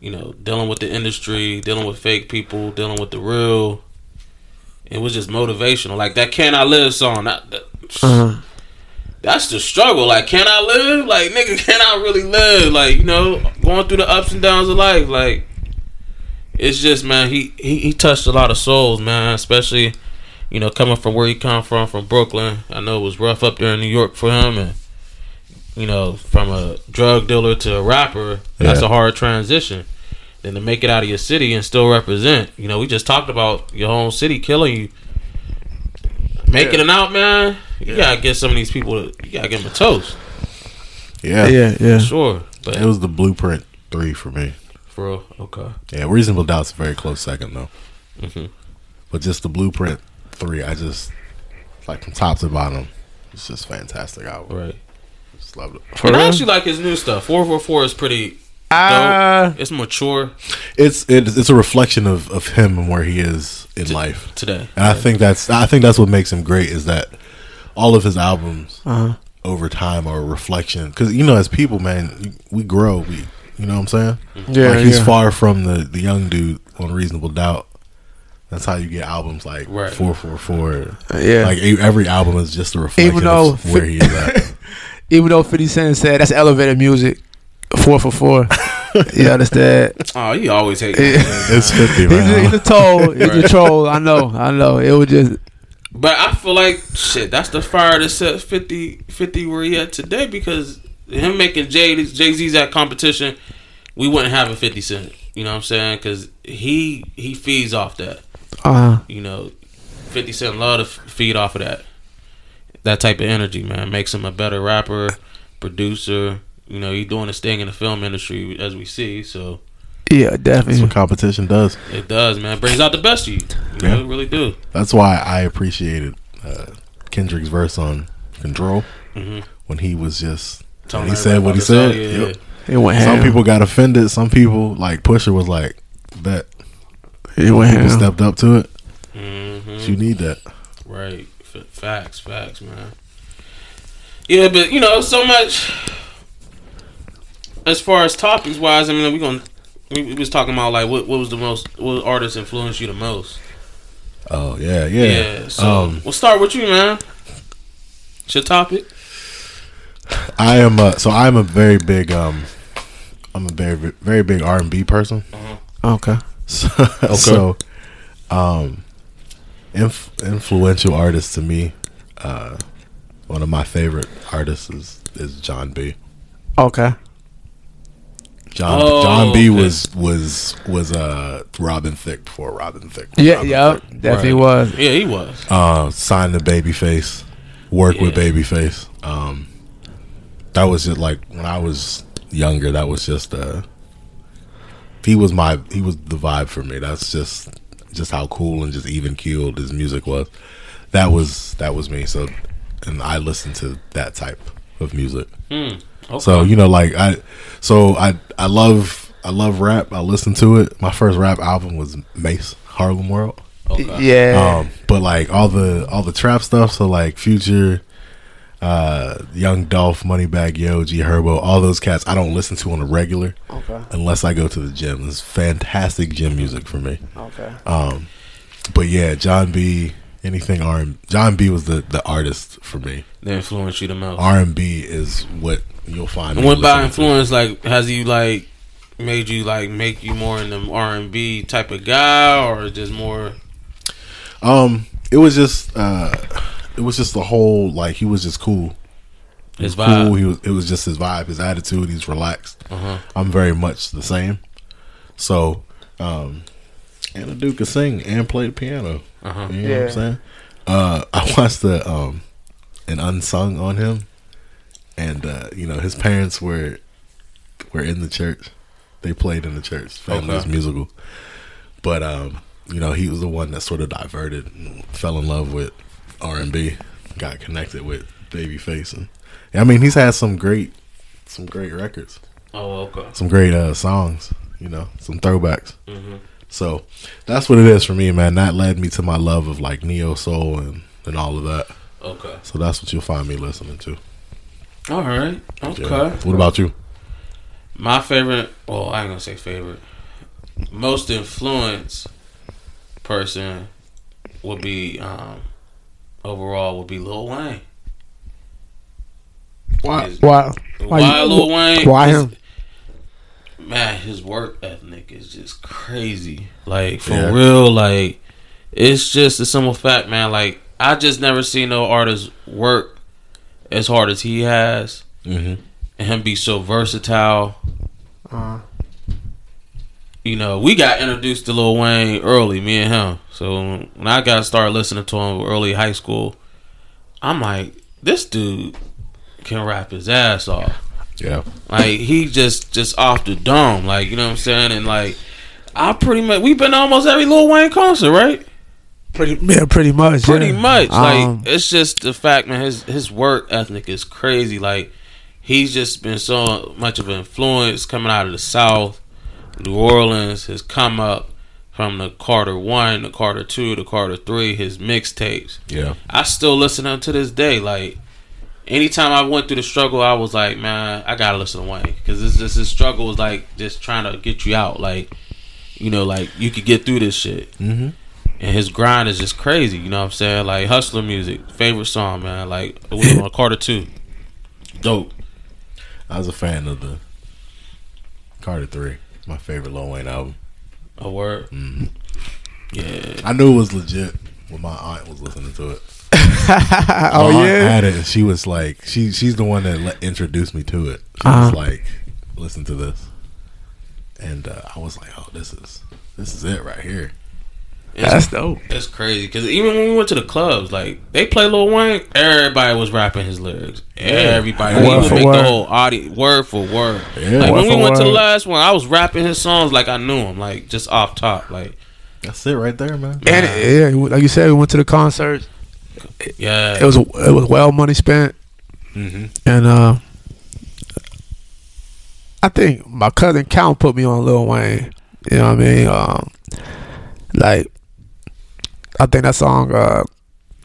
[SPEAKER 1] you know, dealing with the industry, dealing with fake people, dealing with the real. It was just motivational. Like, that Can I Live song. That, that- That's the struggle. Like, can I live? Like, nigga, can I really live? Like, you know, going through the ups and downs of life. Like, it's just man, he he, he touched a lot of souls, man. Especially, you know, coming from where he come from, from Brooklyn. I know it was rough up there in New York for him, and you know, from a drug dealer to a rapper, that's
[SPEAKER 2] Yeah.
[SPEAKER 1] a hard transition. Then to make it out of your city and still represent, you know, we just talked about your own city killing you. Making it out, man. You gotta get some of these people. To, you gotta give them a toast,
[SPEAKER 2] Yeah.
[SPEAKER 3] yeah.
[SPEAKER 1] sure. But
[SPEAKER 2] It was the blueprint three for me.
[SPEAKER 1] for real, okay.
[SPEAKER 2] Yeah, reasonable doubt's a very close second though.
[SPEAKER 1] Mhm.
[SPEAKER 2] But just the blueprint three, I just like from top to bottom, it's just fantastic album.
[SPEAKER 1] Right.
[SPEAKER 2] Just loved it.
[SPEAKER 1] and I actually like his new stuff. Four four four is pretty.
[SPEAKER 3] Uh,
[SPEAKER 1] It's mature
[SPEAKER 2] It's it's it's a reflection of of him and where he is in life.
[SPEAKER 1] today.
[SPEAKER 2] And I think that's I think that's what makes him great is that all of his albums
[SPEAKER 3] Uh-huh.
[SPEAKER 2] over time are a reflection because you know as people, man, you- we grow. We you know what I'm saying?
[SPEAKER 3] Yeah,
[SPEAKER 2] like he's
[SPEAKER 3] yeah.
[SPEAKER 2] far from the the young dude on Reasonable Doubt. That's how you get albums like
[SPEAKER 1] Right.
[SPEAKER 2] four four four.
[SPEAKER 3] Uh, Yeah.
[SPEAKER 2] like e- every album is just a reflection
[SPEAKER 3] Even though-
[SPEAKER 2] of where he is at.
[SPEAKER 3] even though Fifty Cent said that's elevated music, four for four. you understand?
[SPEAKER 1] Oh, you always hate.
[SPEAKER 3] Yeah.
[SPEAKER 2] it's fifty,
[SPEAKER 3] He's a,
[SPEAKER 2] man.
[SPEAKER 3] he's a troll. He's a troll. I know. I know. It was just
[SPEAKER 1] But I feel like shit. That's the fire that set 50, 50 where he at today because him making Jay Jay Z's at competition, we wouldn't have a Fifty Cent. You know what I'm saying? Because he he feeds off that.
[SPEAKER 3] uh,
[SPEAKER 1] You know, Fifty Cent love to f- feed off of that. That type of energy, man, makes him a better rapper, producer. You know, he's doing his thing in the film industry as we see. So
[SPEAKER 3] yeah,
[SPEAKER 2] That's
[SPEAKER 3] definitely.
[SPEAKER 2] what competition does.
[SPEAKER 1] it does, man. Brings out the best of you. You know,
[SPEAKER 2] Yeah.
[SPEAKER 1] it really do.
[SPEAKER 2] That's why I appreciated uh, Kendrick's verse on Control
[SPEAKER 1] Mm-hmm.
[SPEAKER 2] when he was just when he said what he said.
[SPEAKER 1] Yeah,
[SPEAKER 2] Yep.
[SPEAKER 3] It went
[SPEAKER 2] Some
[SPEAKER 3] ham.
[SPEAKER 2] people got offended. Some people, like Pusher, was like, "Bet
[SPEAKER 3] it went
[SPEAKER 2] people
[SPEAKER 3] ham.
[SPEAKER 2] stepped up to it.
[SPEAKER 1] Mhm.
[SPEAKER 2] You need that."
[SPEAKER 1] Right. F- facts, facts, man. Yeah, but you know, so much as far as topics wise, I mean, we gonna we, we was talking about like what what was the most what artist influenced you the most?
[SPEAKER 2] Oh yeah, yeah.
[SPEAKER 1] so
[SPEAKER 2] um,
[SPEAKER 1] we'll start with you, man. It's your topic.
[SPEAKER 2] I am. A, so I'm a very big. Um, I'm a very very big R and B person.
[SPEAKER 3] Okay.
[SPEAKER 2] So, so, um, inf- influential artist to me. Uh, one of my favorite artists is is John B.
[SPEAKER 3] Okay.
[SPEAKER 2] John
[SPEAKER 3] Oh,
[SPEAKER 2] John B was was was uh Robin Thicke before Robin Thicke. was
[SPEAKER 3] Yeah,
[SPEAKER 2] Robin
[SPEAKER 3] yeah,
[SPEAKER 2] Thicke.
[SPEAKER 3] definitely was. Yeah,
[SPEAKER 1] he was.
[SPEAKER 2] Uh, signed to Babyface, worked with Babyface. Um, that was just like when I was younger. That was just uh, he was my he was the vibe for me. That's just just how cool and just even keeled his music was. That was that was me. So, and I listened to that type of music.
[SPEAKER 1] Hmm,
[SPEAKER 2] So
[SPEAKER 1] okay.
[SPEAKER 2] you know, like I, so I I love I love rap. I listen to it. My first rap album was Mace Harlem World.
[SPEAKER 3] Okay. Yeah.
[SPEAKER 2] Um, but like all the all the trap stuff. So like Future, uh, Young Dolph, Moneybag Yo, G Herbo, all those cats. I don't listen to on a regular,
[SPEAKER 3] Okay.
[SPEAKER 2] unless I go to the gym. It's fantastic gym music for me.
[SPEAKER 3] Okay.
[SPEAKER 2] Um, but yeah, John B. Anything R. John B. was the the artist for me.
[SPEAKER 1] They influenced you the most.
[SPEAKER 2] R and B is what you'll find.
[SPEAKER 1] And
[SPEAKER 2] me
[SPEAKER 1] what by
[SPEAKER 2] listening to.
[SPEAKER 1] influence? Like, has you like made you like make you more in the R and B type of guy, or just more?
[SPEAKER 2] Um, it was just uh, it was just the whole like he was just cool.
[SPEAKER 1] His
[SPEAKER 2] He was
[SPEAKER 1] vibe.
[SPEAKER 2] Cool. He was. It was just his vibe, his attitude. He's relaxed.
[SPEAKER 1] Uh-huh.
[SPEAKER 2] I'm very much the same. So, um, and the dude could sing and play the piano.
[SPEAKER 1] Uh-huh.
[SPEAKER 2] You know what
[SPEAKER 1] Yeah.
[SPEAKER 2] I'm saying? Uh, I watched the um, an unsung on him, and uh, you know his parents were were in the church. They played in the church. Family was
[SPEAKER 1] Okay.
[SPEAKER 2] musical, but um, you know he was the one that sort of diverted, and fell in love with R and B, got connected with Babyface, and I mean he's had some great some great records
[SPEAKER 1] Oh, okay.
[SPEAKER 2] some great uh, songs, you know, some throwbacks.
[SPEAKER 1] Mhm.
[SPEAKER 2] So that's what it is for me, man. That led me to my love of like neo soul and and all of that.
[SPEAKER 1] Okay.
[SPEAKER 2] So that's what you'll find me listening to.
[SPEAKER 1] All right. Okay.
[SPEAKER 2] Yeah. What about you?
[SPEAKER 1] My favorite, well, I ain't gonna say favorite, most influenced person would be um overall would be Lil Wayne.
[SPEAKER 3] Why?
[SPEAKER 1] His-
[SPEAKER 3] Why?
[SPEAKER 1] Why,
[SPEAKER 3] you-
[SPEAKER 1] Lil Wayne?
[SPEAKER 3] Why
[SPEAKER 1] His-
[SPEAKER 3] him?
[SPEAKER 1] Man, his work ethic is just crazy. Like for
[SPEAKER 11] Yeah.
[SPEAKER 1] real, like it's just a simple fact, man. Like I just never seen no artist work as hard as he has,
[SPEAKER 3] Mm-hmm.
[SPEAKER 2] Mhm.
[SPEAKER 1] and him be so versatile.
[SPEAKER 3] Uh,
[SPEAKER 1] you know, we got introduced to Lil Wayne early, me and him. So when I got started listening to him early high school, I'm like, this dude can rap his ass off.
[SPEAKER 2] Yeah.
[SPEAKER 1] Like he just just off the dome, like you know what I'm saying, and like I pretty much we've been to almost every Lil Wayne concert, right?
[SPEAKER 3] Pretty yeah, pretty much.
[SPEAKER 1] Pretty
[SPEAKER 3] yeah.
[SPEAKER 1] much,
[SPEAKER 3] Um,
[SPEAKER 1] like it's just the fact, man. His his work ethic is crazy. Like he's just been so much of an influence coming out of the South, New Orleans. His come up from the Carter One, the Carter Two, the Carter Three. His mixtapes.
[SPEAKER 2] Yeah.
[SPEAKER 1] I still listen to him to this day. Like anytime I went through the struggle, I was like, man, I gotta listen to Wayne because this this his struggle was like just trying to get you out. Like you know, like you could get through this shit.
[SPEAKER 2] Mhm.
[SPEAKER 1] And his grind is just crazy. You know what I'm saying? Like hustler music, favorite song, man. Like it was on Carter Two, dope.
[SPEAKER 2] I was a fan of the Carter Three. It's my favorite Lil Wayne album.
[SPEAKER 1] A word. Yeah.
[SPEAKER 2] I knew it was legit when my aunt was listening to it.
[SPEAKER 3] Oh,
[SPEAKER 2] My aunt
[SPEAKER 3] yeah?
[SPEAKER 2] had it. And she was like, she she's the one that le- introduced me to it. She
[SPEAKER 3] Uh-huh.
[SPEAKER 2] was like, listen to this, and uh, I was like, oh, this is this is it right here.
[SPEAKER 3] That's dope.
[SPEAKER 1] That's crazy because even when we went to the clubs, like they play Lil Wayne, everybody was rapping his lyrics. Everybody,
[SPEAKER 3] Word
[SPEAKER 1] we would
[SPEAKER 3] for
[SPEAKER 1] make the
[SPEAKER 3] word.
[SPEAKER 1] whole audience word for word.
[SPEAKER 2] Yeah.
[SPEAKER 1] Like
[SPEAKER 2] Word
[SPEAKER 1] when we
[SPEAKER 2] for
[SPEAKER 1] went to the
[SPEAKER 2] word.
[SPEAKER 1] last one, I was rapping his songs like I knew him, like just off top, like
[SPEAKER 2] That's it right there, man.
[SPEAKER 3] and it, yeah, like you said, we went to the concert.
[SPEAKER 1] yeah.
[SPEAKER 3] It was it was well money spent,
[SPEAKER 1] Mhm.
[SPEAKER 3] and uh, I think my cousin Cal put me on Lil Wayne. You know what I mean? Um, like, I think that song uh,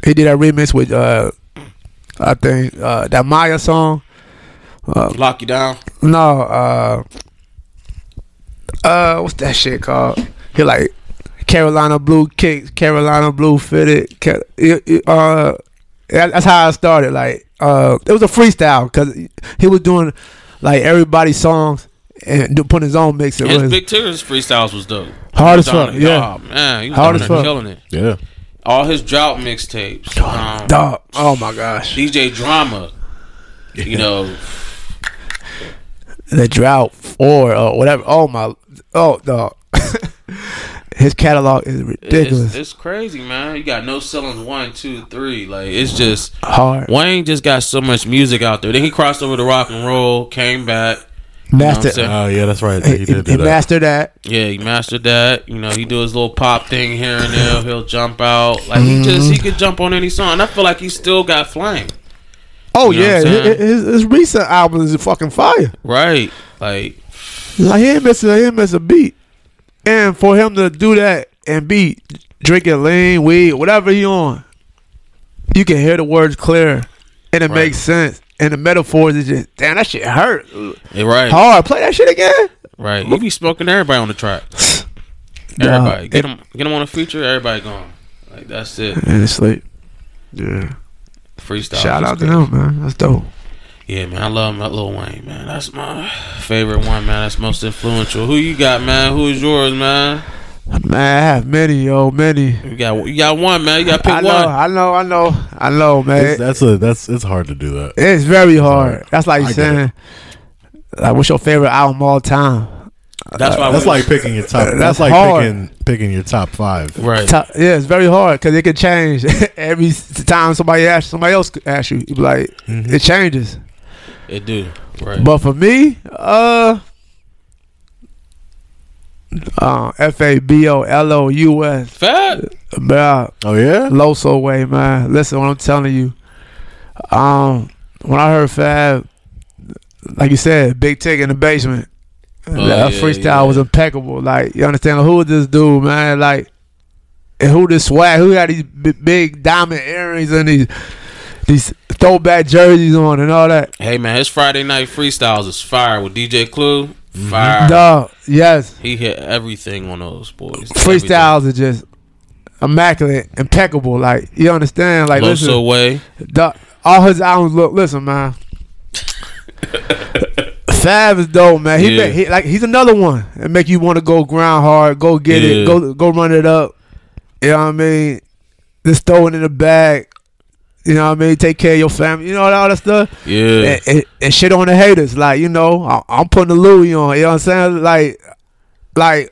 [SPEAKER 3] he did that remix with uh, I think uh, that Maya song. Uh,
[SPEAKER 1] Lock you down.
[SPEAKER 3] No, uh, uh, what's that shit called? He like Carolina blue kicks, Carolina blue fitted. Ca- it- it, uh, that- that's how I started. Like, uh, it was a freestyle because he was doing like everybody's songs and do, putting his own mix. It
[SPEAKER 1] his
[SPEAKER 3] was
[SPEAKER 1] big tears freestyles was dope.
[SPEAKER 3] Hard as
[SPEAKER 1] He was down
[SPEAKER 3] fuck,
[SPEAKER 1] there- oh,
[SPEAKER 3] yeah.
[SPEAKER 1] man, he was
[SPEAKER 3] Hard
[SPEAKER 1] down
[SPEAKER 3] as
[SPEAKER 1] there
[SPEAKER 3] fuck.
[SPEAKER 1] killing it.
[SPEAKER 2] Yeah.
[SPEAKER 1] All his drought mixtapes. Um,
[SPEAKER 3] dog. Oh my gosh,
[SPEAKER 1] DJ Drama. You know,
[SPEAKER 3] the drought or uh, whatever. Oh my, oh dog, his catalog is ridiculous.
[SPEAKER 1] It's, it's crazy, man. You got no ceilings one, two, three. Like it's just
[SPEAKER 3] Hard.
[SPEAKER 1] Wayne just got so much music out there. Then he crossed over to rock and roll, came back, you know what I'm
[SPEAKER 3] Master,
[SPEAKER 1] saying?
[SPEAKER 2] Oh yeah, that's right.
[SPEAKER 3] he,
[SPEAKER 2] He did
[SPEAKER 3] he
[SPEAKER 2] do that.
[SPEAKER 3] mastered that.
[SPEAKER 1] Yeah, he mastered that. You know, he do his little pop thing here and there. He'll jump out like he just he could jump on any song. I feel like he still got flame,
[SPEAKER 3] Oh
[SPEAKER 1] You know
[SPEAKER 3] yeah,
[SPEAKER 1] what I'm
[SPEAKER 3] his,
[SPEAKER 1] saying?
[SPEAKER 3] his, his recent albums is fucking fire.
[SPEAKER 1] right? Like
[SPEAKER 3] Like he ain't miss, he ain't miss a beat. And for him to do that and be drinking lean weed, whatever he on, you can hear the words clear, and it
[SPEAKER 1] Right.
[SPEAKER 3] makes sense. And the metaphors is just damn that shit hurt
[SPEAKER 1] yeah, right,
[SPEAKER 3] hard. Play that shit again.
[SPEAKER 1] right. He be smoking everybody on the track. Everybody get him, get him on a feature. Everybody gone. Like that's it.
[SPEAKER 3] And it's like, yeah.
[SPEAKER 1] Freestyle.
[SPEAKER 3] Shout
[SPEAKER 1] is
[SPEAKER 3] out to
[SPEAKER 1] crazy.
[SPEAKER 3] him, man. That's dope.
[SPEAKER 1] Yeah, man, I love my Lil Wayne, man. That's my favorite one, man. That's most influential. Who you got, man? Who is yours, man?
[SPEAKER 3] Man, I have many, yo, many.
[SPEAKER 1] You got you got one, man. You got to pick
[SPEAKER 3] I know, Uh,
[SPEAKER 1] one.
[SPEAKER 3] I know, I know, I know, man.
[SPEAKER 2] It's, that's a that's it's hard to do that.
[SPEAKER 3] It's very hard. That's like
[SPEAKER 2] I get
[SPEAKER 3] saying, like, what's your favorite album of all time?
[SPEAKER 1] That's why.
[SPEAKER 2] That's
[SPEAKER 1] we-
[SPEAKER 2] like picking your top.
[SPEAKER 3] That's
[SPEAKER 2] That's, like
[SPEAKER 3] hard.
[SPEAKER 2] picking picking your top five.
[SPEAKER 1] right.
[SPEAKER 3] Top- yeah, it's very hard because it can change every s- time somebody asks somebody else asks you. You be like,
[SPEAKER 2] Mm-hmm.
[SPEAKER 3] it changes.
[SPEAKER 1] It do. Right.
[SPEAKER 3] But for me, uh, uh, F A B O L O U S,
[SPEAKER 1] Fat.
[SPEAKER 3] bruh.
[SPEAKER 2] Oh yeah,
[SPEAKER 3] Loso way, man. Listen, what I'm telling you. Um, when I heard Fab, like you said, Big Tick in the basement. that
[SPEAKER 1] Oh, yeah,
[SPEAKER 3] freestyle
[SPEAKER 1] yeah.
[SPEAKER 3] was impeccable. Like you understand who this dude, man? Like and who this swag? Who had these b- big diamond earrings and these these throwback jerseys on and all that?
[SPEAKER 1] Hey, man, his Friday night freestyles is fire with DJ Clue.
[SPEAKER 3] Mm-hmm.
[SPEAKER 1] Fire.
[SPEAKER 3] Dog, yes,
[SPEAKER 1] He hit everything on those boys.
[SPEAKER 3] freestyles are just immaculate, impeccable. Like you understand? Like
[SPEAKER 1] Everything.
[SPEAKER 3] listen,
[SPEAKER 1] Loso way.
[SPEAKER 3] Duh, all his albums look. Listen, man. Fab is dope, man. He,
[SPEAKER 1] Yeah.
[SPEAKER 3] make, he like he's another one that make you want to go ground hard, go get
[SPEAKER 1] Yeah.
[SPEAKER 3] it, go go run it up. You know what I mean? Just throw it in the bag. You know what I mean? Take care of your family. You know all that stuff.
[SPEAKER 1] Yeah.
[SPEAKER 3] And, and, and shit on the haters, like you know, I, I'm putting the Louis on. You know what I'm saying? Like, like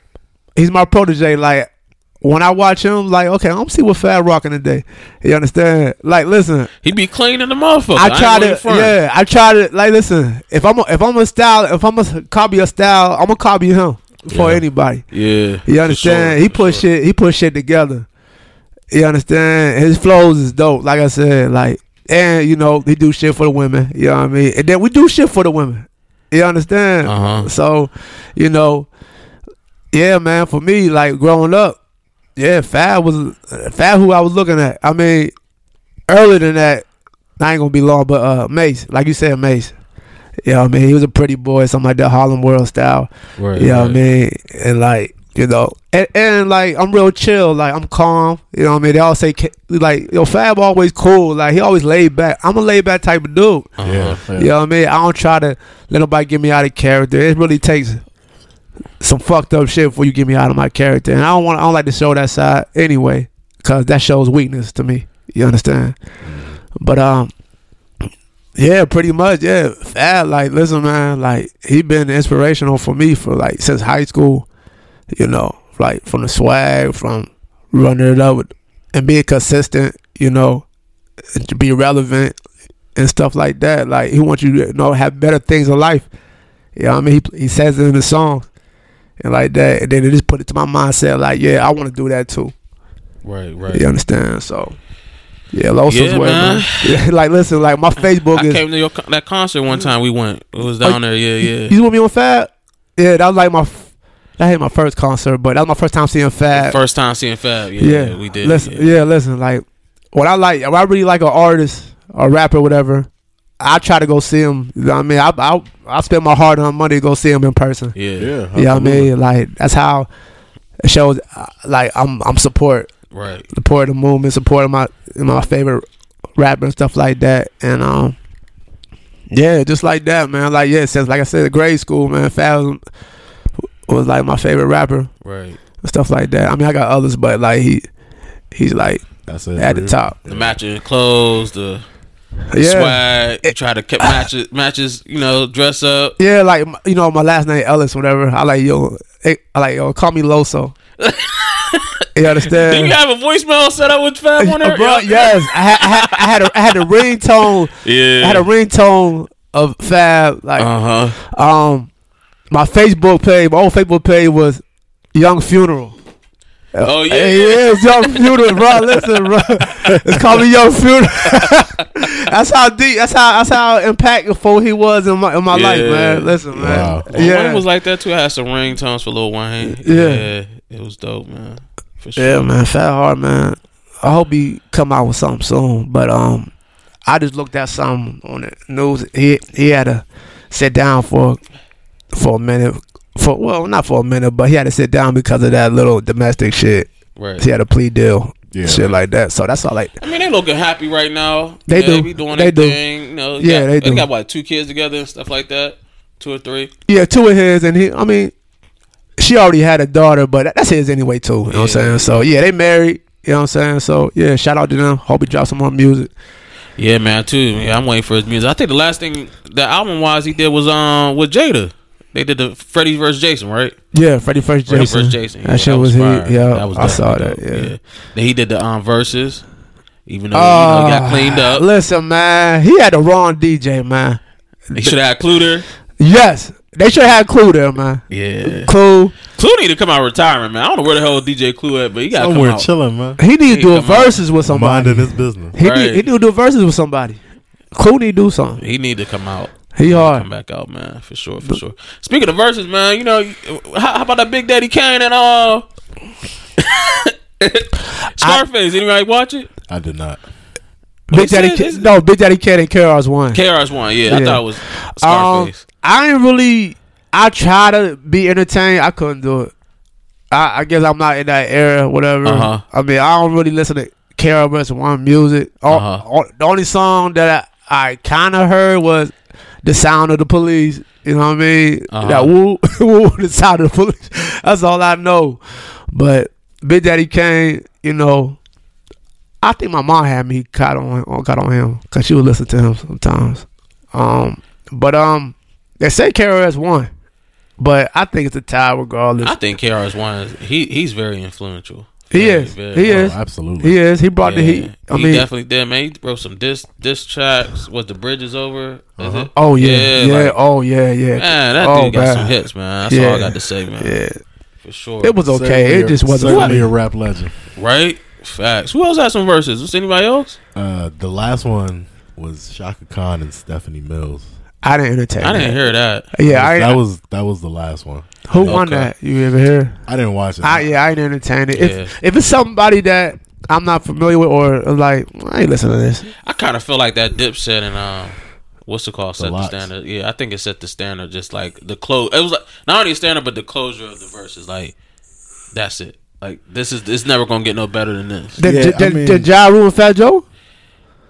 [SPEAKER 3] he's my protege. Like when I watch him, like okay, I'm see what Fab rocking today. You understand? Like listen,
[SPEAKER 1] He be cleaning the motherfucker.
[SPEAKER 3] I try
[SPEAKER 1] ain't
[SPEAKER 3] to,
[SPEAKER 1] gonna front.
[SPEAKER 3] yeah, I try to. Like, listen, if I'm a, if I'm a style, if I'm a copy a style, I'm gonna copy him for
[SPEAKER 1] Yeah.
[SPEAKER 3] anybody.
[SPEAKER 1] Yeah.
[SPEAKER 3] You
[SPEAKER 1] for
[SPEAKER 3] understand?
[SPEAKER 1] sure,
[SPEAKER 3] he
[SPEAKER 1] for
[SPEAKER 3] put
[SPEAKER 1] sure.
[SPEAKER 3] shit, he put shit together. You understand? His flows is dope. Like I said, like and you know he do shit for the women. You know what I mean? And then we do shit for the women. You understand?
[SPEAKER 1] Uh-huh.
[SPEAKER 3] So, you know, yeah, man. For me, like growing up, yeah, Fab was Fab who I was looking at. I mean, earlier than that, I ain't gonna be long, but uh, Mace, like you said, Mace. You know what I mean? He was a pretty boy, something like that, Harlem World style.
[SPEAKER 1] Right,
[SPEAKER 3] You know what I
[SPEAKER 1] right.
[SPEAKER 3] mean? And like, you know, and, and like, I'm real chill. Like, I'm calm. You know what I mean? They all say, ca- like, yo, Fab always cool. Like, he always laid back. I'm a laid back type of dude.
[SPEAKER 2] yeah.
[SPEAKER 3] You know what I mean? I don't try to let nobody get me out of character. It really takes some fucked up shit before you get me out of my character. And I don't want I don't like to show that side anyway cuz that shows weakness to me. You understand? But um yeah, pretty much. Yeah. Fab like listen man, like he been inspirational for me for like since high school, you know, like from the swag, from running it up with, and being consistent, you know, and to be relevant and stuff like that. Like he wants you to you know have better things in life. You know what I mean? He, he says it in the song and like that. And then it just put it to my mindset like, yeah, I want to do that too.
[SPEAKER 1] Right, right.
[SPEAKER 3] You understand? So yeah, Loso's
[SPEAKER 1] Yeah,
[SPEAKER 3] way, man.
[SPEAKER 1] man.
[SPEAKER 3] Yeah, like listen, like my Facebook
[SPEAKER 1] I
[SPEAKER 3] is.
[SPEAKER 1] came to your con- that concert one time we went. It was down there. Yeah, yeah.
[SPEAKER 3] Oh, You with me on Fab? Yeah, that was like my. f- That ain't my first concert, but that was my first time seeing Fab.
[SPEAKER 1] First time seeing Fab. Yeah,
[SPEAKER 3] yeah,
[SPEAKER 1] we did.
[SPEAKER 3] Listen,
[SPEAKER 1] yeah.
[SPEAKER 3] yeah. listen. Like what I like, what I really like an artist, a rapper, whatever. I try to go see him. You know what I mean, I I, I spend my hard earned money to go see him in person.
[SPEAKER 1] Yeah.
[SPEAKER 2] Yeah,
[SPEAKER 3] you know what I
[SPEAKER 2] absolutely.
[SPEAKER 3] mean, like that's how it shows. uh, Like I'm I'm support
[SPEAKER 1] Right.
[SPEAKER 3] support the movement, supporting my my favorite rapper and stuff like that. And um, yeah, just like that, man. Like yeah, since like I said, grade school, man, Fab was like my favorite rapper
[SPEAKER 1] Right.
[SPEAKER 3] and stuff like that. I mean, I got others, but like he he's like
[SPEAKER 2] That's it.
[SPEAKER 3] at the
[SPEAKER 2] Real-
[SPEAKER 3] top.
[SPEAKER 1] The matching clothes, the
[SPEAKER 3] Yeah. Eh.
[SPEAKER 1] swag, try to keep matches, matches, you know, dress up.
[SPEAKER 3] Yeah, like m- you know, my last name Ellis, whatever. I like yo, eh, I like yo, call me Loso. you understand?
[SPEAKER 1] Do you have a voicemail set up with Fab on there?
[SPEAKER 3] Uh, bro, yes, I had, I had I had a I had a ringtone.
[SPEAKER 1] Yeah.
[SPEAKER 3] I had a ringtone of Fab. Like,
[SPEAKER 1] Uh huh.
[SPEAKER 3] um, my Facebook page, my old Facebook page was Young Funeral.
[SPEAKER 1] Oh yeah.
[SPEAKER 3] Hey, yeah, it's Young Funeral, bro. Listen, bro, it's called me Young Funeral. that's how deep. That's how that's how impactful he was in my in my life,
[SPEAKER 1] Yeah.
[SPEAKER 3] man. Listen, man.
[SPEAKER 2] Wow.
[SPEAKER 1] Well,
[SPEAKER 3] Yeah,
[SPEAKER 1] Oh, Wayne was like that too. I had some ringtones for Lil Wayne.
[SPEAKER 3] Yeah.
[SPEAKER 1] it was dope, man. For sure.
[SPEAKER 3] yeah, man. Fat Hard, man. I hope he come out with something soon. But um, I just looked at something on the news. He he had to sit down for for a minute. For well, not for a minute, but he had to sit down because of that little domestic shit.
[SPEAKER 1] Right.
[SPEAKER 3] He had a plea deal,
[SPEAKER 2] Yeah.
[SPEAKER 3] shit like that. So that's all. Like,
[SPEAKER 1] I mean, they looking happy right now.
[SPEAKER 3] They
[SPEAKER 1] yeah,
[SPEAKER 3] do.
[SPEAKER 1] They be doing
[SPEAKER 3] They
[SPEAKER 1] their
[SPEAKER 3] do.
[SPEAKER 1] thing. You know,
[SPEAKER 3] Yeah,
[SPEAKER 1] got-
[SPEAKER 3] they do.
[SPEAKER 1] got what two kids together and stuff like that. Two or three.
[SPEAKER 3] yeah, two of his, and he. I mean, she already had a daughter, but that's his anyway too. You know what I'm
[SPEAKER 1] Yeah.
[SPEAKER 3] saying? So yeah, they married. You know what I'm saying? So yeah, shout out to them. Hope he drops some more music.
[SPEAKER 1] Yeah, man. Too. Yeah, I'm waiting for his music. I think the last thing the album wise he did was um with Jada. They did the Freddy vs Jason, right?
[SPEAKER 3] Yeah, Freddie First Jason.
[SPEAKER 1] Freddy vs Jason.
[SPEAKER 3] That shit was,
[SPEAKER 1] fire.
[SPEAKER 3] he. Yeah,
[SPEAKER 1] That was
[SPEAKER 3] I saw that.
[SPEAKER 1] definitely dope.
[SPEAKER 3] Yeah.
[SPEAKER 1] Then he did the um verses, even though
[SPEAKER 3] Oh,
[SPEAKER 1] you know, got cleaned up.
[SPEAKER 3] Listen, man, he had the wrong DJ, man.
[SPEAKER 1] They should have had Cluter.
[SPEAKER 3] Yes, they should have had Clue there, man.
[SPEAKER 1] Yeah.
[SPEAKER 3] Clue,
[SPEAKER 1] Clue need to come out retirement, man. I don't know where the hell DJ Clue at, but he got to come
[SPEAKER 2] Somewhere
[SPEAKER 1] out.
[SPEAKER 2] chilling, man.
[SPEAKER 3] he need to do a
[SPEAKER 1] come on.
[SPEAKER 3] verses with somebody.
[SPEAKER 2] Minding his business.
[SPEAKER 3] He
[SPEAKER 1] Right.
[SPEAKER 3] need, he need to do verses with somebody. Clue need to do something.
[SPEAKER 1] He need to come out.
[SPEAKER 3] He
[SPEAKER 1] Come
[SPEAKER 3] hard.
[SPEAKER 1] back out, man, for sure, for sure. Speaking of verses, man, you know, you- how, how about that Big Daddy Kane and all? Scarface, anybody watch it?
[SPEAKER 2] I did not.
[SPEAKER 1] But he
[SPEAKER 3] Big Daddy,
[SPEAKER 1] said
[SPEAKER 3] Kid-
[SPEAKER 1] this-
[SPEAKER 3] no, Big Daddy Cat and KRS One.
[SPEAKER 1] KRS One, yeah, I
[SPEAKER 3] Yeah.
[SPEAKER 1] thought it was
[SPEAKER 3] Um,
[SPEAKER 1] Scarface.
[SPEAKER 3] I ain't really. I try to be entertained. I couldn't do it. I, I guess I'm not in that era, whatever.
[SPEAKER 1] Uh-huh.
[SPEAKER 3] I mean, I don't really listen to KRS One music. All,
[SPEAKER 1] Uh-huh.
[SPEAKER 3] all- the only song that I, I kind of heard was the sound of the police. You know what I mean?
[SPEAKER 1] Uh-huh.
[SPEAKER 3] That woo woo the sound of the police. That's all I know. But Big Daddy Kane, you know. I think my mom had me caught on on- caught on him because she would listen to him sometimes. Um, but um, they say KRS One, but I think it's a tie regardless.
[SPEAKER 1] I think KRS One is he he's very influential.
[SPEAKER 3] He
[SPEAKER 1] Very,
[SPEAKER 3] is.
[SPEAKER 1] very-
[SPEAKER 3] He
[SPEAKER 2] Oh,
[SPEAKER 3] is.
[SPEAKER 2] absolutely.
[SPEAKER 3] He is. He brought the
[SPEAKER 1] Yeah.
[SPEAKER 3] heat. I
[SPEAKER 1] he
[SPEAKER 3] mean,
[SPEAKER 1] definitely did, man. He wrote some disc disc tracks. Was the bridges over? Is it?
[SPEAKER 3] oh yeah, yeah,
[SPEAKER 1] like,
[SPEAKER 3] oh yeah, yeah.
[SPEAKER 1] man, that
[SPEAKER 3] oh,
[SPEAKER 1] dude got
[SPEAKER 3] man.
[SPEAKER 1] some hits, man. That's all I
[SPEAKER 3] Yeah.
[SPEAKER 1] got to say, man.
[SPEAKER 3] Yeah,
[SPEAKER 1] For sure,
[SPEAKER 3] it was okay. It just wasn't.
[SPEAKER 2] certainly
[SPEAKER 3] funny.
[SPEAKER 2] a rap legend.
[SPEAKER 1] right. Facts. Who else had some verses? Was anybody else?
[SPEAKER 2] Uh, the last one was Shaka Khan and Stephanie Mills.
[SPEAKER 3] I didn't entertain.
[SPEAKER 1] I didn't hear that.
[SPEAKER 3] That. Yeah, I,
[SPEAKER 2] that was that was the last one.
[SPEAKER 3] who won
[SPEAKER 1] Okay.
[SPEAKER 3] that? You ever hear?
[SPEAKER 2] I didn't watch it.
[SPEAKER 3] I yeah, I ain't entertain it. If
[SPEAKER 1] Yeah.
[SPEAKER 3] if it's somebody that I'm not familiar with or uh, like, I ain't listening to this.
[SPEAKER 1] I kind of feel like that Dipset and um, what's it called? set the
[SPEAKER 2] Lox.
[SPEAKER 1] standard. Yeah, I think it set the standard. Just like the close, it was like not only the standard but the closure of the verses. Like that's it. Like this is it's never gonna get no better than this.
[SPEAKER 3] Did,
[SPEAKER 2] Yeah,
[SPEAKER 3] did,
[SPEAKER 2] I
[SPEAKER 3] did,
[SPEAKER 2] mean-
[SPEAKER 3] did Ja Rule and Fat Joe?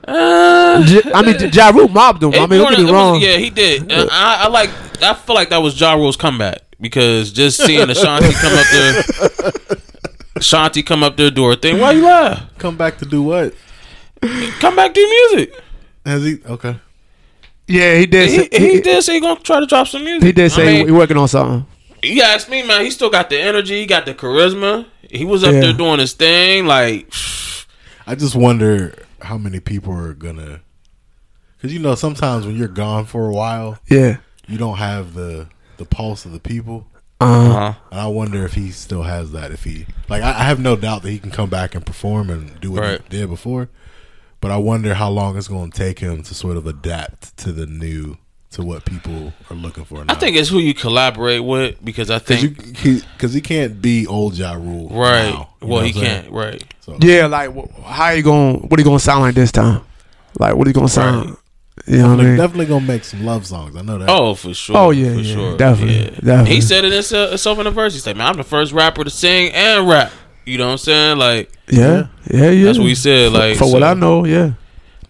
[SPEAKER 1] Uh,
[SPEAKER 3] J- I mean, did Ja Rule mobbed him. I
[SPEAKER 1] If
[SPEAKER 3] mean,
[SPEAKER 1] you
[SPEAKER 3] don't
[SPEAKER 1] wanna-
[SPEAKER 3] get
[SPEAKER 1] it
[SPEAKER 3] me
[SPEAKER 1] was-
[SPEAKER 3] wrong.
[SPEAKER 1] yeah, he did. And I, I like. I feel like that was Ja Rule's comeback because just seeing Ashanti come up there, Ashanti come up their door thing. Why you laugh?
[SPEAKER 2] Come back to do what?
[SPEAKER 1] Come back to your music.
[SPEAKER 2] Has he? Okay.
[SPEAKER 3] Yeah, he did.
[SPEAKER 1] He,
[SPEAKER 3] say-
[SPEAKER 1] he did say he gonna try to drop some music.
[SPEAKER 3] He did
[SPEAKER 1] I
[SPEAKER 3] say
[SPEAKER 1] mean,
[SPEAKER 3] he working on something.
[SPEAKER 1] you ask me, man, he still got the energy, he got the charisma. He was up
[SPEAKER 3] Yeah.
[SPEAKER 1] there doing his thing, like
[SPEAKER 2] I just wonder how many people are gonna. Because you know, sometimes when you're gone for a while,
[SPEAKER 3] Yeah.
[SPEAKER 2] you don't have the the pulse of the people.
[SPEAKER 3] Uh,
[SPEAKER 1] Uh-huh.
[SPEAKER 2] And I wonder if he still has that. If he like, I, I have no doubt that he can come back and perform and do what
[SPEAKER 1] Right.
[SPEAKER 2] he did before. But I wonder how long it's going to take him to sort of adapt to the new, to what people are looking for.
[SPEAKER 1] I
[SPEAKER 2] Now.
[SPEAKER 1] think it's who you collaborate with because I
[SPEAKER 2] because
[SPEAKER 1] think
[SPEAKER 2] he, 'cause he can't be old Ja Rule,
[SPEAKER 1] right.
[SPEAKER 2] now, you know
[SPEAKER 1] well,
[SPEAKER 2] what
[SPEAKER 1] he
[SPEAKER 2] I'm saying?
[SPEAKER 1] can't. Right.
[SPEAKER 2] So,
[SPEAKER 3] yeah, like wh- how you going? What he gonna sound like this time? Like what he gonna sound?
[SPEAKER 1] Right.
[SPEAKER 3] You know what I
[SPEAKER 2] Like,
[SPEAKER 3] mean?
[SPEAKER 2] definitely gonna make some love songs. I know that.
[SPEAKER 1] Oh, for sure.
[SPEAKER 3] Oh, yeah,
[SPEAKER 1] for
[SPEAKER 3] yeah, definitely, definitely.
[SPEAKER 1] He said it himself himself in the verse. He's like, man, I'm the first rapper to sing and rap. You know what I'm saying? Like,
[SPEAKER 3] yeah, yeah, yeah.
[SPEAKER 1] That's what he said,
[SPEAKER 3] For-
[SPEAKER 1] like,
[SPEAKER 3] for what
[SPEAKER 1] so-
[SPEAKER 3] I know, yeah.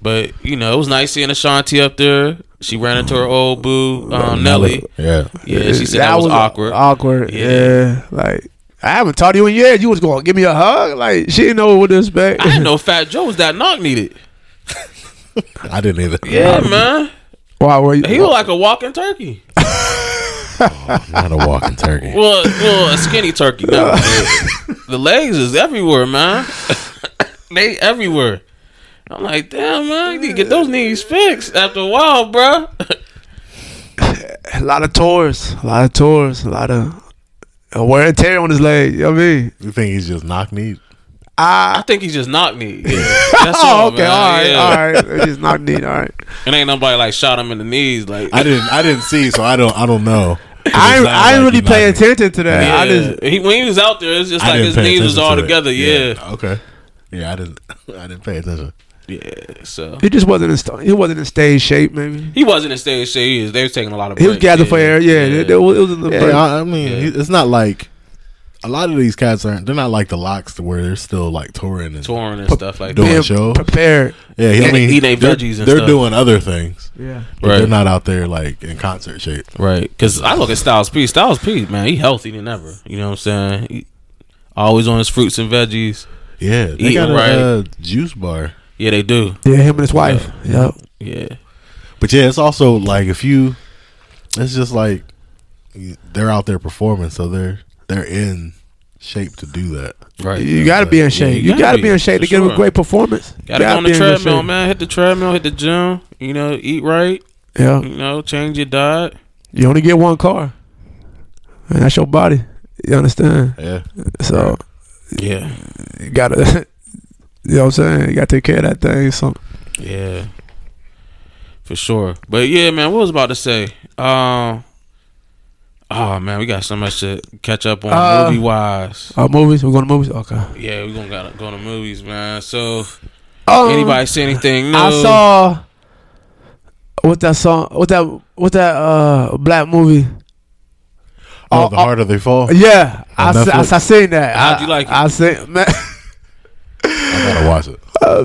[SPEAKER 1] but you know, it was nice seeing Ashanti up there. She ran into her old boo, um, Nelly.
[SPEAKER 2] yeah.
[SPEAKER 1] Yeah, she said that, was, awkward.
[SPEAKER 3] Awkward.
[SPEAKER 1] Yeah.
[SPEAKER 3] Yeah. Like I haven't talked to you in years. You was gonna give me a hug. Like she didn't know what to expect.
[SPEAKER 1] I didn't know Fat Joe was that knock needed.
[SPEAKER 2] I didn't either.
[SPEAKER 1] Yeah, man.
[SPEAKER 3] Wow, were you?
[SPEAKER 1] He was like a walking turkey.
[SPEAKER 2] Not a walking turkey.
[SPEAKER 1] Well, well, a skinny turkey. No, the legs is everywhere, man. they everywhere. I'm like, damn, man, you need to get those knees fixed after a while, bro.
[SPEAKER 3] a lot of tours, a lot of tours, a lot of uh, wear and tear on his leg. You know what I mean?
[SPEAKER 2] You think he's just knock knees?
[SPEAKER 1] I think he just knocked me. Yeah. That's all,
[SPEAKER 3] Oh, okay,
[SPEAKER 1] Oh, man.
[SPEAKER 3] all right,
[SPEAKER 1] Yeah.
[SPEAKER 3] all right. It's just not neat. All right.
[SPEAKER 1] And ain't nobody like shot him in the knees. Like
[SPEAKER 2] I didn't. I didn't see, so I don't. I don't know.
[SPEAKER 3] I
[SPEAKER 2] It's
[SPEAKER 3] ain't-
[SPEAKER 2] not
[SPEAKER 3] I didn't
[SPEAKER 2] like
[SPEAKER 3] really
[SPEAKER 2] he knocked
[SPEAKER 3] pay
[SPEAKER 2] me.
[SPEAKER 3] attention to that.
[SPEAKER 1] yeah.
[SPEAKER 3] I just
[SPEAKER 1] he, when he was out there, it's just
[SPEAKER 2] I
[SPEAKER 1] like
[SPEAKER 2] didn't
[SPEAKER 1] his
[SPEAKER 2] pay
[SPEAKER 1] knees was
[SPEAKER 2] attention
[SPEAKER 1] all
[SPEAKER 2] to it.
[SPEAKER 1] together. Yeah.
[SPEAKER 2] Okay. Yeah, I didn't. I didn't pay attention.
[SPEAKER 1] yeah, So
[SPEAKER 3] he just wasn't in st- he wasn't in stage shape. Maybe
[SPEAKER 1] he wasn't in stage shape. He was, they was taking a lot of.
[SPEAKER 3] he was
[SPEAKER 1] breaks,
[SPEAKER 3] gathered for air. Yeah, It, it was, it was a little
[SPEAKER 2] Yeah,
[SPEAKER 3] break.
[SPEAKER 2] I, I mean, it's not like a lot of these cats aren't. They're not like the locks to where they're still like touring and
[SPEAKER 1] touring and stuff like
[SPEAKER 2] doing
[SPEAKER 1] that.
[SPEAKER 3] Being
[SPEAKER 2] shows.
[SPEAKER 3] prepared.
[SPEAKER 2] Yeah, I
[SPEAKER 1] And
[SPEAKER 2] mean,
[SPEAKER 1] eating
[SPEAKER 2] they're,
[SPEAKER 1] veggies and
[SPEAKER 2] they're
[SPEAKER 1] stuff.
[SPEAKER 2] doing other things.
[SPEAKER 3] Yeah.
[SPEAKER 2] but
[SPEAKER 1] Right.
[SPEAKER 2] They're not out there like in concert shape.
[SPEAKER 1] Right, because I look at Styles P. Styles P, man, he healthy than ever. You know what I'm saying? He, always on his fruits and veggies.
[SPEAKER 2] Yeah, they
[SPEAKER 1] Eating
[SPEAKER 2] got a
[SPEAKER 1] right.
[SPEAKER 2] uh, juice bar.
[SPEAKER 1] Yeah, they do.
[SPEAKER 3] Yeah, him and his wife. Yep.
[SPEAKER 1] Yeah,
[SPEAKER 2] But yeah, it's also like if you, it's just like they're out there performing, so they're they're in shape to do that.
[SPEAKER 1] right.
[SPEAKER 3] You gotta be in shape.
[SPEAKER 1] you
[SPEAKER 3] you,
[SPEAKER 1] gotta
[SPEAKER 3] gotta,
[SPEAKER 1] be,
[SPEAKER 3] be in shape to
[SPEAKER 1] for
[SPEAKER 3] give
[SPEAKER 1] sure.
[SPEAKER 3] a great performance. You
[SPEAKER 1] Gotta go on
[SPEAKER 3] be
[SPEAKER 1] the
[SPEAKER 3] in good
[SPEAKER 1] treadmill,
[SPEAKER 3] shape.
[SPEAKER 1] man. Hit the treadmill. Hit the gym. You know, eat right.
[SPEAKER 3] Yeah.
[SPEAKER 1] You know, change your diet.
[SPEAKER 3] You only get one car, and that's your body. You understand?
[SPEAKER 2] Yeah,
[SPEAKER 3] So
[SPEAKER 1] Yeah,
[SPEAKER 3] you gotta, you know what I'm saying? You gotta take care of that thing. So
[SPEAKER 1] yeah, for sure. But yeah, man, what was I about to say? Um, oh man, we got so much to catch up on
[SPEAKER 3] Uh,
[SPEAKER 1] movie wise.
[SPEAKER 3] uh, movies. We're going to movies. Okay.
[SPEAKER 1] Yeah, we gonna gotta go to movies, man. So
[SPEAKER 3] Um,
[SPEAKER 1] anybody see anything new?
[SPEAKER 3] I saw what that song, what that, what that uh black movie.
[SPEAKER 2] oh,
[SPEAKER 3] Oh,
[SPEAKER 2] the
[SPEAKER 3] oh,
[SPEAKER 2] harder they fall.
[SPEAKER 3] Yeah, I,
[SPEAKER 2] On
[SPEAKER 3] se- I,
[SPEAKER 2] Netflix?
[SPEAKER 3] se- I seen that.
[SPEAKER 1] How'd
[SPEAKER 3] I-
[SPEAKER 1] you like it?
[SPEAKER 3] I seen man.
[SPEAKER 2] I gotta watch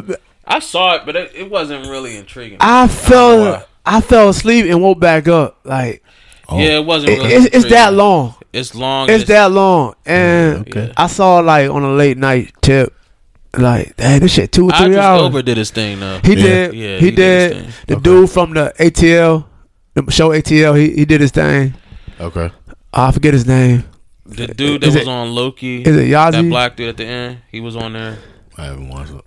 [SPEAKER 2] it.
[SPEAKER 1] I saw it, but it, it wasn't really intriguing.
[SPEAKER 3] I
[SPEAKER 1] know why.
[SPEAKER 3] fell, I fell asleep and woke back up. Like
[SPEAKER 2] Oh,
[SPEAKER 1] yeah, it wasn't.
[SPEAKER 3] it-
[SPEAKER 1] Really
[SPEAKER 3] it's, it's that
[SPEAKER 1] intriguing.
[SPEAKER 3] long.
[SPEAKER 1] It's long.
[SPEAKER 3] It's that long, and
[SPEAKER 2] Okay.
[SPEAKER 3] I saw like on a late night tip, like dang, this shit two or
[SPEAKER 1] Idris
[SPEAKER 3] three hours.
[SPEAKER 1] Elba did his thing though.
[SPEAKER 3] He
[SPEAKER 2] Yeah.
[SPEAKER 3] did.
[SPEAKER 1] Yeah,
[SPEAKER 3] he,
[SPEAKER 1] he did
[SPEAKER 3] did.
[SPEAKER 1] his thing.
[SPEAKER 3] the dude from the ATL, the show ATL. He he did his thing.
[SPEAKER 2] Oh,
[SPEAKER 3] Oh,
[SPEAKER 2] Okay.
[SPEAKER 3] I forget his name.
[SPEAKER 1] The dude that
[SPEAKER 3] Is
[SPEAKER 1] was
[SPEAKER 3] it-
[SPEAKER 1] on Loki,
[SPEAKER 3] Is it Yazi?
[SPEAKER 1] that black dude at the end, he was on there.
[SPEAKER 2] I haven't watched it.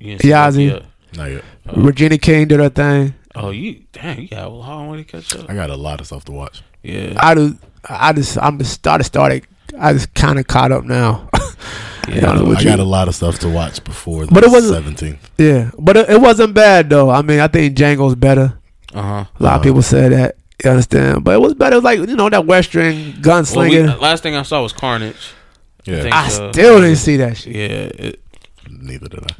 [SPEAKER 1] You didn't see
[SPEAKER 3] Yazi.
[SPEAKER 1] Loki yet.
[SPEAKER 2] Not yet.
[SPEAKER 3] Regina King did her thing.
[SPEAKER 1] Oh, you damn, you got a long way to catch up.
[SPEAKER 2] I got a lot of stuff to watch.
[SPEAKER 1] Yeah,
[SPEAKER 3] I do. I just I'm just started started. I just kind of caught up now.
[SPEAKER 2] I,
[SPEAKER 3] Kinda with you.
[SPEAKER 2] got a lot of stuff to watch before the
[SPEAKER 3] But it wasn't-
[SPEAKER 2] 17th.
[SPEAKER 3] yeah, but it, it wasn't bad though. I mean, I think Django's better.
[SPEAKER 1] uh huh.
[SPEAKER 3] A lot of people said that. You understand? But it was better. It was like you know that Western
[SPEAKER 1] Well,
[SPEAKER 3] gunslinging.
[SPEAKER 1] we, uh, last thing I saw was Carnage.
[SPEAKER 2] Yeah,
[SPEAKER 1] Thank-
[SPEAKER 3] I
[SPEAKER 1] uh,
[SPEAKER 3] still didn't see that shit.
[SPEAKER 1] Yeah, it,
[SPEAKER 2] neither did I.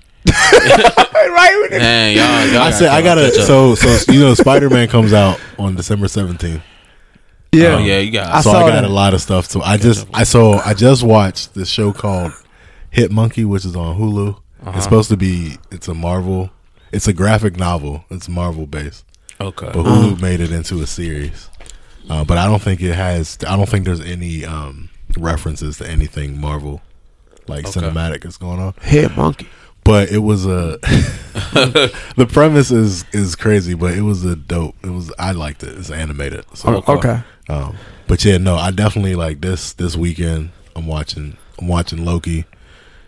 [SPEAKER 3] right? We-
[SPEAKER 1] man, y'all. y'all
[SPEAKER 2] I said I gotta.
[SPEAKER 1] catch up.
[SPEAKER 2] So so you know, Spider Man comes out on December 17th.
[SPEAKER 3] Yeah.
[SPEAKER 1] Oh, yeah, you got.
[SPEAKER 3] I
[SPEAKER 2] so
[SPEAKER 3] saw
[SPEAKER 2] I got
[SPEAKER 3] that.
[SPEAKER 2] a lot of stuff. So I just I so I just watched this show called Hit Monkey, which is on Hulu.
[SPEAKER 3] Uh-huh.
[SPEAKER 2] It's supposed to be it's a Marvel. It's a graphic novel. It's Marvel based,
[SPEAKER 1] okay.
[SPEAKER 2] but Hulu
[SPEAKER 3] Uh-huh.
[SPEAKER 2] made it into a series. Uh, but I don't think it has. I don't think there's any um, references to anything Marvel like cinematic that's going on.
[SPEAKER 3] Head monkey.
[SPEAKER 2] But it was a. the premise is is crazy, but it was a dope. It was I liked it. It's animated. So
[SPEAKER 3] Oh, Okay.
[SPEAKER 2] um, but yeah, no, I definitely like this this weekend. I'm watching. I'm watching Loki.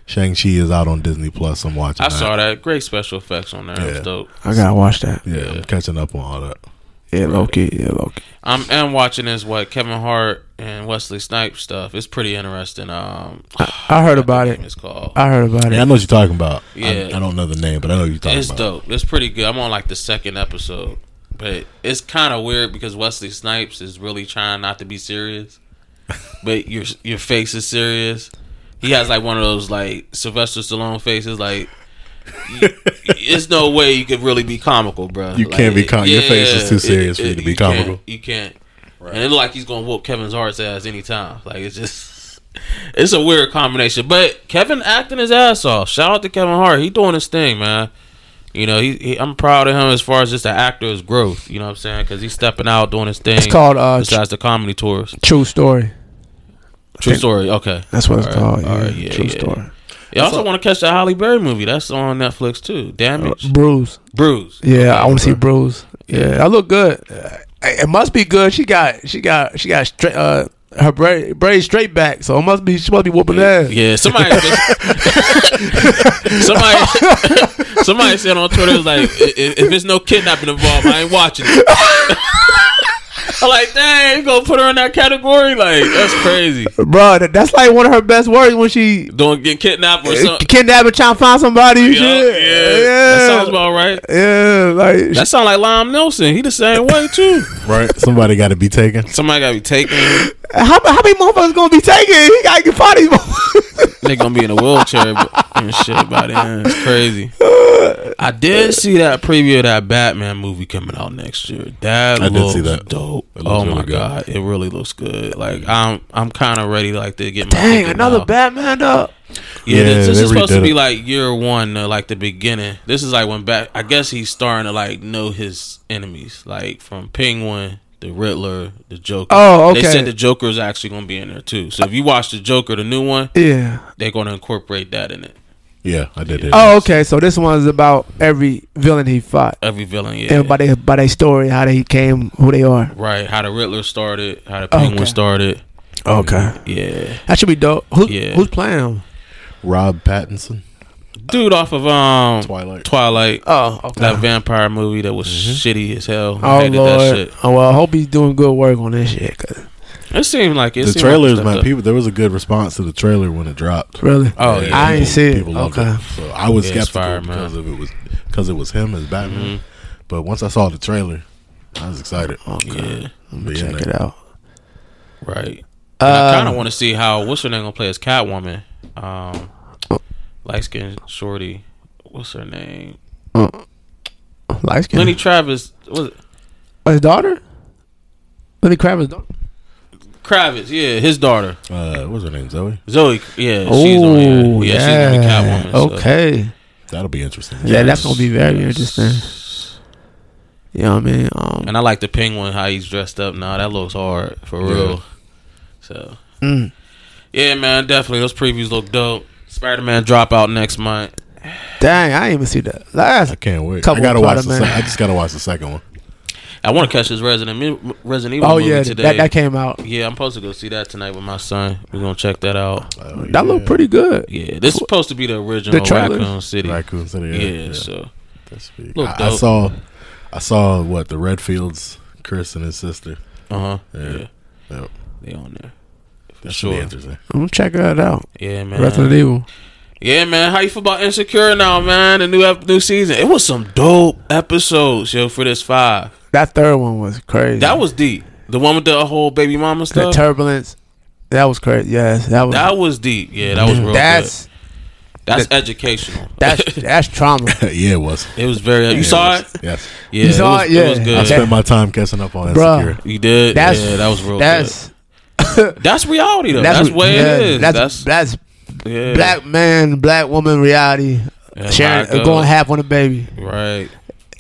[SPEAKER 2] Shang Chi is out on Disney Plus. I'm watching.
[SPEAKER 1] I saw that. Great special effects on there. It was
[SPEAKER 2] Yeah.
[SPEAKER 1] dope.
[SPEAKER 3] I gotta watch that.
[SPEAKER 2] Yeah, I'm catching up on all that.
[SPEAKER 3] Yeah, Loki. Yeah, Loki.
[SPEAKER 1] I'm and watching this what Kevin Hart and Wesley Snipes stuff. It's pretty interesting. Um,
[SPEAKER 3] I heard about it.
[SPEAKER 1] it's called.
[SPEAKER 3] I heard about
[SPEAKER 2] Yeah, I
[SPEAKER 3] it.
[SPEAKER 2] know what you're talking about.
[SPEAKER 1] Yeah.
[SPEAKER 2] I, I don't know the name, but I know what you're talking
[SPEAKER 1] It's
[SPEAKER 2] about.
[SPEAKER 1] dope. It's pretty good. I'm on like the second episode, but it's kind of weird because Wesley Snipes is really trying not to be serious, but your your face is serious. He has like one of those like Sylvester Stallone faces. Like, y- it's no way you could really be comical, bro.
[SPEAKER 2] You can't be com- your face is too serious for you to be comical.
[SPEAKER 1] you can't. And it look like he's gonna whoop Kevin's Hart's ass anytime. Like it's just, it's a weird combination. But Kevin acting his ass off. Shout out to Kevin Hart. He doing his thing, man. You know, he, he I'm proud of him as far as just the actor's growth. You know what I'm saying? Because he's stepping out, doing his thing.
[SPEAKER 3] It's called uh, Tr-
[SPEAKER 1] besides the comedy tours.
[SPEAKER 3] True Story.
[SPEAKER 1] True story. Okay,
[SPEAKER 3] That's what it's
[SPEAKER 1] All right,
[SPEAKER 3] called.
[SPEAKER 1] all
[SPEAKER 3] yeah.
[SPEAKER 1] right, yeah,
[SPEAKER 3] True
[SPEAKER 1] yeah.
[SPEAKER 3] Story.
[SPEAKER 1] You also want to catch the Holly Berry movie. That's on Netflix too.
[SPEAKER 3] Uh,
[SPEAKER 1] Damage.
[SPEAKER 3] Bruise.
[SPEAKER 1] Bruise.
[SPEAKER 3] Yeah, I want to see Bruise. Yeah, I look good. Uh, it must be good. She got she got she got straight uh her braid, braid straight back, so it must be she must be whooping ass.
[SPEAKER 1] Yeah, somebody, somebody, somebody said on Twitter it was like, "I- i- if it's no kidnapping involved, I ain't watching it. I'm like, dang, you gonna put her in that category? Like, that's crazy.
[SPEAKER 3] Bro, that, that's like one of her best words when she
[SPEAKER 1] Don't get kidnapped or
[SPEAKER 3] uh,
[SPEAKER 1] something.
[SPEAKER 3] kidnapping trying to find somebody. and
[SPEAKER 1] Yeah,
[SPEAKER 3] shit.
[SPEAKER 1] yeah,
[SPEAKER 3] yeah,
[SPEAKER 1] that sounds about right.
[SPEAKER 3] yeah, like
[SPEAKER 1] That sound like Lime Nelson. He the same way too.
[SPEAKER 2] Right? Somebody got to be taken.
[SPEAKER 1] Somebody gotta be taken.
[SPEAKER 3] how, how many motherfuckers gonna be taking? it? He gotta get part of these motherfuckers.
[SPEAKER 1] They gonna be in a wheelchair but- and shit by then. It's crazy. I did see that preview of that Batman movie coming out next year. That
[SPEAKER 2] I did
[SPEAKER 1] looks
[SPEAKER 2] see that.
[SPEAKER 1] dope.
[SPEAKER 2] It looks
[SPEAKER 1] Oh my
[SPEAKER 2] really good.
[SPEAKER 1] god, it really looks good. Like I'm, I'm kind of ready like to get my
[SPEAKER 3] Dang,
[SPEAKER 1] ticket
[SPEAKER 3] another
[SPEAKER 1] now.
[SPEAKER 3] Batman dog.
[SPEAKER 1] Yeah,
[SPEAKER 2] Yeah,
[SPEAKER 1] this, this
[SPEAKER 2] they
[SPEAKER 1] is supposed to
[SPEAKER 2] redid
[SPEAKER 1] be
[SPEAKER 2] it.
[SPEAKER 1] like year one, uh, like the beginning. This is like when back. I guess he's starting to like know his enemies, like from Penguin, the Riddler, the Joker.
[SPEAKER 3] Oh,
[SPEAKER 1] They
[SPEAKER 3] okay.
[SPEAKER 1] said the Joker is actually going to be in there too. So if you watch the Joker, the new one,
[SPEAKER 3] Yeah.
[SPEAKER 1] they're going to incorporate that in it.
[SPEAKER 2] Yeah, I did it.
[SPEAKER 3] Oh, okay. So this one's about every villain he fought.
[SPEAKER 1] Every villain, yeah.
[SPEAKER 3] and by their by their story, how they came, who they are.
[SPEAKER 1] Right, how the Riddler started, how the Penguin
[SPEAKER 3] Oh, Okay.
[SPEAKER 1] started.
[SPEAKER 3] Okay,
[SPEAKER 1] Yeah,
[SPEAKER 3] that should be dope. Who,
[SPEAKER 1] Yeah.
[SPEAKER 3] Who's playing
[SPEAKER 1] Oh.
[SPEAKER 3] him?
[SPEAKER 2] Rob Pattinson.
[SPEAKER 1] dude, off of um
[SPEAKER 2] Twilight. Mm-hmm.
[SPEAKER 1] Twilight,
[SPEAKER 3] Oh, okay.
[SPEAKER 1] that vampire movie that was shitty as hell. I
[SPEAKER 3] oh
[SPEAKER 1] hated
[SPEAKER 3] lord.
[SPEAKER 1] that shit.
[SPEAKER 3] Oh well, I hope he's doing good work on this shit. 'cause-
[SPEAKER 1] It seemed like it
[SPEAKER 2] The
[SPEAKER 1] seemed like
[SPEAKER 2] trailers,
[SPEAKER 1] stuff
[SPEAKER 2] my
[SPEAKER 1] that-
[SPEAKER 2] people. There was a good response to the trailer when it dropped.
[SPEAKER 3] really?
[SPEAKER 1] Oh yeah,
[SPEAKER 3] I ain't see it.
[SPEAKER 2] People loved
[SPEAKER 3] Okay.
[SPEAKER 2] it. So I was
[SPEAKER 1] Yeah, it's
[SPEAKER 2] skeptical
[SPEAKER 1] fire, man. Mm-hmm.
[SPEAKER 2] because of it was because it was him as Batman. But once I saw the trailer, I was excited. Oh,
[SPEAKER 3] Okay,
[SPEAKER 1] yeah.
[SPEAKER 3] I'm gonna
[SPEAKER 2] But yeah,
[SPEAKER 3] check
[SPEAKER 2] man.
[SPEAKER 3] it out.
[SPEAKER 1] Right. And I kind
[SPEAKER 3] Uh,
[SPEAKER 1] of want to see how what's her name gonna play as Catwoman. Um,
[SPEAKER 3] Oh.
[SPEAKER 1] light skinned shorty. What's her name?
[SPEAKER 3] Uh, light skin. Oh,
[SPEAKER 1] Lenny Travis. Was it?
[SPEAKER 3] his daughter. Lenny Kravitz's daughter.
[SPEAKER 1] Kravitz? Yeah, his daughter
[SPEAKER 2] Uh, what was her name? Zoe.
[SPEAKER 1] Zoe. Yeah, she's on.
[SPEAKER 3] Oh
[SPEAKER 1] Yeah, yeah, she's gonna be Catwoman. so-
[SPEAKER 3] okay.
[SPEAKER 2] That'll be interesting.
[SPEAKER 3] Yeah, that's gonna be very
[SPEAKER 1] Yes.
[SPEAKER 3] interesting. You know what I mean? Um,
[SPEAKER 1] And I like the penguin how he's dressed up. Nah, that looks hard for
[SPEAKER 2] Yeah.
[SPEAKER 1] real. So,
[SPEAKER 3] Mm.
[SPEAKER 1] yeah, man, definitely those previews look dope. Spider Man drop out next month.
[SPEAKER 3] dang, I didn't even see that.
[SPEAKER 2] I
[SPEAKER 3] Last
[SPEAKER 2] can't wait.
[SPEAKER 3] Couple
[SPEAKER 2] I gotta
[SPEAKER 3] of
[SPEAKER 2] watch. The se-
[SPEAKER 3] Spider-Man.
[SPEAKER 2] I just gotta watch the second one.
[SPEAKER 1] I want to catch his Resident Evil- Resident Evil
[SPEAKER 3] oh
[SPEAKER 1] movie
[SPEAKER 3] yeah,
[SPEAKER 1] today.
[SPEAKER 3] that, that came out.
[SPEAKER 1] Yeah, I'm supposed to go see that tonight with my son. We're gonna check that out.
[SPEAKER 3] That looked pretty good.
[SPEAKER 1] Yeah, this is supposed to be the original
[SPEAKER 3] The trailers?
[SPEAKER 1] Raccoon City.
[SPEAKER 2] Raccoon City.
[SPEAKER 1] yeah,
[SPEAKER 2] Yeah, yeah.
[SPEAKER 1] so
[SPEAKER 2] That's big.
[SPEAKER 1] Look
[SPEAKER 2] I, I
[SPEAKER 1] dope.
[SPEAKER 2] saw, I saw what the Redfields, Chris and his sister.
[SPEAKER 1] uh huh. Yeah.
[SPEAKER 2] Yeah. Yep.
[SPEAKER 1] they on there.
[SPEAKER 2] That should
[SPEAKER 1] sure.
[SPEAKER 2] be interesting.
[SPEAKER 3] I'm gonna check that out.
[SPEAKER 1] Yeah, man.
[SPEAKER 3] Resident Evil.
[SPEAKER 1] Yeah, man. How you feel about Insecure now, man? The new ep- new season. It was some dope episodes, yo, for this five.
[SPEAKER 3] That third one was crazy.
[SPEAKER 1] That was deep. The one with the whole baby mama
[SPEAKER 3] the
[SPEAKER 1] stuff.
[SPEAKER 3] turbulence. That was crazy. Yes, that was.
[SPEAKER 1] that was deep. Yeah, that was real. That's
[SPEAKER 3] Mm-hmm. that's
[SPEAKER 1] good. that's educational.
[SPEAKER 3] that's that's trauma.
[SPEAKER 2] yeah, it was.
[SPEAKER 1] it was very. You
[SPEAKER 2] Yeah,
[SPEAKER 1] saw
[SPEAKER 2] was.
[SPEAKER 1] it?
[SPEAKER 2] Yes.
[SPEAKER 1] Yeah,
[SPEAKER 3] You saw
[SPEAKER 1] was,
[SPEAKER 3] it? Yeah.
[SPEAKER 1] was
[SPEAKER 2] I
[SPEAKER 1] good.
[SPEAKER 3] Okay.
[SPEAKER 2] spent my time catching up on
[SPEAKER 3] Bruh.
[SPEAKER 2] Insecure.
[SPEAKER 1] You did.
[SPEAKER 3] That's
[SPEAKER 1] yeah, that was real.
[SPEAKER 3] That's
[SPEAKER 1] good. that's reality though. That's,
[SPEAKER 3] that's
[SPEAKER 1] the way
[SPEAKER 3] yeah,
[SPEAKER 1] it is.
[SPEAKER 3] That's that's,
[SPEAKER 1] yeah.
[SPEAKER 3] black man, black woman reality.
[SPEAKER 1] Yeah,
[SPEAKER 3] Sharing,
[SPEAKER 1] like, uh,
[SPEAKER 3] going half on a baby.
[SPEAKER 1] Right.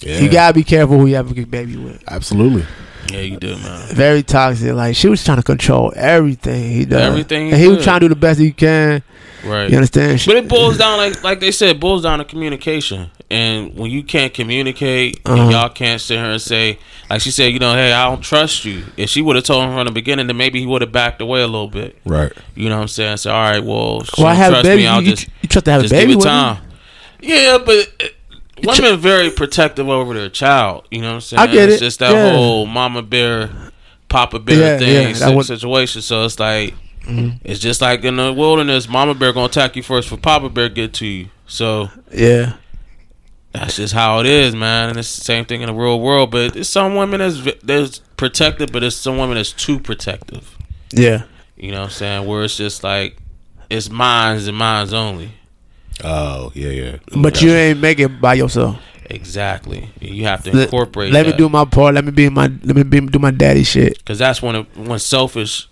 [SPEAKER 2] Yeah,
[SPEAKER 3] You gotta be careful who you have a good baby with.
[SPEAKER 2] absolutely.
[SPEAKER 1] Yeah, you do, man.
[SPEAKER 3] Very toxic. Like she was trying to control everything he does.
[SPEAKER 1] Everything he
[SPEAKER 3] And he was
[SPEAKER 1] could.
[SPEAKER 3] trying to do the best he can.
[SPEAKER 1] Right.
[SPEAKER 3] You understand?
[SPEAKER 1] But it boils down like like they said, it boils down to communication. And when you can't communicate
[SPEAKER 3] Uh-huh.
[SPEAKER 1] and y'all can't sit here and say like she said, you know, hey, I don't trust you. If she would have told him from the beginning, then maybe he would have backed away a little bit.
[SPEAKER 2] Right.
[SPEAKER 1] You know what I'm saying? So all right, well, she
[SPEAKER 3] Well, I
[SPEAKER 1] don't
[SPEAKER 3] have a
[SPEAKER 1] trust
[SPEAKER 3] baby.
[SPEAKER 1] me, I'll
[SPEAKER 3] you, you-
[SPEAKER 1] just
[SPEAKER 3] you trust to have
[SPEAKER 1] just
[SPEAKER 3] a baby
[SPEAKER 1] give it
[SPEAKER 3] with me?
[SPEAKER 1] time. Yeah, but uh, women very protective over their child. You know what I'm saying?
[SPEAKER 3] I get
[SPEAKER 1] It's
[SPEAKER 3] it,
[SPEAKER 1] just that
[SPEAKER 3] yeah.
[SPEAKER 1] whole mama bear, papa bear
[SPEAKER 3] Yeah,
[SPEAKER 1] thing
[SPEAKER 3] yeah,
[SPEAKER 1] si-
[SPEAKER 3] that Mm-hmm. would-
[SPEAKER 1] situation. So it's like it's just like in the wilderness, mama bear gonna attack you first for papa bear get to you. So
[SPEAKER 3] Yeah.
[SPEAKER 1] that's just how it is, man. And it's the same thing in the real world. But it's some women that's v- that's protective, but it's some women that's too protective.
[SPEAKER 3] Yeah.
[SPEAKER 1] You know what I'm saying? Where it's just like it's mines and mines only.
[SPEAKER 2] Oh yeah, yeah.
[SPEAKER 3] But you ain't make it by yourself.
[SPEAKER 1] Exactly. You have to
[SPEAKER 3] Let-
[SPEAKER 1] incorporate.
[SPEAKER 3] Let me do my part. Let me be my. Let me be, do my daddy shit.
[SPEAKER 1] because that's when it, when selfish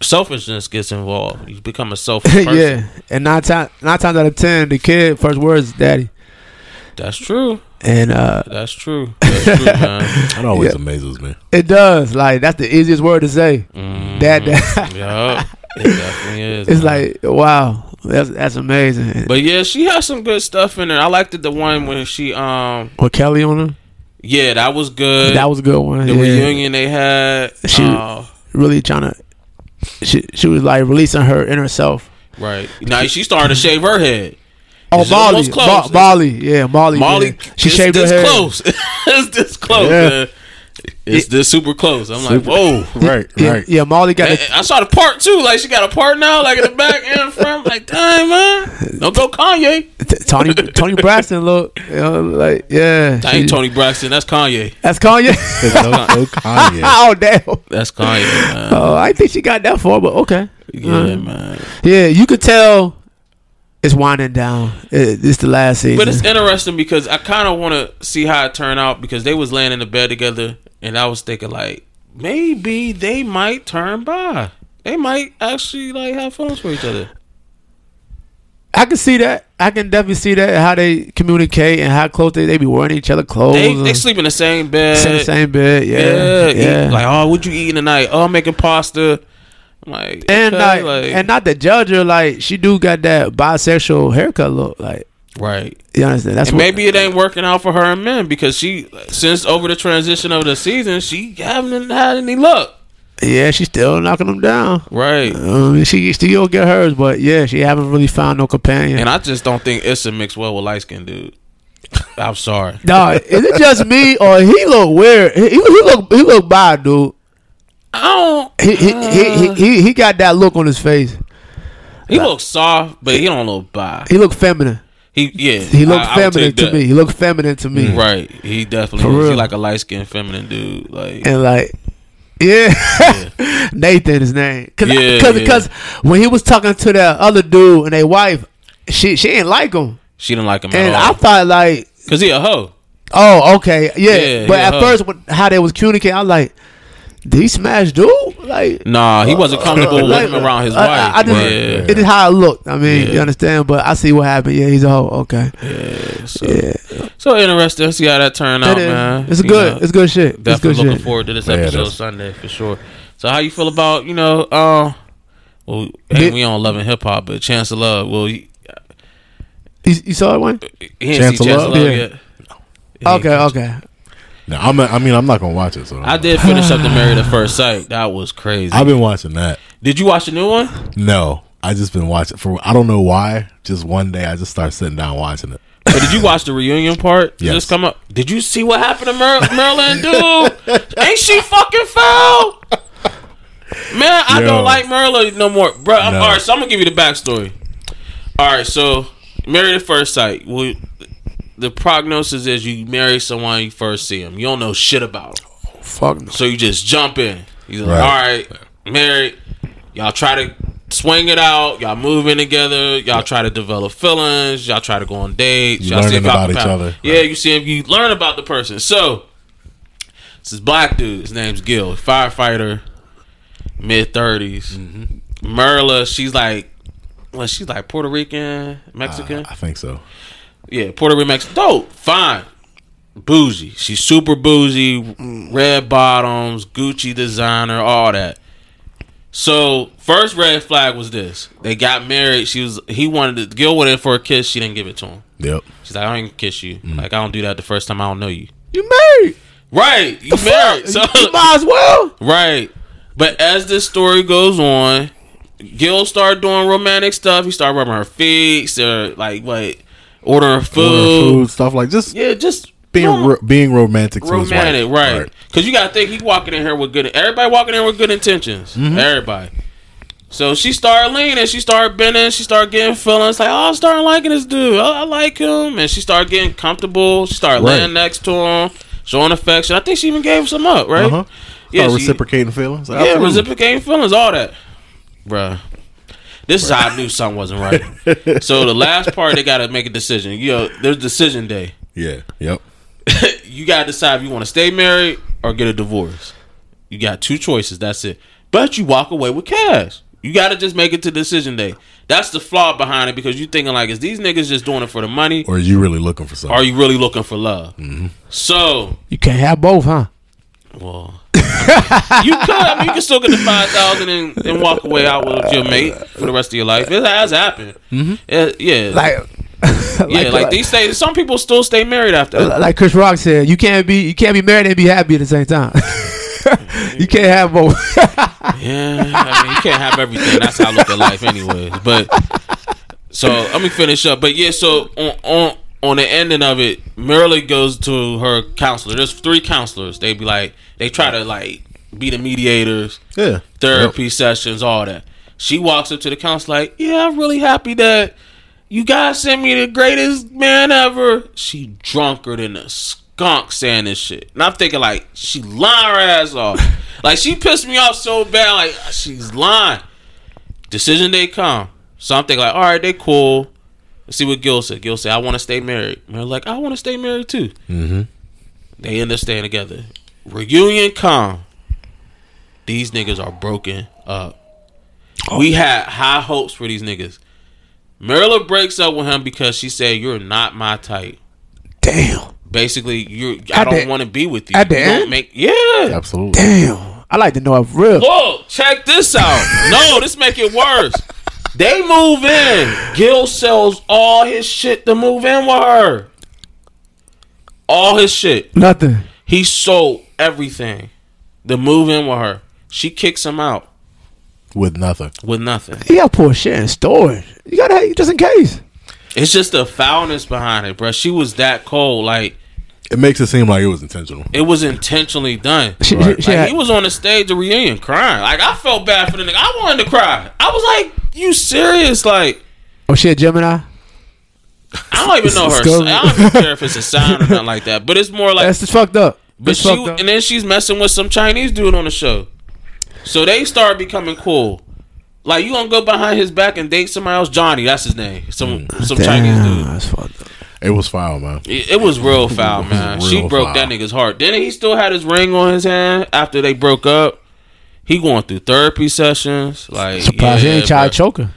[SPEAKER 1] selfishness gets involved. You become a selfish person.
[SPEAKER 3] yeah. And nine times nine times out of ten, the kid first words is daddy.
[SPEAKER 1] That's true.
[SPEAKER 3] And uh
[SPEAKER 1] That's true. That's true, man.
[SPEAKER 2] That always
[SPEAKER 3] Yeah.
[SPEAKER 2] amazes me.
[SPEAKER 3] it does. Like that's the easiest word to say.
[SPEAKER 1] Mm,
[SPEAKER 3] Dad, dad.
[SPEAKER 1] Yup. It definitely is.
[SPEAKER 3] It's
[SPEAKER 1] man.
[SPEAKER 3] like wow. That's that's amazing.
[SPEAKER 1] But yeah, she has some good stuff in there. I liked it the one when she um
[SPEAKER 3] With Kelly on her,
[SPEAKER 1] yeah, that was good.
[SPEAKER 3] that was a good one.
[SPEAKER 1] the
[SPEAKER 3] yeah.
[SPEAKER 1] reunion they had.
[SPEAKER 3] She
[SPEAKER 1] uh,
[SPEAKER 3] really trying to. She she was like releasing her inner self.
[SPEAKER 1] right now she starting to shave her head.
[SPEAKER 3] Oh,
[SPEAKER 1] It's
[SPEAKER 3] Molly,
[SPEAKER 1] almost close.
[SPEAKER 3] Ba- Molly, yeah, Molly.
[SPEAKER 1] Molly,
[SPEAKER 3] yeah. she
[SPEAKER 1] it's
[SPEAKER 3] shaved her
[SPEAKER 1] this
[SPEAKER 3] hair.
[SPEAKER 1] close. it's this close.
[SPEAKER 3] Yeah.
[SPEAKER 1] Man. It's this super close. I'm like,
[SPEAKER 2] Super-
[SPEAKER 1] whoa.
[SPEAKER 2] Right,
[SPEAKER 3] Yeah,
[SPEAKER 2] right.
[SPEAKER 3] yeah, Molly got
[SPEAKER 1] And-
[SPEAKER 3] a,
[SPEAKER 1] and I saw the part too. Like she got a part now, like in the back and front. Like, dang man, don't go Kanye.
[SPEAKER 3] t- Tony Tony Braxton look. You know, like yeah,
[SPEAKER 1] That
[SPEAKER 3] she-
[SPEAKER 1] ain't Tony Braxton. That's Kanye.
[SPEAKER 3] That's Kanye.
[SPEAKER 2] No, no Kanye.
[SPEAKER 3] oh damn.
[SPEAKER 1] That's Kanye. Man.
[SPEAKER 3] Oh, I didn't think she got that far, but okay.
[SPEAKER 1] yeah,
[SPEAKER 3] Uh,
[SPEAKER 1] man.
[SPEAKER 3] Yeah, you could tell it's winding down. It, it's the last season.
[SPEAKER 1] But it's interesting because I kind of want to see how it turn out because they was laying in the bed together, and I was thinking like maybe they might turn by. They might actually like have feelings for each other.
[SPEAKER 3] I can see that. I can definitely see that how they communicate and how close they, they be wearing each other clothes.
[SPEAKER 1] They
[SPEAKER 3] and
[SPEAKER 1] they sleep in the same bed.
[SPEAKER 3] sit in the same bed.
[SPEAKER 1] Yeah,
[SPEAKER 3] Yeah, yeah.
[SPEAKER 1] eat- like oh, what you eating tonight? Oh, I'm making pasta. I'm like
[SPEAKER 3] and
[SPEAKER 1] okay,
[SPEAKER 3] like, and not to judge her. Like she do got that bisexual haircut look. Like
[SPEAKER 1] right.
[SPEAKER 3] you understand? That's
[SPEAKER 1] And
[SPEAKER 3] what,
[SPEAKER 1] maybe it ain't working out for her and men because she since over the transition of the season she haven't had any luck.
[SPEAKER 3] Yeah, she's still knocking them down.
[SPEAKER 1] Right.
[SPEAKER 3] Um, she still get hers, but yeah, she haven't really found no companion.
[SPEAKER 1] And I just don't think Issa mixed well with light skinned dude. I'm sorry.
[SPEAKER 3] Nah, is it just me or he look weird? He, he look he look bad, dude.
[SPEAKER 1] I don't.
[SPEAKER 3] He he, he, he he he got that look on his face.
[SPEAKER 1] He looks soft, but he don't look bi.
[SPEAKER 3] He look feminine.
[SPEAKER 1] He yeah.
[SPEAKER 3] He look
[SPEAKER 1] I- I would
[SPEAKER 3] feminine
[SPEAKER 1] take
[SPEAKER 3] to
[SPEAKER 1] that. Mm.
[SPEAKER 3] me. He look feminine to me.
[SPEAKER 1] Right. He
[SPEAKER 3] For
[SPEAKER 1] definitely looks- he
[SPEAKER 3] real.
[SPEAKER 1] like a light skinned feminine dude. Like
[SPEAKER 3] And like, yeah, Nathan his name. Cause,
[SPEAKER 1] Yeah,
[SPEAKER 3] cause,
[SPEAKER 1] yeah.
[SPEAKER 3] 'cause when he was talking to that other dude and their wife, she she ain't like him.
[SPEAKER 1] she didn't like him
[SPEAKER 3] And I
[SPEAKER 1] at all.
[SPEAKER 3] thought like,
[SPEAKER 1] Cause he a hoe.
[SPEAKER 3] oh okay, yeah.
[SPEAKER 1] Yeah,
[SPEAKER 3] but
[SPEAKER 1] yeah,
[SPEAKER 3] at
[SPEAKER 1] huh.
[SPEAKER 3] first, when, how they was communicating, I was like, did he smash dude? Like,
[SPEAKER 1] Nah, he wasn't comfortable
[SPEAKER 3] Like,
[SPEAKER 1] walking around his
[SPEAKER 3] Uh, I-
[SPEAKER 1] wife.
[SPEAKER 3] I, I just,
[SPEAKER 1] yeah.
[SPEAKER 3] It is how it looked. I mean,
[SPEAKER 1] Yeah.
[SPEAKER 3] you understand, but I see what happened. Yeah, he's a hoe. Okay,
[SPEAKER 1] So, so interesting. to See how that turned out,
[SPEAKER 3] It is.
[SPEAKER 1] man.
[SPEAKER 3] It's
[SPEAKER 1] You
[SPEAKER 3] good.
[SPEAKER 1] know,
[SPEAKER 3] it's good shit. It's
[SPEAKER 1] Definitely
[SPEAKER 3] good
[SPEAKER 1] looking
[SPEAKER 3] shit.
[SPEAKER 1] forward to this
[SPEAKER 2] Yeah,
[SPEAKER 1] episode
[SPEAKER 2] that's-
[SPEAKER 1] Sunday for sure. So how you feel about you know? Uh, well, hey,
[SPEAKER 3] Bit-
[SPEAKER 1] we on loving hip hop, but Chance of Love. Well, he,
[SPEAKER 3] You, you saw it, one?
[SPEAKER 1] he ain't Chance see Chance of Love, yet. He ain't
[SPEAKER 3] Okay, okay.
[SPEAKER 2] No, I'm. Not, I mean, I'm not gonna watch it. So
[SPEAKER 1] I did finish up the Married at First Sight. That was crazy.
[SPEAKER 2] I've been watching that.
[SPEAKER 1] Did you watch the new one?
[SPEAKER 2] No, I just been watching for. I don't know why. Just one day, I just start sitting down watching it.
[SPEAKER 1] Or did you watch the reunion part? Did
[SPEAKER 2] Yes.
[SPEAKER 1] this come up? Did you see what happened to Mer- Merlin, dude? Ain't she fucking foul? Man, I
[SPEAKER 2] Yo.
[SPEAKER 1] don't like Merlin no more, bro. I'm,
[SPEAKER 2] No.
[SPEAKER 1] All right, so I'm gonna give you the backstory. All right, so married at first sight. Well, the prognosis is you marry someone you first see him. You don't know shit about 'em.
[SPEAKER 3] Fuck no.
[SPEAKER 1] so you just jump in. You like,
[SPEAKER 2] Right.
[SPEAKER 1] all right, married. Y'all try to swing it out. Y'all move in together. Y'all try to develop feelings. Y'all try to go on dates.
[SPEAKER 2] You
[SPEAKER 1] all
[SPEAKER 2] learning about each other.
[SPEAKER 1] Yeah, you see him. You learn about the person. So this is black dude. His name's Gil, firefighter, mid 30s
[SPEAKER 2] Mm-hmm.
[SPEAKER 1] Merla, she's like, well, she's like Puerto Rican, Mexican.
[SPEAKER 2] I think so.
[SPEAKER 1] Yeah, Puerto Rican Mexican. Dope, fine. Bougie. She's super bougie. Red bottoms, Gucci designer, all that. So first red flag was this. They got married. She was he wanted to Gil wanted for a kiss, she didn't give it to him.
[SPEAKER 2] Yep.
[SPEAKER 1] She's like, I don't even kiss you.
[SPEAKER 3] Mm.
[SPEAKER 1] Like I don't do that the first time I don't know you.
[SPEAKER 3] You married?
[SPEAKER 1] Right. You married. So
[SPEAKER 3] Fuck. you might as well.
[SPEAKER 1] Right. But as this story goes on, Gil started doing romantic stuff. He started rubbing her feet, started, like what ordering food.
[SPEAKER 2] Food, food stuff like just
[SPEAKER 1] Yeah, just
[SPEAKER 2] being
[SPEAKER 1] normal-
[SPEAKER 2] ro- being romantic. To his wife.
[SPEAKER 1] romantic, right? Because you gotta think he walking in here with good. Everybody walking in with good intentions.
[SPEAKER 2] Mm-hmm.
[SPEAKER 1] Everybody. So she started leaning. She started bending. She started getting feelings. Like, oh, I'm starting liking this dude. Oh, I, I like him. And she started getting comfortable. She started
[SPEAKER 2] Right.
[SPEAKER 1] laying next to him, showing affection. I think she even gave some up, right?
[SPEAKER 2] Uh huh.
[SPEAKER 1] Yeah,
[SPEAKER 2] Yeah,
[SPEAKER 1] she-
[SPEAKER 2] reciprocating feelings.
[SPEAKER 1] Yeah,
[SPEAKER 2] Absolutely.
[SPEAKER 1] reciprocating feelings, all that. Bruh. This is how I knew something wasn't right. so the last part they gotta make a decision. You know, there's decision day.
[SPEAKER 2] Yeah. Yep.
[SPEAKER 1] You gotta decide if you wanna stay married or get a divorce. You got two choices, that's it. But you walk away with cash. You gotta just make it to decision day. That's the flaw behind it because you thinking like is these niggas just doing it for the money? Or
[SPEAKER 2] Or are you really looking for something?
[SPEAKER 1] Mm-hmm. are you really looking for love? So
[SPEAKER 3] You can't have both, huh?
[SPEAKER 1] well you could. I mean, you can still get the five thousand and, and walk away out with your mate for the rest of your life. It has happened.
[SPEAKER 3] Mhm.
[SPEAKER 1] Yeah, yeah.
[SPEAKER 3] Like-
[SPEAKER 1] yeah, Mm-hmm. like,
[SPEAKER 3] like-
[SPEAKER 1] these days, some people still stay married after. that.
[SPEAKER 3] like Chris Rock said, you can't be you can't be married and be happy at the same time. you can't have both.
[SPEAKER 1] Yeah, I mean, you can't have everything. That's how I look at life, anyways. But so let me finish up. But yeah, so on on, on the ending of it, Marilyn goes to her counselor. There's three counselors. They be like, they try to like be the mediators.
[SPEAKER 2] Yeah.
[SPEAKER 1] therapy sessions, all that. She walks up to the counselor like, "Yeah, I'm really happy that you guys sent me the greatest man ever." She drunker than a skunk saying this shit, and I'm thinking like she lying her ass off. like she pissed me off so bad, like she's lying. Decision day come, so I'm thinking like, all right, they cool. Let's see what Gil said. Gil said, "I want to stay married." And I'm like, "I want to stay married too."
[SPEAKER 2] Mm-hmm.
[SPEAKER 1] They end up staying together. Reunion come. These niggas are broken up.
[SPEAKER 3] Oh,
[SPEAKER 1] We had high hopes for these niggas. Marilla breaks up with him because she said, "You're not my type."
[SPEAKER 3] Damn.
[SPEAKER 1] Basically, you. I
[SPEAKER 3] At
[SPEAKER 1] don't
[SPEAKER 3] the-
[SPEAKER 1] want to be with you.
[SPEAKER 3] at the
[SPEAKER 1] You don't
[SPEAKER 3] end?
[SPEAKER 1] make yeah.
[SPEAKER 2] Absolutely.
[SPEAKER 3] Damn. I like to know if real.
[SPEAKER 1] Look, check this out. no, this make it worse. They move in. Gil sells all his shit to move in with her. All his shit.
[SPEAKER 3] Nothing.
[SPEAKER 1] He sold everything to move in with her. She kicks him out
[SPEAKER 2] With nothing.
[SPEAKER 1] with nothing.
[SPEAKER 3] You gotta put shit in storage. You gotta just in case.
[SPEAKER 1] It's just the foulness behind it, bro. She was that cold. Like
[SPEAKER 2] It makes it seem like it was intentional.
[SPEAKER 1] it was intentionally done.
[SPEAKER 3] She,
[SPEAKER 2] Right.
[SPEAKER 3] she, she
[SPEAKER 1] Like,
[SPEAKER 3] had,
[SPEAKER 1] he was on the stage of reunion crying. Like I felt bad for the nigga. I wanted to cry. I was like, "You serious?" Like
[SPEAKER 3] oh, she a Gemini.
[SPEAKER 1] I don't even know her.
[SPEAKER 3] Let's go.
[SPEAKER 1] I don't even care if it's a sign or nothing like that. But it's more like
[SPEAKER 3] That's just fucked up.
[SPEAKER 1] But
[SPEAKER 3] That's
[SPEAKER 1] she
[SPEAKER 3] fucked up.
[SPEAKER 1] and then she's messing with some Chinese dude on the show. So they start becoming cool. Like you gonna go behind his back and date somebody else? Johnny, that's his name. Some some Chinese
[SPEAKER 3] Damn,
[SPEAKER 1] dude.
[SPEAKER 3] That's fucked up.
[SPEAKER 2] It was foul, man.
[SPEAKER 1] It, it was real foul,
[SPEAKER 2] It was
[SPEAKER 1] man.
[SPEAKER 2] real
[SPEAKER 1] she broke that
[SPEAKER 2] foul.
[SPEAKER 1] nigga's heart. Then he still had his ring on his hand after they broke up. He going through therapy sessions. Like
[SPEAKER 3] Surprised
[SPEAKER 1] yeah,
[SPEAKER 3] he ain't tried to
[SPEAKER 1] bro.
[SPEAKER 3] choke her.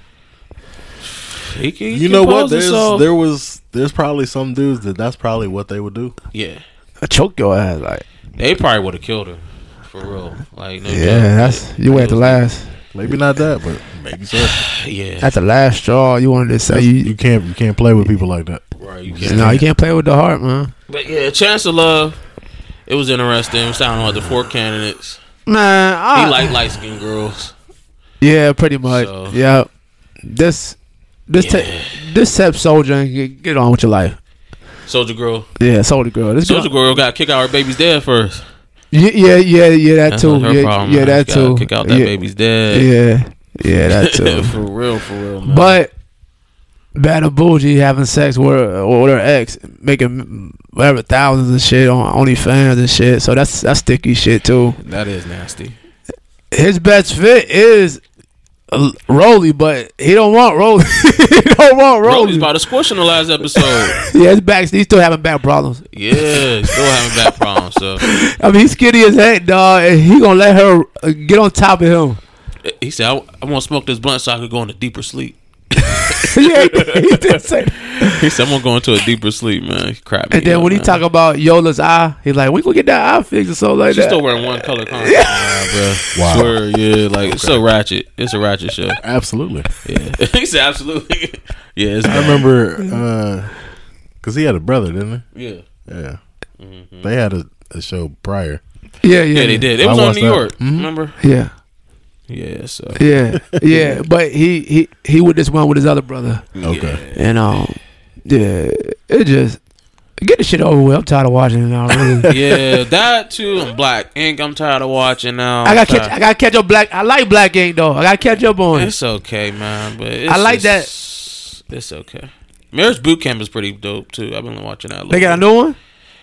[SPEAKER 1] He can- he
[SPEAKER 2] You
[SPEAKER 1] can
[SPEAKER 2] know what?
[SPEAKER 1] pose
[SPEAKER 2] There's
[SPEAKER 1] himself.
[SPEAKER 2] there was there's probably some dudes that that's probably what they would do.
[SPEAKER 1] yeah,
[SPEAKER 3] I choke your ass like.
[SPEAKER 1] they probably would have killed her for real. Like no joke.
[SPEAKER 3] Yeah, that's you were at the last
[SPEAKER 2] Maybe not that, but maybe so.
[SPEAKER 1] yeah.
[SPEAKER 3] at the last straw. You wanted to say
[SPEAKER 2] you,
[SPEAKER 3] you.
[SPEAKER 2] can't you can't play with people like that.
[SPEAKER 1] Right, you
[SPEAKER 3] you no, you can't play with the heart, man.
[SPEAKER 1] But yeah, Chance of Love. It was interesting. It was sounding like the four candidates.
[SPEAKER 3] Man,
[SPEAKER 1] He
[SPEAKER 3] I,
[SPEAKER 1] like light skinned girls.
[SPEAKER 3] Yeah, pretty much.
[SPEAKER 1] So-
[SPEAKER 3] Yeah, this this te- this step soldier and get, get on with your life.
[SPEAKER 1] Soldier Girl.
[SPEAKER 3] Yeah, soldier girl. This
[SPEAKER 1] Soldier Girl got kick out her baby's dad first.
[SPEAKER 3] Yeah, yeah, yeah, yeah. That
[SPEAKER 1] That's
[SPEAKER 3] too.
[SPEAKER 1] her
[SPEAKER 3] yeah,
[SPEAKER 1] problem. man.
[SPEAKER 3] yeah, that
[SPEAKER 1] She gotta
[SPEAKER 3] too.
[SPEAKER 1] Kick out that
[SPEAKER 3] yeah,
[SPEAKER 1] baby's dad.
[SPEAKER 3] Yeah, yeah, that too.
[SPEAKER 1] for real, for real, man.
[SPEAKER 3] but bad and bougie having sex with her, with her ex, making whatever thousands and shit on OnlyFans and shit. So that's that's sticky shit too.
[SPEAKER 1] that is nasty.
[SPEAKER 3] his best fit is uh, Rolly, but he don't want Rolly. he don't want
[SPEAKER 1] Brody's
[SPEAKER 3] Rolly.
[SPEAKER 1] about to squish in the last episode.
[SPEAKER 3] yeah, his back. He's still having back problems.
[SPEAKER 1] yeah, still having back problems. So
[SPEAKER 3] I mean, he's skinny as heck, dog, and he gonna let her uh, get on top of him.
[SPEAKER 1] he said, "I, I want to smoke this blunt so I could go into deeper sleep."
[SPEAKER 3] yeah, he did say.
[SPEAKER 1] He said, "I'm gonna go into a deeper sleep, man." Crap.
[SPEAKER 3] And then when he
[SPEAKER 1] talking.
[SPEAKER 3] talk about Yola's eye, he's like, "We gonna get that eye fixed or something like
[SPEAKER 1] She's
[SPEAKER 3] that."
[SPEAKER 1] still wearing one color contact. Yeah, bro.
[SPEAKER 2] Wow.
[SPEAKER 1] Swear, yeah, like it's so ratchet. It's a ratchet show.
[SPEAKER 2] Absolutely.
[SPEAKER 1] Yeah, he said absolutely. yeah, it's
[SPEAKER 2] I
[SPEAKER 1] bad.
[SPEAKER 2] remember because he had a brother, didn't
[SPEAKER 1] Yeah.
[SPEAKER 2] he? Yeah.
[SPEAKER 1] Mm-hmm.
[SPEAKER 2] They had a, a show prior.
[SPEAKER 3] yeah, yeah,
[SPEAKER 1] yeah, they did. It
[SPEAKER 2] I
[SPEAKER 1] was on
[SPEAKER 2] watched
[SPEAKER 1] New
[SPEAKER 2] that.
[SPEAKER 1] York.
[SPEAKER 3] Mm-hmm.
[SPEAKER 1] Remember?
[SPEAKER 3] Yeah,
[SPEAKER 1] Yeah, so
[SPEAKER 3] yeah, yeah. but he he he with this one with his other brother,
[SPEAKER 2] Okay.
[SPEAKER 3] and um, yeah, it just get the shit over with. I'm tired of watching it now. Really.
[SPEAKER 1] yeah, that too. I'm black ink. I'm tired of watching now.
[SPEAKER 3] I
[SPEAKER 1] I'm
[SPEAKER 3] gotta catch.
[SPEAKER 1] tired.
[SPEAKER 3] I gotta catch up. Black. I like Black Gang though. I gotta catch up on. it.
[SPEAKER 1] It's okay, man. But it's
[SPEAKER 3] I like
[SPEAKER 1] that. It's okay. Marriage Boot Camp is pretty dope too. I've been watching that. A little
[SPEAKER 3] They got
[SPEAKER 1] bit.
[SPEAKER 3] a new one.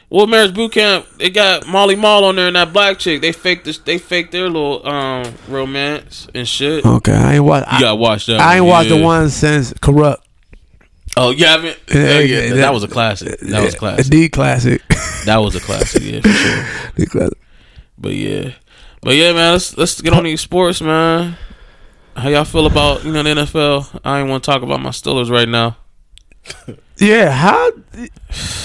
[SPEAKER 1] Well, Marriage Boot Camp, they got Molly Mall on there and that black chick. They faked this. They faked their little um romance and shit.
[SPEAKER 3] Okay, I ain't watch.
[SPEAKER 1] You
[SPEAKER 3] I,
[SPEAKER 1] gotta watch that.
[SPEAKER 3] I ain't
[SPEAKER 1] one.
[SPEAKER 3] watched the
[SPEAKER 1] yeah.
[SPEAKER 3] one since Corrupt.
[SPEAKER 1] Oh, you haven't?
[SPEAKER 3] Yeah,
[SPEAKER 1] Yeah,
[SPEAKER 3] yeah,
[SPEAKER 1] yeah,
[SPEAKER 3] that-
[SPEAKER 1] that, was a classic. That was a classic.
[SPEAKER 3] D classic.
[SPEAKER 1] That was a classic. Yeah, for sure.
[SPEAKER 3] D classic.
[SPEAKER 1] But yeah, but yeah, man. Let's let's get on these sports, man. How y'all feel about you know the NFL? I ain't want to talk about my Steelers right now.
[SPEAKER 3] Yeah. How?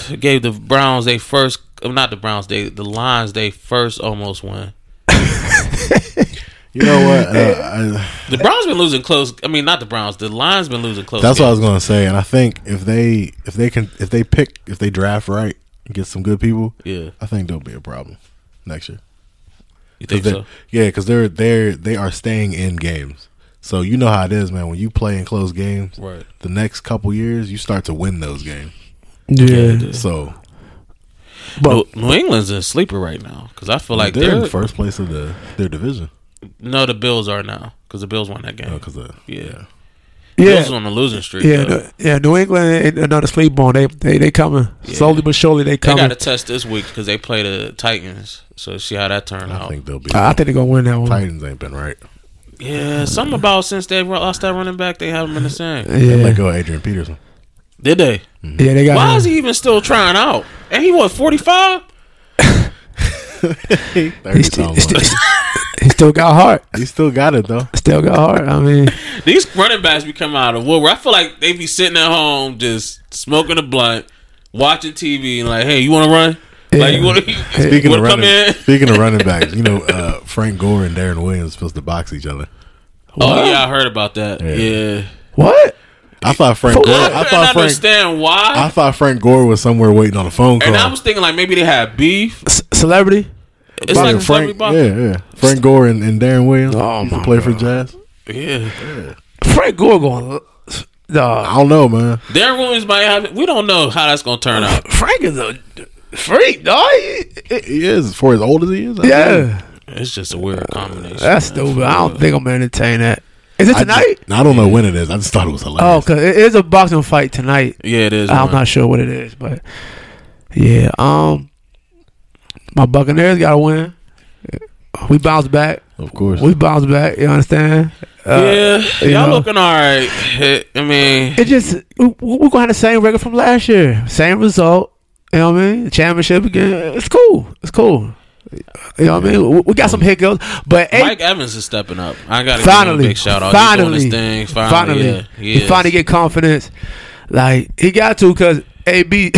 [SPEAKER 1] It gave the Browns they first, uh, not the Browns, they the Lions they first almost win.
[SPEAKER 2] You know what? Uh, I,
[SPEAKER 1] The Browns been losing close. I mean, not the Browns. The Lions been losing close.
[SPEAKER 2] That's what I was
[SPEAKER 1] games.
[SPEAKER 2] gonna say, and I think if they if they can if they pick if they draft right and get some good people,
[SPEAKER 1] Yeah.
[SPEAKER 2] I think they'll be a problem next year.
[SPEAKER 1] You think
[SPEAKER 2] 'Cause they-
[SPEAKER 1] so?
[SPEAKER 2] Yeah, because they're they're they are staying in games. So you know how it is, man. When you play in close games,
[SPEAKER 1] Right.
[SPEAKER 2] the next couple years you start to win those games.
[SPEAKER 3] Yeah.
[SPEAKER 1] Yeah.
[SPEAKER 2] So
[SPEAKER 1] But New England's a sleeper right now because I feel like
[SPEAKER 2] they're,
[SPEAKER 1] they're,
[SPEAKER 2] in first place of the their division
[SPEAKER 1] no, the Bills are now because the Bills won that game.
[SPEAKER 2] because
[SPEAKER 1] yeah.
[SPEAKER 3] Yeah.
[SPEAKER 1] Bills is on the losing streak.
[SPEAKER 3] Yeah,
[SPEAKER 1] Yeah,
[SPEAKER 3] no, yeah. New England ain't another sleep on. They they they coming slowly but surely. They
[SPEAKER 1] they
[SPEAKER 3] coming.
[SPEAKER 1] got to test this week because they play the Titans. So see how that turned
[SPEAKER 2] I
[SPEAKER 1] out.
[SPEAKER 2] think they'll be.
[SPEAKER 3] I I think they gonna win that one.
[SPEAKER 2] Titans ain't been right.
[SPEAKER 1] Yeah, something about since they lost that running back, they haven't been the same.
[SPEAKER 2] They
[SPEAKER 3] Yeah,
[SPEAKER 2] let go of Adrian Peterson.
[SPEAKER 1] Did they?
[SPEAKER 3] yeah. They got.
[SPEAKER 1] Why is he even still trying out? And he was forty five.
[SPEAKER 3] He,
[SPEAKER 2] Thirty
[SPEAKER 3] st-
[SPEAKER 2] times
[SPEAKER 3] he st-
[SPEAKER 2] one.
[SPEAKER 3] he still got heart.
[SPEAKER 2] He still got it though.
[SPEAKER 3] Still got heart. I mean,
[SPEAKER 1] These running backs be coming out of woodwork. I feel like they be sitting at home just smoking a blunt, watching TV, and like, hey, you want to run? Like you want to
[SPEAKER 2] Speaking of
[SPEAKER 1] come
[SPEAKER 2] running,
[SPEAKER 1] in?
[SPEAKER 2] speaking of running backs, you know uh, Frank Gore and Darren Williams supposed to box each other.
[SPEAKER 1] Oh yeah, I heard about that.
[SPEAKER 2] Yeah.
[SPEAKER 1] Yeah,
[SPEAKER 3] what?
[SPEAKER 2] I thought Frank Gore.
[SPEAKER 1] I
[SPEAKER 2] I
[SPEAKER 1] couldn't
[SPEAKER 2] thought Frank.
[SPEAKER 1] understand why.
[SPEAKER 2] I thought Frank Gore was somewhere waiting on a phone call.
[SPEAKER 1] and I was thinking like maybe they had beef.
[SPEAKER 3] C- celebrity?
[SPEAKER 1] It's
[SPEAKER 2] Yeah,
[SPEAKER 1] like
[SPEAKER 2] Frank,
[SPEAKER 1] Frank,
[SPEAKER 2] yeah, yeah, Frank Gore and, and Darren Williams. Oh used to play for Jazz.
[SPEAKER 1] yeah.
[SPEAKER 3] Frank Gore going.
[SPEAKER 2] I
[SPEAKER 3] Nah,
[SPEAKER 2] don't know, man.
[SPEAKER 1] Darren Williams might have. We don't know how that's gonna turn out.
[SPEAKER 3] Frank is a freak, dog. He-
[SPEAKER 2] He is for as old as he is. I think.
[SPEAKER 3] yeah,
[SPEAKER 1] It's just a weird combination.
[SPEAKER 3] that's stupid. I don't think I'm gonna entertain that. Is it
[SPEAKER 2] I, just-
[SPEAKER 3] tonight?
[SPEAKER 2] I don't know when it is. I just thought it was
[SPEAKER 3] Oh,
[SPEAKER 2] hilarious.
[SPEAKER 3] cause it is a boxing fight tonight.
[SPEAKER 1] yeah, it is.
[SPEAKER 3] I'm
[SPEAKER 1] man.
[SPEAKER 3] not sure what it is, but yeah. Um, my Buccaneers got to win. We bounce back.
[SPEAKER 2] Of course,
[SPEAKER 3] We bounce back. You understand?
[SPEAKER 2] uh,
[SPEAKER 1] yeah,
[SPEAKER 3] you
[SPEAKER 1] y'all
[SPEAKER 3] know.
[SPEAKER 1] looking all right. I mean,
[SPEAKER 3] It just we- we're gonna have the same record from last year, same result. You know what I mean? Championship again. It's cool. It's cool. You know what I mean? We- We got some hiccups, but hey,
[SPEAKER 1] Mike Evans is stepping up. I got to give him a
[SPEAKER 3] finally,
[SPEAKER 1] big shout out. He's doing
[SPEAKER 3] finally,
[SPEAKER 1] his thing. Finally, yeah, he,
[SPEAKER 3] he
[SPEAKER 1] is.
[SPEAKER 3] finally get confidence. Like he got to because AB,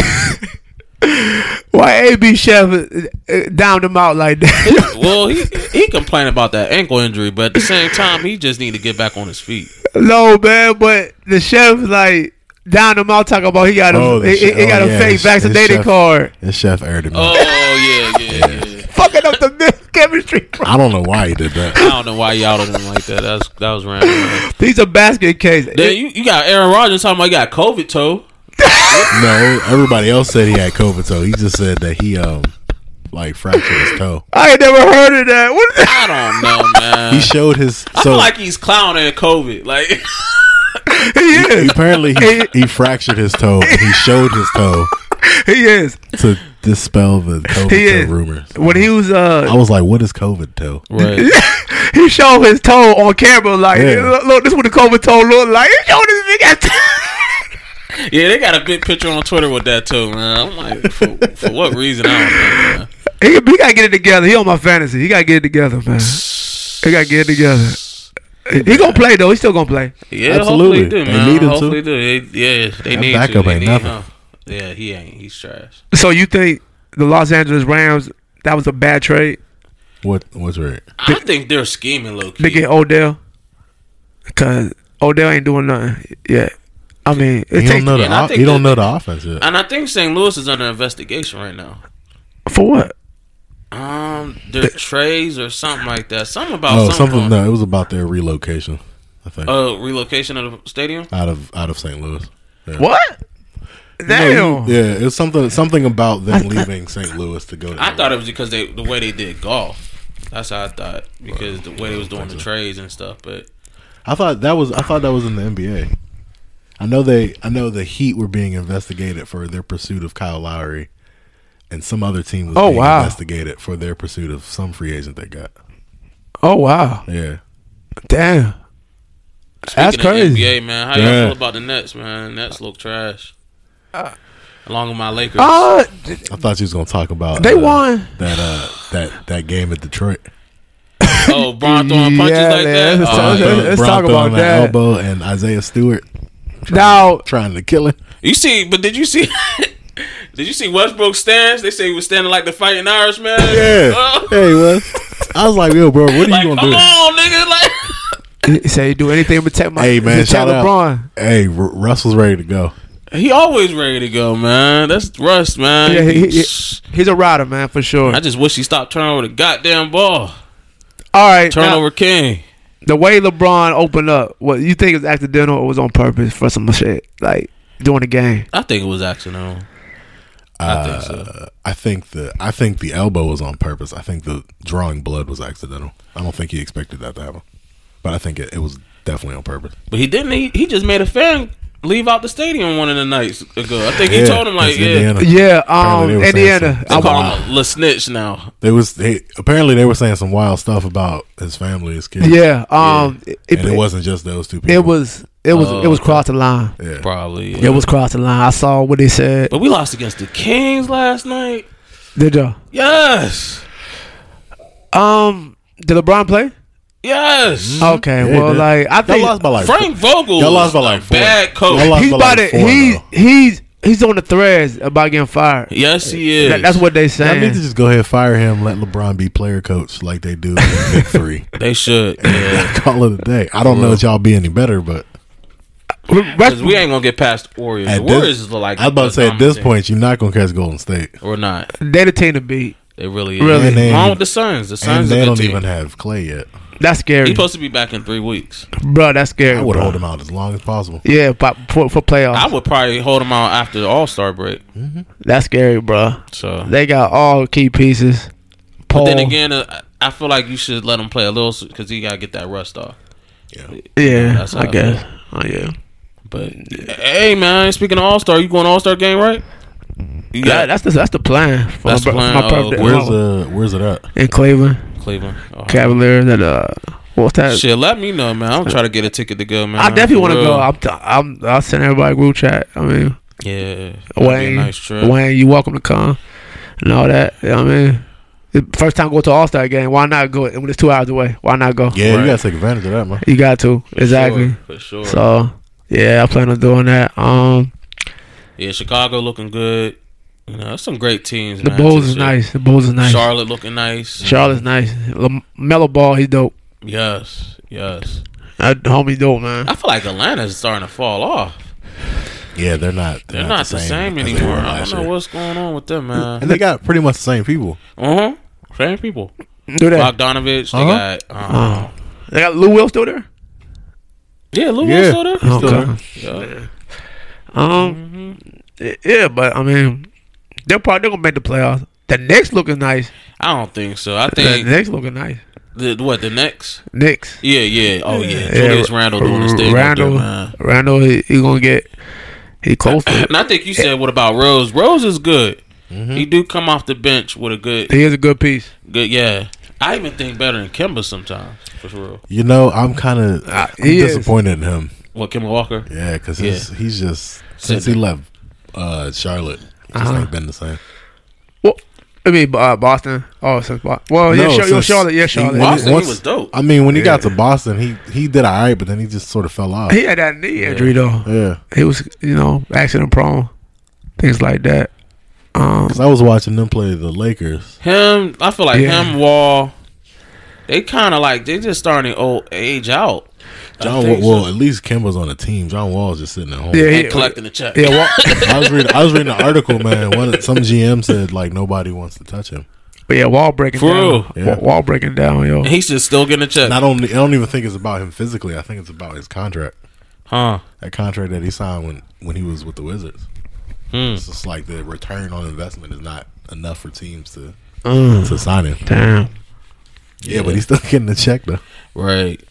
[SPEAKER 3] why AB Chef uh, uh, downed him out like that?
[SPEAKER 1] Well, he he complained about that ankle injury, but at the same time, he just need to get back on his feet.
[SPEAKER 3] no man, but the chef like downed him out talking about he got a
[SPEAKER 2] Oh, the
[SPEAKER 3] he, he-
[SPEAKER 2] chef-
[SPEAKER 3] he got
[SPEAKER 2] oh,
[SPEAKER 3] a
[SPEAKER 2] yeah,
[SPEAKER 3] fake
[SPEAKER 2] his- his
[SPEAKER 3] vaccinated
[SPEAKER 2] chef.
[SPEAKER 3] card,
[SPEAKER 2] this chef aired him.
[SPEAKER 1] Oh
[SPEAKER 2] out.
[SPEAKER 1] yeah, yeah, yeah.
[SPEAKER 3] fucking up the men's chemistry. bro.
[SPEAKER 2] I don't know why he did that.
[SPEAKER 1] I don't know why y'all don't like that. That's that was random. man.
[SPEAKER 3] He's a basket case.
[SPEAKER 1] Then you, you got Aaron Rodgers talking about he got COVID toe.
[SPEAKER 2] no, everybody else said he had COVID, so he just said that he um like fractured his toe.
[SPEAKER 3] I ain't never heard of that. What is that?
[SPEAKER 1] I don't know, man.
[SPEAKER 2] He showed his. So
[SPEAKER 1] I feel like he's clowning at COVID. Like
[SPEAKER 3] He is.
[SPEAKER 2] apparently he, he fractured his toe and he showed his toe
[SPEAKER 3] He is.
[SPEAKER 2] to dispel the COVID
[SPEAKER 3] He
[SPEAKER 2] toe
[SPEAKER 3] is.
[SPEAKER 2] rumors.
[SPEAKER 3] When he was uh
[SPEAKER 2] I was like, "What is COVID toe?"
[SPEAKER 1] right.
[SPEAKER 3] he showed his toe on camera like
[SPEAKER 2] Yeah.
[SPEAKER 3] look, look, this what the COVID toe look like. He showed his big ass
[SPEAKER 1] Yeah, they got a big picture on Twitter with that too, man. I'm like, for, for what reason? I don't know. Man.
[SPEAKER 3] he, he gotta get it together. He on my fantasy. He gotta get it together, man. He gotta get it together. He- He gonna play though. He still gonna play.
[SPEAKER 1] Yeah,
[SPEAKER 2] Absolutely.
[SPEAKER 1] hopefully they do,
[SPEAKER 2] They
[SPEAKER 1] man.
[SPEAKER 2] need him to.
[SPEAKER 1] hopefully they do. They- yeah, they
[SPEAKER 2] That
[SPEAKER 1] need to.
[SPEAKER 2] backup
[SPEAKER 1] They
[SPEAKER 2] ain't
[SPEAKER 1] need
[SPEAKER 2] nothing.
[SPEAKER 1] him. Yeah, he ain't. He's trash.
[SPEAKER 3] So you think the Los Angeles Rams that was a bad trade
[SPEAKER 2] What? What's right?
[SPEAKER 1] I think they're scheming, low
[SPEAKER 3] to
[SPEAKER 1] key.
[SPEAKER 3] get Odell? Cause Odell ain't doing nothing yet. I mean, it
[SPEAKER 2] He
[SPEAKER 3] takes
[SPEAKER 2] don't know
[SPEAKER 1] and I
[SPEAKER 2] the.
[SPEAKER 1] think
[SPEAKER 2] He don't
[SPEAKER 1] that-
[SPEAKER 2] know the offense yet.
[SPEAKER 1] and I think St. Louis is under investigation right now.
[SPEAKER 3] for what?
[SPEAKER 1] Um, their trades or something like that. Something about
[SPEAKER 2] Oh,
[SPEAKER 1] something.
[SPEAKER 2] something. No, it was about their relocation. I think
[SPEAKER 1] Uh, relocation of the stadium.
[SPEAKER 2] out of out of St. Louis. Yeah.
[SPEAKER 3] What? Damn.
[SPEAKER 2] No, you- yeah, it was something something about them leaving St. Louis to go. To
[SPEAKER 1] I thought it was because they the way they did golf. That's how I thought because the way they was doing the trades and stuff. But
[SPEAKER 2] I thought that was. I thought that was in the NBA. I know they. I know the Heat were being investigated for their pursuit of Kyle Lowry, and some other team was
[SPEAKER 3] Oh,
[SPEAKER 2] being
[SPEAKER 3] wow.
[SPEAKER 2] investigated for their pursuit of some free agent they got.
[SPEAKER 3] Oh wow.
[SPEAKER 2] Yeah,
[SPEAKER 3] Damn. That's
[SPEAKER 1] speaking of
[SPEAKER 3] crazy.
[SPEAKER 1] NBA man, how
[SPEAKER 2] Yeah.
[SPEAKER 1] y'all feel about the Nets, man? Nets look trash. Along with my Lakers.
[SPEAKER 2] Oh,
[SPEAKER 3] Uh,
[SPEAKER 2] I thought you was gonna talk about
[SPEAKER 3] They
[SPEAKER 2] uh,
[SPEAKER 3] won.
[SPEAKER 2] that uh that that game at Detroit.
[SPEAKER 1] oh, Bron throwing punches
[SPEAKER 3] Yeah,
[SPEAKER 1] like
[SPEAKER 3] man,
[SPEAKER 1] that.
[SPEAKER 3] it's
[SPEAKER 1] Oh,
[SPEAKER 3] tough.
[SPEAKER 1] yeah.
[SPEAKER 3] let's
[SPEAKER 2] Bron
[SPEAKER 3] talk
[SPEAKER 2] throwing
[SPEAKER 3] about
[SPEAKER 2] that
[SPEAKER 3] that.
[SPEAKER 2] elbow and Isaiah Stewart
[SPEAKER 3] now
[SPEAKER 2] trying to kill him.
[SPEAKER 1] You see, but did you see? did you see Westbrook stands? They say he was standing like the fighting Irishman.
[SPEAKER 2] Yeah,
[SPEAKER 1] Oh,
[SPEAKER 2] hey, what? I was like, yo, bro, what are
[SPEAKER 1] Like,
[SPEAKER 2] you
[SPEAKER 1] come
[SPEAKER 2] gonna do?
[SPEAKER 1] on, nigga. Like,
[SPEAKER 3] He said he do anything to protect my.
[SPEAKER 2] Hey man,
[SPEAKER 3] protect
[SPEAKER 2] shout
[SPEAKER 3] LeBron.
[SPEAKER 2] out. Hey, R- Russell's ready to go.
[SPEAKER 1] he always ready to go, man. That's Russ, man.
[SPEAKER 3] Yeah, he- he- He's a rider, man, for sure.
[SPEAKER 1] I just wish he stopped turning over the goddamn ball.
[SPEAKER 3] All right, now,
[SPEAKER 1] Turnover king.
[SPEAKER 3] the way LeBron opened up, what you think is accidental or was on purpose for some shit like during the game?
[SPEAKER 1] I think it was accidental. I think so.
[SPEAKER 2] Uh, I think the I think the elbow was on purpose. I think the drawing blood was accidental. I don't think he expected that to happen, but I think it, it was definitely on purpose.
[SPEAKER 1] But he didn't. He, he just made a fan leave out the stadium one of the nights ago. I think he
[SPEAKER 2] Yeah,
[SPEAKER 1] told him like,
[SPEAKER 2] it's
[SPEAKER 1] yeah,
[SPEAKER 2] Indiana.
[SPEAKER 3] Yeah, um,
[SPEAKER 2] Apparently they were saying
[SPEAKER 3] Indiana.
[SPEAKER 2] some-
[SPEAKER 1] they
[SPEAKER 3] I,
[SPEAKER 1] call him a little snitch now.
[SPEAKER 2] They was they, apparently they were saying some wild stuff about his family, his kids.
[SPEAKER 3] yeah, um, It,
[SPEAKER 2] and it, wasn't just those two people.
[SPEAKER 3] It was. It was.
[SPEAKER 1] Oh,
[SPEAKER 3] it was
[SPEAKER 1] okay.
[SPEAKER 3] crossed the line.
[SPEAKER 2] yeah.
[SPEAKER 1] Probably.
[SPEAKER 3] It was crossed the line. I saw what they said.
[SPEAKER 1] But we lost against the Kings last night.
[SPEAKER 3] Did you?
[SPEAKER 1] Yes.
[SPEAKER 3] Um, did LeBron play?
[SPEAKER 1] Mm-hmm. Yes.
[SPEAKER 3] Okay.
[SPEAKER 2] Yeah,
[SPEAKER 3] well,
[SPEAKER 2] dude.
[SPEAKER 3] like I
[SPEAKER 2] Y'all
[SPEAKER 3] think
[SPEAKER 2] lost by like
[SPEAKER 1] Frank Vogel.
[SPEAKER 2] Y'all lost by
[SPEAKER 1] is
[SPEAKER 2] like
[SPEAKER 1] a
[SPEAKER 2] four.
[SPEAKER 1] Bad coach.
[SPEAKER 2] Y'all lost
[SPEAKER 3] he's
[SPEAKER 2] by
[SPEAKER 3] about
[SPEAKER 2] like
[SPEAKER 3] to.
[SPEAKER 2] four,
[SPEAKER 3] He's
[SPEAKER 2] though.
[SPEAKER 3] he's he's on the threads about getting fired.
[SPEAKER 1] yes, he is.
[SPEAKER 3] That- that's what they
[SPEAKER 2] I need to
[SPEAKER 3] saying.
[SPEAKER 2] just go ahead and fire him. Let LeBron be player coach like they do in the Big Three.
[SPEAKER 1] they should. Yeah.
[SPEAKER 2] Call it a day. I don't know if y'all be any better, but
[SPEAKER 1] Because we ain't gonna get past the Warriors.
[SPEAKER 2] at
[SPEAKER 1] the Warriors
[SPEAKER 2] this,
[SPEAKER 1] is like
[SPEAKER 2] I was about to
[SPEAKER 1] a
[SPEAKER 2] say at
[SPEAKER 1] dominant
[SPEAKER 2] this
[SPEAKER 1] team.
[SPEAKER 2] point, you're not gonna catch Golden State,
[SPEAKER 1] or not.
[SPEAKER 3] They the team to beat.
[SPEAKER 1] They really.
[SPEAKER 3] Really?
[SPEAKER 1] Is.
[SPEAKER 2] And they-
[SPEAKER 1] Along with the Suns. The
[SPEAKER 2] and
[SPEAKER 1] Suns
[SPEAKER 2] they
[SPEAKER 1] is a
[SPEAKER 2] don't
[SPEAKER 1] good team.
[SPEAKER 2] even have Clay yet.
[SPEAKER 3] That's
[SPEAKER 1] He's
[SPEAKER 3] scary,
[SPEAKER 1] supposed to be back in three weeks.
[SPEAKER 3] bro. That's scary.
[SPEAKER 2] I would
[SPEAKER 3] bruh.
[SPEAKER 2] hold him out as long as possible.
[SPEAKER 3] Yeah, but for, for playoffs,
[SPEAKER 1] I would probably hold him out after the All Star break.
[SPEAKER 3] that's scary, bro.
[SPEAKER 1] So
[SPEAKER 3] They got all key pieces. Paul,
[SPEAKER 1] But then again, uh, I feel like you should let him play a little because he gotta get that rust off.
[SPEAKER 3] yeah,
[SPEAKER 1] That's how
[SPEAKER 3] I
[SPEAKER 1] I
[SPEAKER 3] guess. Oh yeah,
[SPEAKER 1] But hey, man, speaking of All Star, you going All Star game right? You
[SPEAKER 3] yeah.
[SPEAKER 1] got
[SPEAKER 3] That's the that's the plan. For
[SPEAKER 1] That's the
[SPEAKER 3] my, bro-
[SPEAKER 1] plan.
[SPEAKER 3] My
[SPEAKER 1] Oh,
[SPEAKER 3] birthday-
[SPEAKER 2] Where's the Where's it at?
[SPEAKER 3] in Cleveland
[SPEAKER 1] Cleveland. Oh,
[SPEAKER 3] Cavaliers and uh, what's that?
[SPEAKER 1] Shit, let me know, man. I'm trying to get a ticket to go, man.
[SPEAKER 3] I definitely
[SPEAKER 1] For
[SPEAKER 3] want to
[SPEAKER 1] real.
[SPEAKER 3] go. I'm, t- I'm I'll send everybody a group chat. I mean,
[SPEAKER 1] Yeah, that'd be a
[SPEAKER 3] Wayne,
[SPEAKER 1] nice trip.
[SPEAKER 3] Wayne, you welcome to come and all that. You know what I mean, It- first time go to All Star game. Why not go? When it's two hours away, why not go?
[SPEAKER 2] Yeah,
[SPEAKER 1] Right.
[SPEAKER 2] you gotta take advantage of that, man.
[SPEAKER 3] you got to
[SPEAKER 1] For
[SPEAKER 3] exactly.
[SPEAKER 1] sure, for sure.
[SPEAKER 3] So yeah, I plan on doing that. Um,
[SPEAKER 1] yeah, Chicago looking good. You know, that's some great teams.
[SPEAKER 3] the
[SPEAKER 1] man,
[SPEAKER 3] Bulls
[SPEAKER 1] too,
[SPEAKER 3] is
[SPEAKER 1] shit.
[SPEAKER 3] nice. The Bulls is nice.
[SPEAKER 1] Charlotte looking nice.
[SPEAKER 3] Charlotte's nice. Lam- Mellow Ball, he's dope.
[SPEAKER 1] Yes, yes.
[SPEAKER 3] That homie dope, man.
[SPEAKER 1] I feel like Atlanta's starting to fall off.
[SPEAKER 2] Yeah, they're not.
[SPEAKER 1] They're not, the same,
[SPEAKER 2] as they
[SPEAKER 1] anymore.
[SPEAKER 2] were
[SPEAKER 1] I
[SPEAKER 2] last
[SPEAKER 1] don't know
[SPEAKER 2] year.
[SPEAKER 1] what's going on with them, man.
[SPEAKER 2] And they got pretty much the same people.
[SPEAKER 1] Uh huh. Same people.
[SPEAKER 3] Do that.
[SPEAKER 1] Bogdanovich. They
[SPEAKER 2] Uh-huh.
[SPEAKER 1] got. Um,
[SPEAKER 3] They got Lou Will still there.
[SPEAKER 1] yeah, Lou
[SPEAKER 2] Yeah.
[SPEAKER 1] yeah. still there.
[SPEAKER 2] He's still there.
[SPEAKER 1] Yeah.
[SPEAKER 3] Um,
[SPEAKER 1] Mm-hmm.
[SPEAKER 3] y- yeah, but I mean, they're probably they're gonna make the playoffs. The Knicks looking nice.
[SPEAKER 1] I don't think so. I
[SPEAKER 3] The
[SPEAKER 1] think
[SPEAKER 3] Knicks looking nice.
[SPEAKER 1] the, what the next.
[SPEAKER 3] Knicks.
[SPEAKER 1] Yeah, yeah. Oh yeah. Julius Randle doing his thing. Randall.
[SPEAKER 3] Randall,
[SPEAKER 1] There, man.
[SPEAKER 3] Randall, he, he gonna get he close to it.
[SPEAKER 1] And I think you said what about Rose? Rose is good. He do come off the bench with a good,
[SPEAKER 3] He is a good piece.
[SPEAKER 1] good. Yeah. I even think better than Kimba sometimes for real.
[SPEAKER 2] You know, I'm kind of
[SPEAKER 3] he is.
[SPEAKER 2] disappointed in him.
[SPEAKER 1] What Kimba Walker?
[SPEAKER 2] Yeah, because
[SPEAKER 1] Yeah.
[SPEAKER 2] he's, he's just
[SPEAKER 1] Sitting
[SPEAKER 2] since he
[SPEAKER 1] there.
[SPEAKER 2] left uh, Charlotte, he just
[SPEAKER 3] Uh-huh.
[SPEAKER 2] ain't been the same.
[SPEAKER 3] Well, I mean, uh, Boston. Oh, since Bo- well, yeah,
[SPEAKER 2] No,
[SPEAKER 3] Char-
[SPEAKER 2] since
[SPEAKER 3] Charlotte, yeah,
[SPEAKER 2] he-
[SPEAKER 3] Charlotte.
[SPEAKER 2] when
[SPEAKER 1] Boston, he was dope.
[SPEAKER 2] I mean, when he got to Boston, he he did all right, but then he just sort of fell off.
[SPEAKER 3] He had that knee injury though.
[SPEAKER 2] yeah,
[SPEAKER 3] He was, you know, accident prone, things like that. Um,
[SPEAKER 2] because I was watching them play the Lakers.
[SPEAKER 1] Him, I feel like
[SPEAKER 3] Yeah.
[SPEAKER 1] him Wall. They kind of like they just starting to old age out. I
[SPEAKER 2] John, Wall,
[SPEAKER 1] think
[SPEAKER 2] well,
[SPEAKER 1] so.
[SPEAKER 2] at least Kimba's on the team. John Wall's just sitting at home.
[SPEAKER 3] yeah,
[SPEAKER 1] and
[SPEAKER 3] he,
[SPEAKER 1] collecting the check.
[SPEAKER 3] yeah, Wall,
[SPEAKER 2] I was reading. I was reading an article, man. One, some GM said like nobody wants to touch him.
[SPEAKER 3] but yeah, wall breaking
[SPEAKER 1] For
[SPEAKER 3] down,
[SPEAKER 1] real.
[SPEAKER 2] Yeah.
[SPEAKER 3] Wa- wall breaking down, yo.
[SPEAKER 1] And He's just still getting a check.
[SPEAKER 2] And I don't. I don't even think it's about him physically. I think it's about his contract.
[SPEAKER 1] huh.
[SPEAKER 2] That contract that he signed when when he was with the Wizards.
[SPEAKER 1] Hmm.
[SPEAKER 2] It's just like the return on investment is not enough for teams to to sign him.
[SPEAKER 3] Damn.
[SPEAKER 2] Yeah, but he's still getting the check though.
[SPEAKER 1] Right.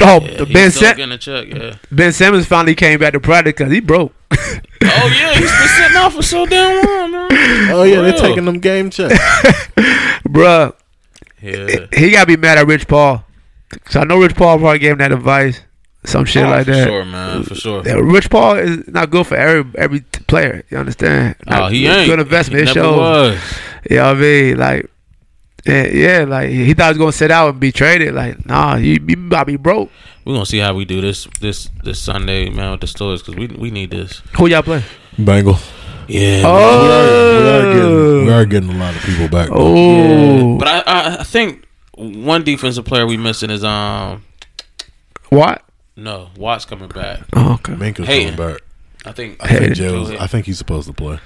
[SPEAKER 3] Oh,
[SPEAKER 1] Yeah,
[SPEAKER 3] the
[SPEAKER 1] he's
[SPEAKER 3] Ben
[SPEAKER 1] still
[SPEAKER 3] Sa-
[SPEAKER 1] getting a check, yeah.
[SPEAKER 3] Ben Simmons finally came back to practice because he broke.
[SPEAKER 1] Oh yeah, he's been sitting out for so damn long, man.
[SPEAKER 2] Oh yeah, they're
[SPEAKER 1] Real.
[SPEAKER 2] taking them game checks.
[SPEAKER 3] Bruh,
[SPEAKER 1] Yeah.
[SPEAKER 3] he gotta be mad at Rich Paul. So I know Rich Paul probably gave him that advice, some shit
[SPEAKER 1] Oh,
[SPEAKER 3] like
[SPEAKER 1] for
[SPEAKER 3] that.
[SPEAKER 1] sure, man, for sure.
[SPEAKER 3] Yeah, Rich Paul is not good for every every t- player. You understand?
[SPEAKER 1] Oh,
[SPEAKER 3] Not
[SPEAKER 1] he
[SPEAKER 3] good
[SPEAKER 1] ain't
[SPEAKER 3] good investment.
[SPEAKER 1] He
[SPEAKER 3] It
[SPEAKER 1] never
[SPEAKER 3] shows.
[SPEAKER 1] was.
[SPEAKER 3] You know what I mean? Like, yeah, yeah, like he thought he was gonna sit out and be traded. Like, nah, you, you about to be broke.
[SPEAKER 1] We're gonna see how we do this this this Sunday, man, with the Steelers, because we we need this.
[SPEAKER 3] Who y'all play?
[SPEAKER 2] Bengals.
[SPEAKER 1] Yeah.
[SPEAKER 2] We
[SPEAKER 3] Oh,
[SPEAKER 1] Oh.
[SPEAKER 2] are, we are getting we are getting a lot of people back. though.
[SPEAKER 1] man.
[SPEAKER 3] oh,
[SPEAKER 1] But I, I I think one defensive player we missing is um
[SPEAKER 3] What?
[SPEAKER 1] no Watts coming back.
[SPEAKER 3] Oh, okay.
[SPEAKER 2] Minka's
[SPEAKER 1] Hayden.
[SPEAKER 2] coming back.
[SPEAKER 1] I think
[SPEAKER 2] I think
[SPEAKER 3] Hayden.
[SPEAKER 2] Joe's. I think he's supposed to play.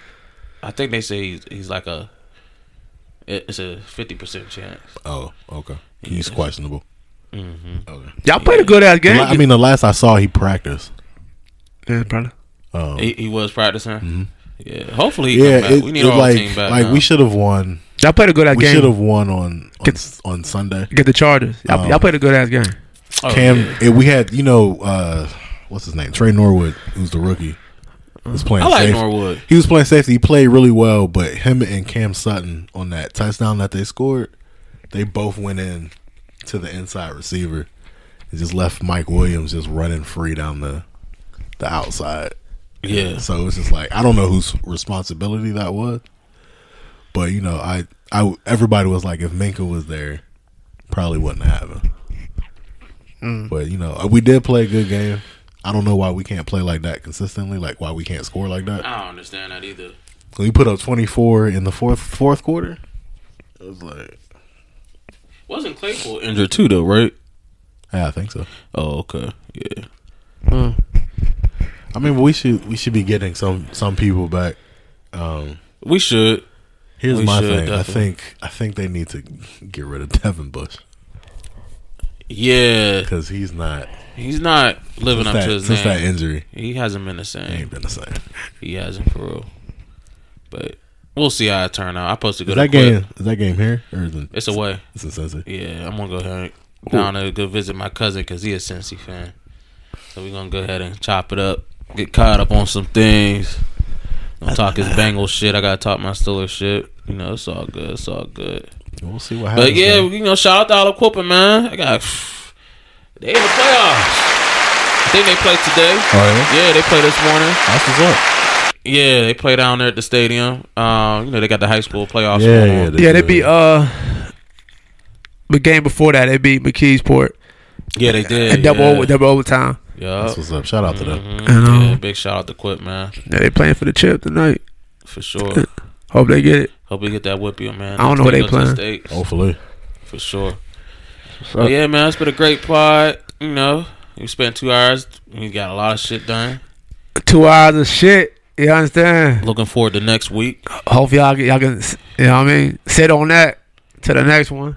[SPEAKER 1] I think they say he's, he's like a it- it's a fifty percent chance.
[SPEAKER 2] Oh, okay. He's questionable. Okay.
[SPEAKER 3] Y'all played a good ass game.
[SPEAKER 2] I mean, the last I saw, he practiced.
[SPEAKER 3] yeah, brother.
[SPEAKER 2] Um,
[SPEAKER 1] He, he was practicing.
[SPEAKER 3] Mm-hmm.
[SPEAKER 1] Yeah, hopefully he
[SPEAKER 2] yeah,
[SPEAKER 1] come back.
[SPEAKER 2] it,
[SPEAKER 1] we need
[SPEAKER 2] it
[SPEAKER 1] our whole
[SPEAKER 2] like
[SPEAKER 1] team back.
[SPEAKER 2] like
[SPEAKER 1] now.
[SPEAKER 2] we should have won.
[SPEAKER 3] Y'all played a good ass
[SPEAKER 2] We should
[SPEAKER 3] game.
[SPEAKER 2] have won on on, s- on Sunday.
[SPEAKER 3] Get the Chargers. Y'all,
[SPEAKER 2] Um,
[SPEAKER 3] y'all played a good ass game.
[SPEAKER 1] Oh,
[SPEAKER 2] Cam,
[SPEAKER 1] yeah.
[SPEAKER 2] if we had you know uh, what's his name, Trey Norwood, who's the rookie, was playing.
[SPEAKER 1] I like
[SPEAKER 2] safe.
[SPEAKER 1] Norwood.
[SPEAKER 2] He was playing safety. He played really well, but him and Cam Sutton on that touchdown that they scored, they both went in to the inside receiver. It just left Mike Williams just running free down the the outside.
[SPEAKER 1] Yeah.
[SPEAKER 2] So it was just like I don't know whose responsibility that was, but you know, I I everybody was like, if Minka was there, probably wouldn't happen.
[SPEAKER 1] Mm.
[SPEAKER 2] But you know, uh, we did play a good game. I don't know why we can't play like that consistently. Like why we can't score like that.
[SPEAKER 1] I don't understand that either.
[SPEAKER 2] We put up twenty four in the fourth fourth quarter. It was like,
[SPEAKER 1] Wasn't Claypool injured too though, right?
[SPEAKER 2] yeah, I think so.
[SPEAKER 1] Oh, okay. Yeah.
[SPEAKER 2] I mean, we should we should be getting some some people back. Um,
[SPEAKER 1] We should.
[SPEAKER 2] here's
[SPEAKER 1] We
[SPEAKER 2] my
[SPEAKER 1] should,
[SPEAKER 2] thing. I
[SPEAKER 1] definitely.
[SPEAKER 2] think I think they need to get rid of Devin Bush
[SPEAKER 1] Yeah.
[SPEAKER 2] because he's not
[SPEAKER 1] He's not living up
[SPEAKER 2] since that,
[SPEAKER 1] to his
[SPEAKER 2] since that
[SPEAKER 1] name.
[SPEAKER 2] injury.
[SPEAKER 1] He hasn't been the
[SPEAKER 2] He
[SPEAKER 1] same.
[SPEAKER 2] ain't been the same.
[SPEAKER 1] He hasn't for real. But we'll see how it turn out. I supposed to go
[SPEAKER 2] Is
[SPEAKER 1] to
[SPEAKER 2] that
[SPEAKER 1] that
[SPEAKER 2] game? Is that game here or is it?
[SPEAKER 1] It's away.
[SPEAKER 2] It's in Cincy.
[SPEAKER 1] Yeah, I'm gonna go ahead and down to go visit my cousin because he a Cincy fan. So we're gonna go ahead and chop it up, get caught up on some things. Don't talk his Bengals shit. I gotta talk my Steelers shit. You know, it's all good. It's all good.
[SPEAKER 2] We'll see what happens.
[SPEAKER 1] But yeah,
[SPEAKER 2] man.
[SPEAKER 1] you know, shout out to all the Quilpin, man. I got they in the playoffs. I think they played today.
[SPEAKER 2] Oh, yeah?
[SPEAKER 1] Yeah, they play this morning.
[SPEAKER 2] that's what's up.
[SPEAKER 1] Yeah, they play down there at the stadium. Um, you know, they got the high school playoffs.
[SPEAKER 2] Yeah,
[SPEAKER 1] going on.
[SPEAKER 2] yeah,
[SPEAKER 3] Yeah, they beat uh the game before that. They beat McKeesport
[SPEAKER 1] yeah, they did.
[SPEAKER 3] and double
[SPEAKER 1] yeah.
[SPEAKER 3] over, double overtime.
[SPEAKER 1] Yup.
[SPEAKER 2] That's what's up. Shout out to them.
[SPEAKER 1] Mhm.
[SPEAKER 3] And, um,
[SPEAKER 1] yeah, big shout out to Quip, man,
[SPEAKER 3] Yeah, they playing for the chip tonight.
[SPEAKER 1] for sure.
[SPEAKER 3] Hope they get it.
[SPEAKER 1] Hope we get that whippy, man.
[SPEAKER 3] I don't know who they
[SPEAKER 1] Take us to the States,
[SPEAKER 2] Hopefully,
[SPEAKER 1] for sure. But yeah, man, it's been a great pod. You know, we spent two hours. We got a lot of shit done.
[SPEAKER 3] Two hours of shit. You understand?
[SPEAKER 1] Looking forward to next week.
[SPEAKER 3] Hope y'all get y'all can you know what I mean. Sit on that to the next one.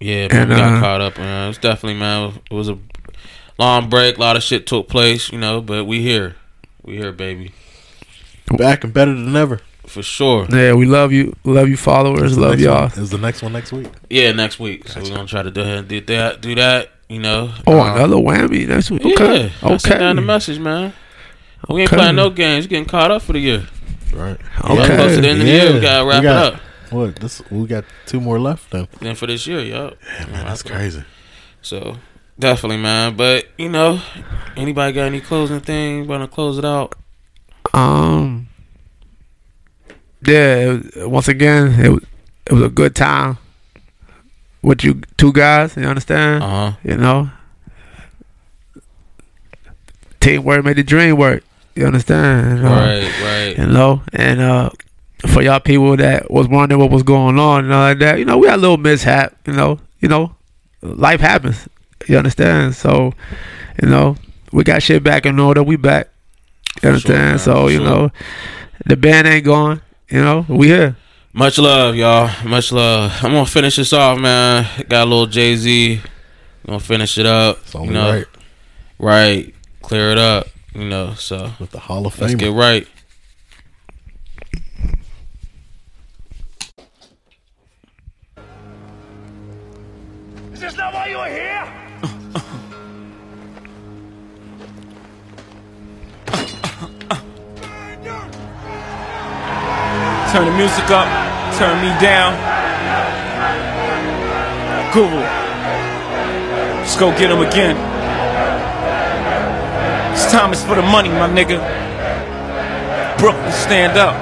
[SPEAKER 1] Yeah, man,
[SPEAKER 3] And,
[SPEAKER 1] we got
[SPEAKER 3] uh,
[SPEAKER 1] caught up, man. It was definitely, man, it was a long break. A lot of shit took place, you know, but we here. We here, baby,
[SPEAKER 2] back and better than ever.
[SPEAKER 1] for sure.
[SPEAKER 3] Yeah, we love you. Love you followers. Love
[SPEAKER 2] Next
[SPEAKER 3] y'all.
[SPEAKER 2] one Is the next one next week?
[SPEAKER 1] Yeah, next week. So we're gonna try to do that. Do that. Do that. You know.
[SPEAKER 3] Oh,
[SPEAKER 1] Um,
[SPEAKER 3] another whammy. That's what, okay.
[SPEAKER 1] Yeah. I sent down the
[SPEAKER 3] okay.
[SPEAKER 1] message, man. We ain't
[SPEAKER 3] Okay.
[SPEAKER 1] playing no games. Getting caught up for the year.
[SPEAKER 2] Right.
[SPEAKER 1] Yeah,
[SPEAKER 3] Okay.
[SPEAKER 1] close to the end of the year. We gotta wrap it up.
[SPEAKER 2] What? This we got two more left though.
[SPEAKER 1] Then for this year, yo.
[SPEAKER 2] Man, that's crazy.
[SPEAKER 1] So definitely, man. But you know, anybody got any closing thing? Want to close it out?
[SPEAKER 3] Um. Yeah. It, was- once again, it was- it was a good time with you two guys. You understand?
[SPEAKER 1] Uh huh.
[SPEAKER 3] You know, teamwork made the dream work. You understand? You know?
[SPEAKER 1] Right,
[SPEAKER 3] You
[SPEAKER 1] right.
[SPEAKER 3] know, and uh, for y'all people that was wondering what was going on and all like that, you know, we had a little mishap. You know, you know, life happens. You understand? So, you know, we got shit back in order. We back. You
[SPEAKER 1] For sure, man,
[SPEAKER 3] understand? so
[SPEAKER 1] for
[SPEAKER 3] you
[SPEAKER 1] sure.
[SPEAKER 3] know, the band ain't gone. You know, we here.
[SPEAKER 1] Much love, y'all. Much love. I'm gonna finish this off, man. Got a little Jay Z. Gonna finish it up.
[SPEAKER 2] It's
[SPEAKER 1] You
[SPEAKER 2] only
[SPEAKER 1] know,
[SPEAKER 2] right
[SPEAKER 1] right? Clear it up. You know, so
[SPEAKER 2] with the Hall of
[SPEAKER 1] let's
[SPEAKER 2] Fame.
[SPEAKER 1] get right.
[SPEAKER 9] Is this not why you are here?
[SPEAKER 10] Turn the music up, turn me down. Guru. Let's go get him again. This time is for the money, my nigga. Brooklyn, stand up.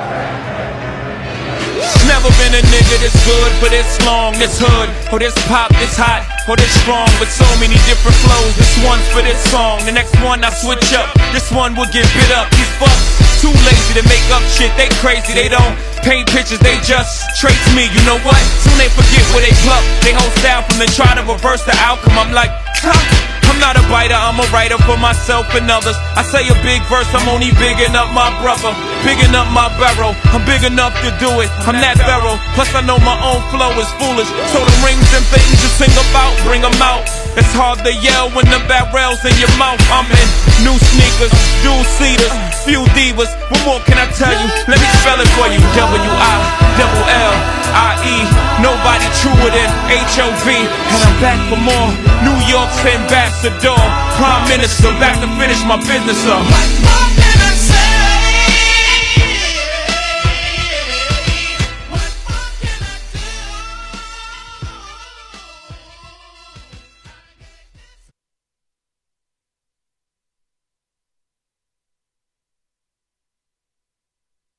[SPEAKER 10] Never been a nigga this good for this long, this hood, or this pop, this hot.
[SPEAKER 7] or this strong with so many different flows. This one's for this song, the next one I switch up. This one will get bit up. These fucks too lazy to make up shit. They crazy, they don't paint pictures. They just trace me. You know what? Soon they forget where they pluck. They whole style from then try to reverse the outcome. I'm like, huh? I'm not a biter, I'm a writer for myself and others. I say a big verse, I'm only bigging up my brother, bigging up my barrel. I'm big enough to do it, I'm that barrel. Plus, I know my own flow is foolish. So the rings and things you sing about, bring 'em out. It's hard to yell when the barrel's in your mouth. I'm in new sneakers, dual seaters, few divas. What more can I tell you? Let me spell it for you. W I double L I E. Nobody truer than H O V. And I'm back for more. New York's ambassador, prime minister, back to finish my business up.